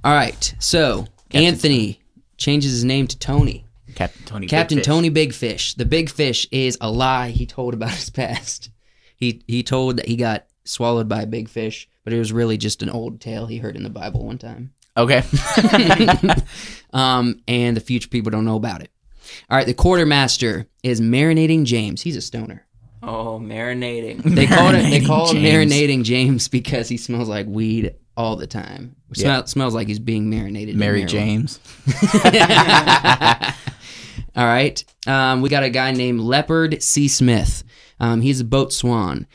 [SPEAKER 3] All right, so Anthony changes his name to Tony.
[SPEAKER 2] captain tony Big
[SPEAKER 3] Captain
[SPEAKER 2] Fish.
[SPEAKER 3] Tony Big Fish. The Big Fish is a lie he told about his [laughs] past. He he told that he got swallowed by a big fish, but it was really just an old tale he heard in the Bible one time. [laughs]
[SPEAKER 2] okay
[SPEAKER 3] Um, and the future people don't know about it. All right, the quartermaster is marinating James. He's a stoner.
[SPEAKER 1] Oh, marinating.
[SPEAKER 2] [laughs]
[SPEAKER 3] They call it they
[SPEAKER 2] Marinating
[SPEAKER 3] call him
[SPEAKER 2] James.
[SPEAKER 3] marinating James because he smells like weed all the time. Smell, smells like he's being marinated. in
[SPEAKER 2] mary
[SPEAKER 3] marijuana.
[SPEAKER 2] james
[SPEAKER 3] [laughs] All right. Um, we got a guy named Leopard C. Smith. Um, he's a boat swan.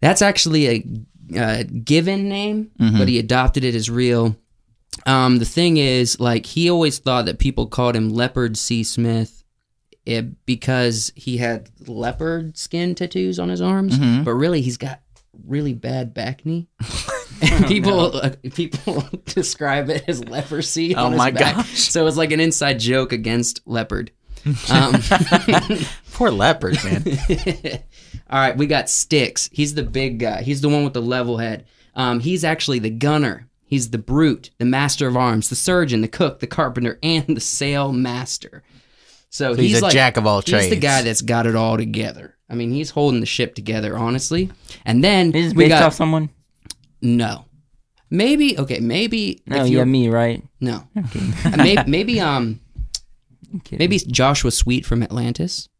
[SPEAKER 3] That's actually a uh, given name, but he adopted it as real. Um, the thing is, like, he always thought that people called him Leopard C. Smith it, because he had leopard skin tattoos on his arms, but really, he's got really bad back knee. [laughs]
[SPEAKER 2] Oh,
[SPEAKER 3] And people uh, people [laughs] describe it as leprosy.
[SPEAKER 2] Oh
[SPEAKER 3] on his
[SPEAKER 2] my
[SPEAKER 3] back.
[SPEAKER 2] gosh.
[SPEAKER 3] So it's like an inside joke against leopard. Um, [laughs]
[SPEAKER 2] poor leopard man
[SPEAKER 3] all right, we got Sticks. He's the big guy. He's the one with the level head. Um, he's actually the gunner. He's the brute, the master of arms, the surgeon, the cook, the carpenter, [laughs] and the sail master. So,
[SPEAKER 2] he's a
[SPEAKER 3] like,
[SPEAKER 2] jack of all
[SPEAKER 3] He's the
[SPEAKER 2] trades.
[SPEAKER 3] guy that's got it all together. I mean, he's holding the ship together, honestly. And then
[SPEAKER 1] This is
[SPEAKER 3] we
[SPEAKER 1] based
[SPEAKER 3] got
[SPEAKER 1] off someone.
[SPEAKER 3] no, maybe okay, maybe
[SPEAKER 1] No,
[SPEAKER 3] if
[SPEAKER 1] yeah,
[SPEAKER 3] you're-
[SPEAKER 1] me, right?
[SPEAKER 3] No. [laughs] maybe, maybe um
[SPEAKER 1] kidding.
[SPEAKER 3] maybe Joshua Sweet from Atlantis.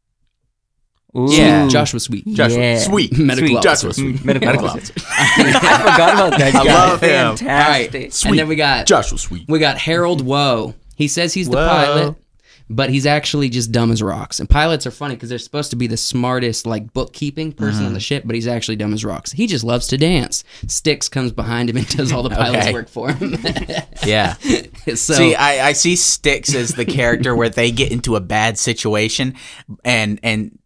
[SPEAKER 1] Ooh.
[SPEAKER 2] Yeah.
[SPEAKER 3] Joshua Sweet.
[SPEAKER 2] joshua
[SPEAKER 1] Yeah.
[SPEAKER 3] [laughs]
[SPEAKER 2] sweet
[SPEAKER 3] Medical
[SPEAKER 2] Sweet.
[SPEAKER 3] officer.
[SPEAKER 2] joshua sweet
[SPEAKER 1] Medical
[SPEAKER 2] officer.
[SPEAKER 1] [laughs] I forgot about that.
[SPEAKER 2] I
[SPEAKER 1] guy.
[SPEAKER 2] love him.
[SPEAKER 1] Fantastic.
[SPEAKER 3] And then we got
[SPEAKER 2] joshua
[SPEAKER 3] [laughs]
[SPEAKER 2] sweet
[SPEAKER 3] we got Harold Woe. He says he's the
[SPEAKER 2] Woe.
[SPEAKER 3] pilot, but he's actually just dumb as rocks. And pilots are funny because they're supposed to be the smartest like bookkeeping person on the ship, but he's actually dumb as rocks. He just loves to dance. Sticks comes behind him and does all the pilots
[SPEAKER 2] Okay.
[SPEAKER 3] work for him. [laughs]
[SPEAKER 2] yeah
[SPEAKER 3] so
[SPEAKER 2] see, I, I see Sticks as the character where they get into a bad situation, and and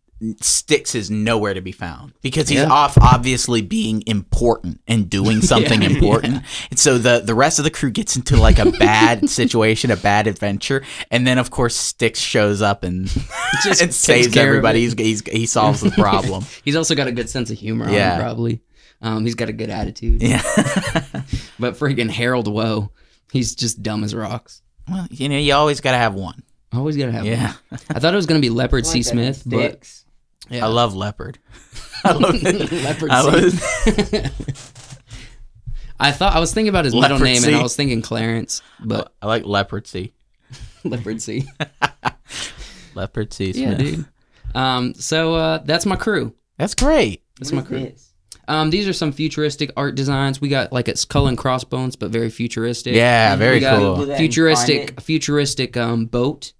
[SPEAKER 2] Sticks is nowhere to be found because he's
[SPEAKER 3] Yeah.
[SPEAKER 2] off obviously being important and
[SPEAKER 3] [laughs]
[SPEAKER 2] doing something important. And so the the rest of the crew gets into like a
[SPEAKER 3] [laughs]
[SPEAKER 2] bad situation, a bad adventure, and then of course Sticks shows up and [laughs]
[SPEAKER 3] [laughs] Just
[SPEAKER 2] and
[SPEAKER 3] takes
[SPEAKER 2] saves
[SPEAKER 3] care of
[SPEAKER 2] everybody.
[SPEAKER 3] it.
[SPEAKER 2] He's, he's, he solves the
[SPEAKER 3] [laughs]
[SPEAKER 2] problem.
[SPEAKER 3] he's also got a good sense of humor on
[SPEAKER 2] Yeah.
[SPEAKER 3] him, probably. Um, he's got a good attitude.
[SPEAKER 2] yeah.
[SPEAKER 3] But freaking Harold Woe, he's just dumb as rocks.
[SPEAKER 2] [laughs] Well, you know, you always got to have one.
[SPEAKER 3] Always gotta have.
[SPEAKER 2] Yeah.
[SPEAKER 3] one. I thought it was gonna be Leopard C.
[SPEAKER 1] Like that
[SPEAKER 3] Smith, but
[SPEAKER 1] Sticks.
[SPEAKER 2] I love leopard. [laughs] I
[SPEAKER 3] [laughs]
[SPEAKER 2] love [laughs] it.
[SPEAKER 3] Leopard
[SPEAKER 2] I love
[SPEAKER 3] C. [laughs] I thought I was thinking about his middle
[SPEAKER 2] Leopard
[SPEAKER 3] name, and
[SPEAKER 2] C.
[SPEAKER 3] I was thinking Clarence, but
[SPEAKER 2] [laughs] I like leopard sea.
[SPEAKER 3] Leopard C.
[SPEAKER 2] Leopard sea.
[SPEAKER 3] [laughs] yeah,
[SPEAKER 2] Smith.
[SPEAKER 3] dude. Um, so uh, that's my crew.
[SPEAKER 2] That's great.
[SPEAKER 3] That's my
[SPEAKER 1] What
[SPEAKER 3] crew.
[SPEAKER 1] is this?
[SPEAKER 3] Um, these are some futuristic art designs. We got like a skull and crossbones, but very futuristic.
[SPEAKER 2] Yeah, very
[SPEAKER 3] we got
[SPEAKER 2] cool.
[SPEAKER 1] Google that and find
[SPEAKER 3] Futuristic, futuristic um boat.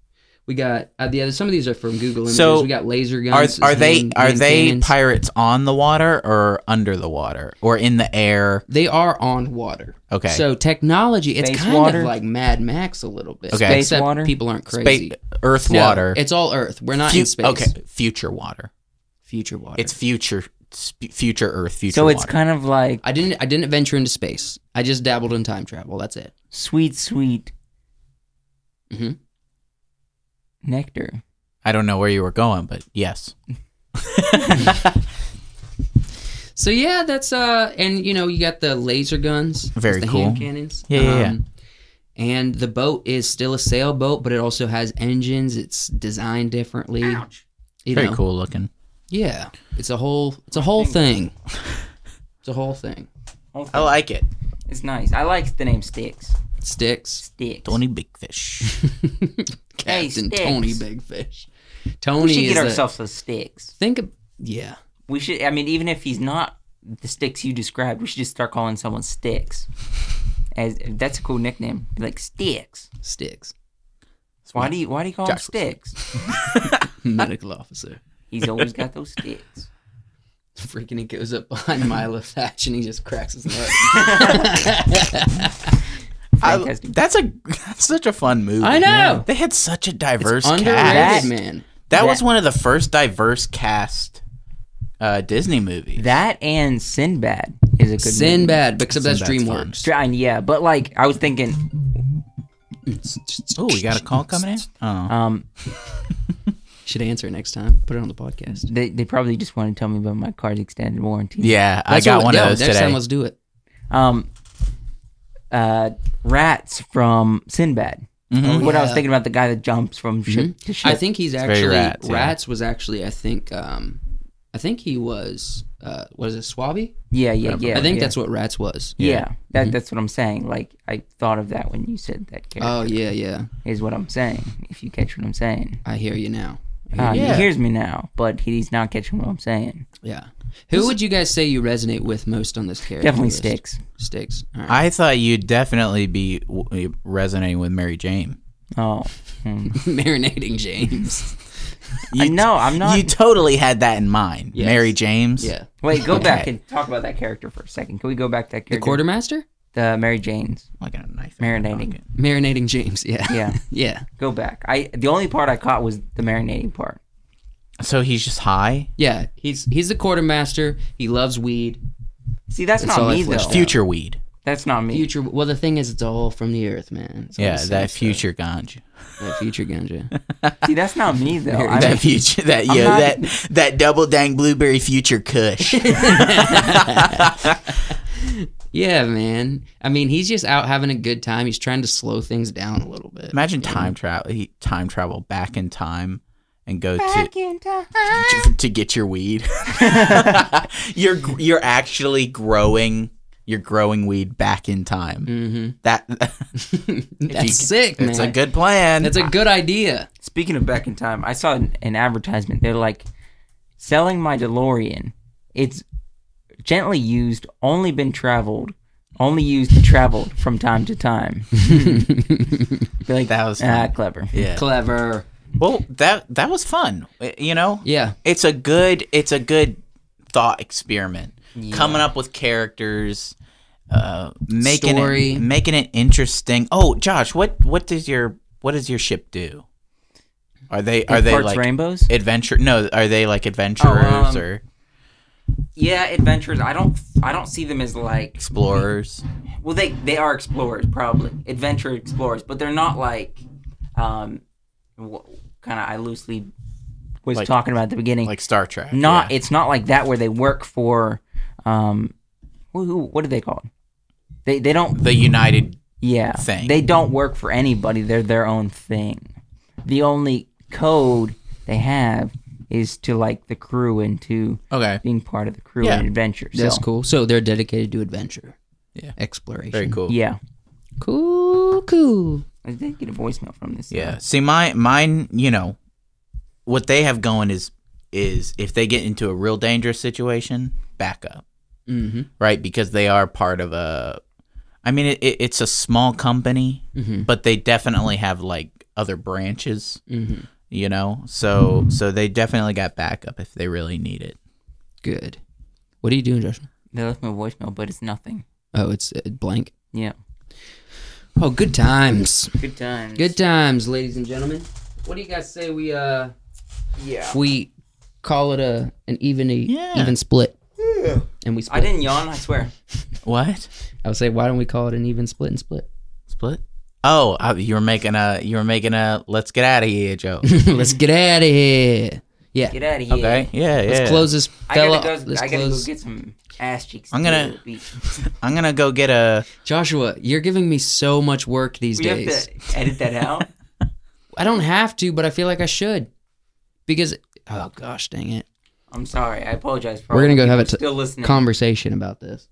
[SPEAKER 3] We got uh, the other. Some of these are from Google Images.
[SPEAKER 2] So,
[SPEAKER 3] we got laser
[SPEAKER 2] Are,
[SPEAKER 3] guns.
[SPEAKER 2] are they
[SPEAKER 3] hand-
[SPEAKER 2] are
[SPEAKER 3] hand
[SPEAKER 2] they
[SPEAKER 3] cannons.
[SPEAKER 2] pirates on the water or under the water or in the air?
[SPEAKER 3] They are on water.
[SPEAKER 2] Okay.
[SPEAKER 3] So technology, it's
[SPEAKER 1] Space
[SPEAKER 3] kind
[SPEAKER 1] water?
[SPEAKER 3] of like Mad Max a little bit.
[SPEAKER 2] Okay. Space
[SPEAKER 3] Except
[SPEAKER 1] water?
[SPEAKER 3] People aren't
[SPEAKER 2] Ba-
[SPEAKER 3] crazy.
[SPEAKER 2] Earth
[SPEAKER 3] No,
[SPEAKER 2] water.
[SPEAKER 3] It's all Earth. We're not
[SPEAKER 2] fu-
[SPEAKER 3] in space.
[SPEAKER 2] Okay, future water.
[SPEAKER 3] Future water.
[SPEAKER 2] It's future sp- future Earth, future
[SPEAKER 1] So it's
[SPEAKER 2] water.
[SPEAKER 1] kind of like
[SPEAKER 3] I didn't. I didn't venture into space. I just dabbled in time travel. That's it.
[SPEAKER 1] sweet, sweet
[SPEAKER 3] Mhm.
[SPEAKER 1] nectar.
[SPEAKER 2] I don't know where you were going, but yes.
[SPEAKER 3] So yeah, that's uh, and you know you got the laser guns, that's
[SPEAKER 2] Very
[SPEAKER 3] the
[SPEAKER 2] cool.
[SPEAKER 3] hand cannons, Um,
[SPEAKER 2] Yeah, yeah, yeah.
[SPEAKER 3] And the boat is still a sailboat, but it also has engines. It's designed differently. You
[SPEAKER 2] Very
[SPEAKER 3] know.
[SPEAKER 2] cool looking.
[SPEAKER 3] Yeah, it's a whole, it's a whole
[SPEAKER 2] [laughs]
[SPEAKER 3] thing. It's a whole thing.
[SPEAKER 2] I like it.
[SPEAKER 1] It's nice. I like the name Sticks.
[SPEAKER 3] Sticks.
[SPEAKER 1] Sticks.
[SPEAKER 2] Tony Big
[SPEAKER 3] [laughs]
[SPEAKER 2] Fish.
[SPEAKER 3] Captain
[SPEAKER 1] Sticks.
[SPEAKER 3] Tony Big Fish.
[SPEAKER 1] we
[SPEAKER 3] Tony
[SPEAKER 1] should
[SPEAKER 3] is
[SPEAKER 1] get
[SPEAKER 3] the-
[SPEAKER 1] ourselves those sticks.
[SPEAKER 3] think of yeah.
[SPEAKER 1] We should. I mean, even if he's not the sticks you described, we should just start calling someone Sticks. As that's a cool nickname, Be like Sticks.
[SPEAKER 3] Sticks. [laughs]
[SPEAKER 1] Why do you Why do you call him
[SPEAKER 2] Jack was-
[SPEAKER 1] Sticks?
[SPEAKER 3] Medical officer.
[SPEAKER 1] He's always got those sticks.
[SPEAKER 3] Freaking he goes up behind Milo Thatch and he just cracks his nut.
[SPEAKER 2] I,
[SPEAKER 1] Fantastic.
[SPEAKER 2] that's a that's such a fun movie.
[SPEAKER 3] I know. Yeah.
[SPEAKER 2] They had such a diverse
[SPEAKER 3] Underrated
[SPEAKER 2] cast.
[SPEAKER 3] man.
[SPEAKER 2] That was
[SPEAKER 1] That-
[SPEAKER 2] one of the first diverse cast uh, Disney movies.
[SPEAKER 1] That and Sinbad is a good name.
[SPEAKER 3] Sinbad, but except that's
[SPEAKER 2] Sinbad's
[SPEAKER 3] [laughs] DreamWorks.
[SPEAKER 1] Dra- Yeah, but like I was thinking,
[SPEAKER 2] Oh, we got a call coming in. Oh,
[SPEAKER 1] um,
[SPEAKER 3] Should answer it next time. Put it on the podcast.
[SPEAKER 1] they they probably just want to tell me about my car's extended warranty.
[SPEAKER 2] yeah, I
[SPEAKER 3] That's
[SPEAKER 2] got
[SPEAKER 3] what-
[SPEAKER 2] one
[SPEAKER 3] yo,
[SPEAKER 2] of those
[SPEAKER 3] next
[SPEAKER 2] today.
[SPEAKER 3] time, let's do it.
[SPEAKER 1] um, uh, rats from Sinbad. what I was
[SPEAKER 3] Mm-hmm. yeah. Mm-hmm.
[SPEAKER 1] thinking about the guy that jumps from ship to ship.
[SPEAKER 3] I think he's
[SPEAKER 2] very
[SPEAKER 3] actually
[SPEAKER 2] Rats,
[SPEAKER 3] Rats,
[SPEAKER 2] yeah.
[SPEAKER 3] was actually I think um I think he was uh what is it Swabby?
[SPEAKER 1] yeah, yeah, yeah.
[SPEAKER 3] I think
[SPEAKER 1] yeah.
[SPEAKER 3] that's what Rats was.
[SPEAKER 1] yeah. That that's what I'm saying. Like I thought of that when you said that character
[SPEAKER 3] Oh yeah, yeah.
[SPEAKER 1] is what I'm saying. If you catch what I'm saying,
[SPEAKER 3] I hear you now. I hear
[SPEAKER 1] uh,
[SPEAKER 3] you.
[SPEAKER 1] he
[SPEAKER 2] Yeah.
[SPEAKER 1] hears me now, but he's not catching what I'm saying.
[SPEAKER 3] Yeah. Who would you guys say you resonate with most on this character?
[SPEAKER 1] Definitely
[SPEAKER 3] list?
[SPEAKER 1] sticks.
[SPEAKER 3] Sticks. All right. [laughs]
[SPEAKER 2] I thought you'd definitely be w- resonating with Mary Jane.
[SPEAKER 1] Oh, hmm.
[SPEAKER 2] [laughs]
[SPEAKER 3] Marinating James.
[SPEAKER 1] I know. I'm not.
[SPEAKER 2] You totally had that in mind,
[SPEAKER 3] Yes.
[SPEAKER 2] Mary James.
[SPEAKER 3] yeah.
[SPEAKER 1] Wait, go back
[SPEAKER 2] Okay.
[SPEAKER 1] and talk about that character for a second. Can we go back to that
[SPEAKER 3] The
[SPEAKER 1] character?
[SPEAKER 3] quartermaster?
[SPEAKER 1] The Mary Jane's.
[SPEAKER 2] like a knife
[SPEAKER 1] Marinating.
[SPEAKER 2] marinating.
[SPEAKER 3] Marinating James, yeah.
[SPEAKER 1] Yeah,
[SPEAKER 3] [laughs] yeah.
[SPEAKER 1] go back. I the only part I caught was the marinating part.
[SPEAKER 2] So he's just high.
[SPEAKER 3] Yeah. He's he's the quartermaster. He loves weed.
[SPEAKER 1] See, that's,
[SPEAKER 3] That's
[SPEAKER 1] not
[SPEAKER 3] all I
[SPEAKER 1] me though.
[SPEAKER 3] fleshed out.
[SPEAKER 2] Future weed.
[SPEAKER 1] That's not me.
[SPEAKER 3] Future well the thing is it's all from the earth, man. It's all
[SPEAKER 2] Yeah,
[SPEAKER 3] the same
[SPEAKER 2] that
[SPEAKER 3] stuff.
[SPEAKER 2] future ganja.
[SPEAKER 3] That future ganja. [laughs]
[SPEAKER 1] See, that's not me though. I
[SPEAKER 2] that future. That yo.
[SPEAKER 1] not-
[SPEAKER 2] that [laughs] that double dang blueberry future Kush.
[SPEAKER 3] Yeah, man. I mean, he's just out having a good time. He's trying to slow things down a little bit.
[SPEAKER 2] Imagine time travel. He time travel back in time and go to
[SPEAKER 1] mean,
[SPEAKER 2] to, to get your weed. [laughs] you're gr- you're actually growing. You're growing weed back in time. Mm-hmm. That [laughs]
[SPEAKER 3] That's sick, man.
[SPEAKER 2] it's a good plan.
[SPEAKER 3] That's a good idea.
[SPEAKER 1] Speaking of back in time, I saw an, an advertisement. They're like selling my DeLorean. It's gently used, only been traveled, only used and traveled from time to time. [laughs] Be like
[SPEAKER 2] That was
[SPEAKER 1] ah,
[SPEAKER 2] fun.
[SPEAKER 1] clever.
[SPEAKER 2] [laughs] yeah.
[SPEAKER 3] Clever.
[SPEAKER 2] Well, that that was fun. Uh, You know,
[SPEAKER 3] Yeah.
[SPEAKER 2] it's a good it's a good thought experiment. Coming up with characters, uh, making
[SPEAKER 3] Story.
[SPEAKER 2] it making it interesting. Oh, Josh, what what does your what does your ship do? Are they are
[SPEAKER 1] It
[SPEAKER 2] they
[SPEAKER 1] farts
[SPEAKER 2] like
[SPEAKER 1] rainbows?
[SPEAKER 2] adventure? No, are they like adventurers
[SPEAKER 1] um,
[SPEAKER 2] or
[SPEAKER 1] yeah, adventures. I don't I don't see them as like
[SPEAKER 2] explorers?
[SPEAKER 1] Well, they they are explorers, probably adventure explorers, but they're not like, um, kind of I loosely was
[SPEAKER 2] Like-
[SPEAKER 1] talking about at the beginning.
[SPEAKER 2] Like Star Trek?
[SPEAKER 1] not
[SPEAKER 2] yeah.
[SPEAKER 1] it's not like that where they work for, um, who, who- what are they called? They they don't
[SPEAKER 2] the United.
[SPEAKER 1] yeah
[SPEAKER 2] thing.
[SPEAKER 1] they don't work for anybody. They're their own thing. The only code they have is to like the crew and to
[SPEAKER 2] Okay,
[SPEAKER 1] being part of the crew
[SPEAKER 2] Yeah.
[SPEAKER 1] and adventure. So,
[SPEAKER 3] That's cool. So they're dedicated to adventure.
[SPEAKER 2] Yeah.
[SPEAKER 3] Exploration.
[SPEAKER 2] very cool.
[SPEAKER 1] Yeah,
[SPEAKER 3] Cool. Cool.
[SPEAKER 1] I did get a voicemail from this. uh,
[SPEAKER 2] Yeah. See, my mine, you know, what they have going is is if they get into a real dangerous situation, back up,
[SPEAKER 3] Mm-hmm.
[SPEAKER 2] right? Because they are part of a. I mean, it, it, it's a small company,
[SPEAKER 3] Mhm.
[SPEAKER 2] but they definitely have like other branches,
[SPEAKER 3] Mm-hmm.
[SPEAKER 2] you know. So so they definitely got backup if they really need it.
[SPEAKER 3] Good. What are you doing, Joshua?
[SPEAKER 1] They left me a voicemail, but it's nothing.
[SPEAKER 3] Oh, it's uh, blank.
[SPEAKER 1] Yeah.
[SPEAKER 3] Oh, good times.
[SPEAKER 1] Good times.
[SPEAKER 3] Good times, ladies and gentlemen. What do you guys say we uh
[SPEAKER 1] Yeah.
[SPEAKER 3] we call it a an even
[SPEAKER 2] Yeah.
[SPEAKER 3] even split? And we split.
[SPEAKER 1] I didn't yawn, I swear.
[SPEAKER 2] What
[SPEAKER 3] I would say, why don't we call it an even split and split? [laughs]
[SPEAKER 2] split? Oh, I, you were making a you were making a let's get out of here joke.
[SPEAKER 3] Let's get out of here. Yeah.
[SPEAKER 1] Get out of here.
[SPEAKER 2] Okay. Yeah. Yeah.
[SPEAKER 3] Let's close this
[SPEAKER 1] I gotta,
[SPEAKER 3] fella.
[SPEAKER 1] go,
[SPEAKER 3] let's
[SPEAKER 1] I gotta go
[SPEAKER 3] close.
[SPEAKER 1] get some ass cheeks.
[SPEAKER 2] I'm
[SPEAKER 1] to
[SPEAKER 2] gonna-
[SPEAKER 1] the beach.
[SPEAKER 2] I'm gonna go get a.
[SPEAKER 3] Joshua, you're giving me so much work these
[SPEAKER 1] We
[SPEAKER 3] days.
[SPEAKER 1] have to edit that out.
[SPEAKER 3] I don't have to, but I feel like I should. Because oh gosh, dang it.
[SPEAKER 1] I'm sorry. I apologize. For
[SPEAKER 3] We're
[SPEAKER 1] all
[SPEAKER 3] gonna
[SPEAKER 1] the
[SPEAKER 3] go have
[SPEAKER 1] people
[SPEAKER 3] a t-
[SPEAKER 1] still listening.
[SPEAKER 3] Conversation about this.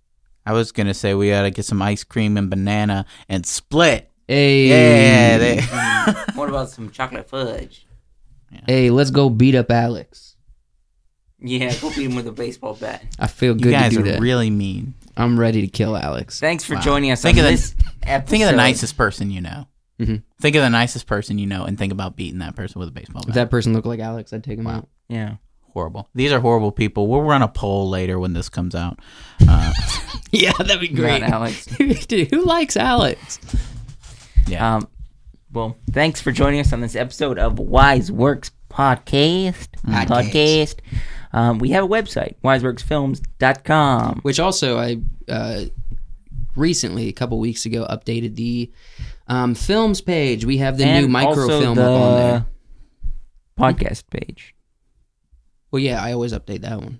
[SPEAKER 2] I was gonna say we gotta get some ice cream and banana and split.
[SPEAKER 3] Hey, Mm.
[SPEAKER 2] Yeah. [laughs] They,
[SPEAKER 1] what about some chocolate fudge?
[SPEAKER 3] hey, let's go beat up Alex.
[SPEAKER 1] Yeah, go beat him with a baseball bat.
[SPEAKER 3] I feel
[SPEAKER 2] you
[SPEAKER 3] good to
[SPEAKER 2] guys
[SPEAKER 3] do
[SPEAKER 2] are
[SPEAKER 3] that.
[SPEAKER 2] really mean.
[SPEAKER 3] I'm ready to kill Alex.
[SPEAKER 1] Thanks for joining us.
[SPEAKER 2] Think
[SPEAKER 1] on
[SPEAKER 2] of the-
[SPEAKER 1] this episode.
[SPEAKER 2] Think of the nicest person you know.
[SPEAKER 3] Mhm.
[SPEAKER 2] Think of the nicest person you know, and think about beating that person with a baseball
[SPEAKER 3] If
[SPEAKER 2] bat.
[SPEAKER 3] that person looked like Alex, I'd take him out. [laughs]
[SPEAKER 1] Yeah.
[SPEAKER 2] horrible. These are horrible people. We'll run a poll later when this comes out.
[SPEAKER 3] Yeah, that'd be
[SPEAKER 1] Great, Alex.
[SPEAKER 3] [laughs] Dude, who likes Alex?
[SPEAKER 2] Yeah.
[SPEAKER 1] Um, well, thanks for joining us on this episode of Wise Works Podcast. Podcast. Um, we have a website, wiseworksfilms.com.
[SPEAKER 3] Which also I uh, recently, a couple weeks ago, updated the um, films page. We have the
[SPEAKER 1] And
[SPEAKER 3] new microfilm
[SPEAKER 1] also
[SPEAKER 3] up on there.
[SPEAKER 1] Podcast page
[SPEAKER 3] Well, yeah, I always update that one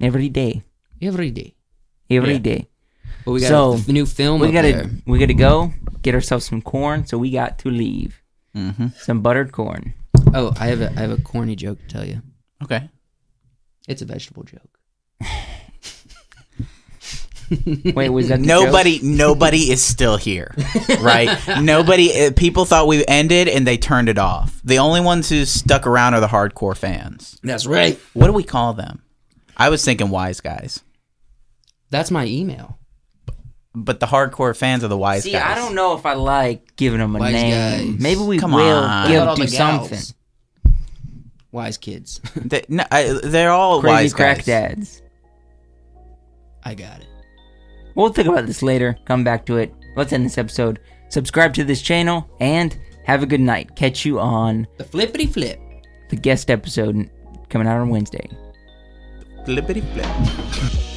[SPEAKER 1] every day,
[SPEAKER 3] every day.
[SPEAKER 1] every
[SPEAKER 2] Yeah.
[SPEAKER 1] day.
[SPEAKER 3] But we got
[SPEAKER 1] So,
[SPEAKER 3] a f- new film.
[SPEAKER 1] We
[SPEAKER 3] up
[SPEAKER 1] gotta
[SPEAKER 3] there.
[SPEAKER 1] we gotta go get ourselves some corn. So we got to leave
[SPEAKER 2] mm-hmm.
[SPEAKER 1] some buttered corn.
[SPEAKER 3] Oh, I have a I have a corny joke to tell you.
[SPEAKER 2] Okay.
[SPEAKER 3] It's a vegetable joke.
[SPEAKER 1] Wait, was that the
[SPEAKER 2] Nobody,
[SPEAKER 3] [laughs]
[SPEAKER 2] nobody is still here, right? nobody. uh, People thought we ended, and they turned it off. The only ones who stuck around are the hardcore fans.
[SPEAKER 3] That's right.
[SPEAKER 2] What do we call them? I was thinking wise guys,
[SPEAKER 3] That's my email.
[SPEAKER 2] but the hardcore fans are the wise
[SPEAKER 1] joke? See,
[SPEAKER 2] guys.
[SPEAKER 1] I don't know if I like giving them a
[SPEAKER 3] Wise
[SPEAKER 1] name.
[SPEAKER 3] guys.
[SPEAKER 1] Maybe we
[SPEAKER 2] Come
[SPEAKER 1] will
[SPEAKER 2] on.
[SPEAKER 1] give
[SPEAKER 2] What
[SPEAKER 1] do something.
[SPEAKER 3] Wise kids. [laughs]
[SPEAKER 2] They, no, I, they're all
[SPEAKER 1] Crazy
[SPEAKER 2] wise
[SPEAKER 1] crack
[SPEAKER 2] guys.
[SPEAKER 1] dads.
[SPEAKER 3] I got it.
[SPEAKER 1] We'll think about this later. Come back to it. Let's end this episode. Subscribe to this channel and have a good night. Catch you on
[SPEAKER 3] The flippity flip.
[SPEAKER 1] the guest episode coming out on Wednesday.
[SPEAKER 2] Flippity flip.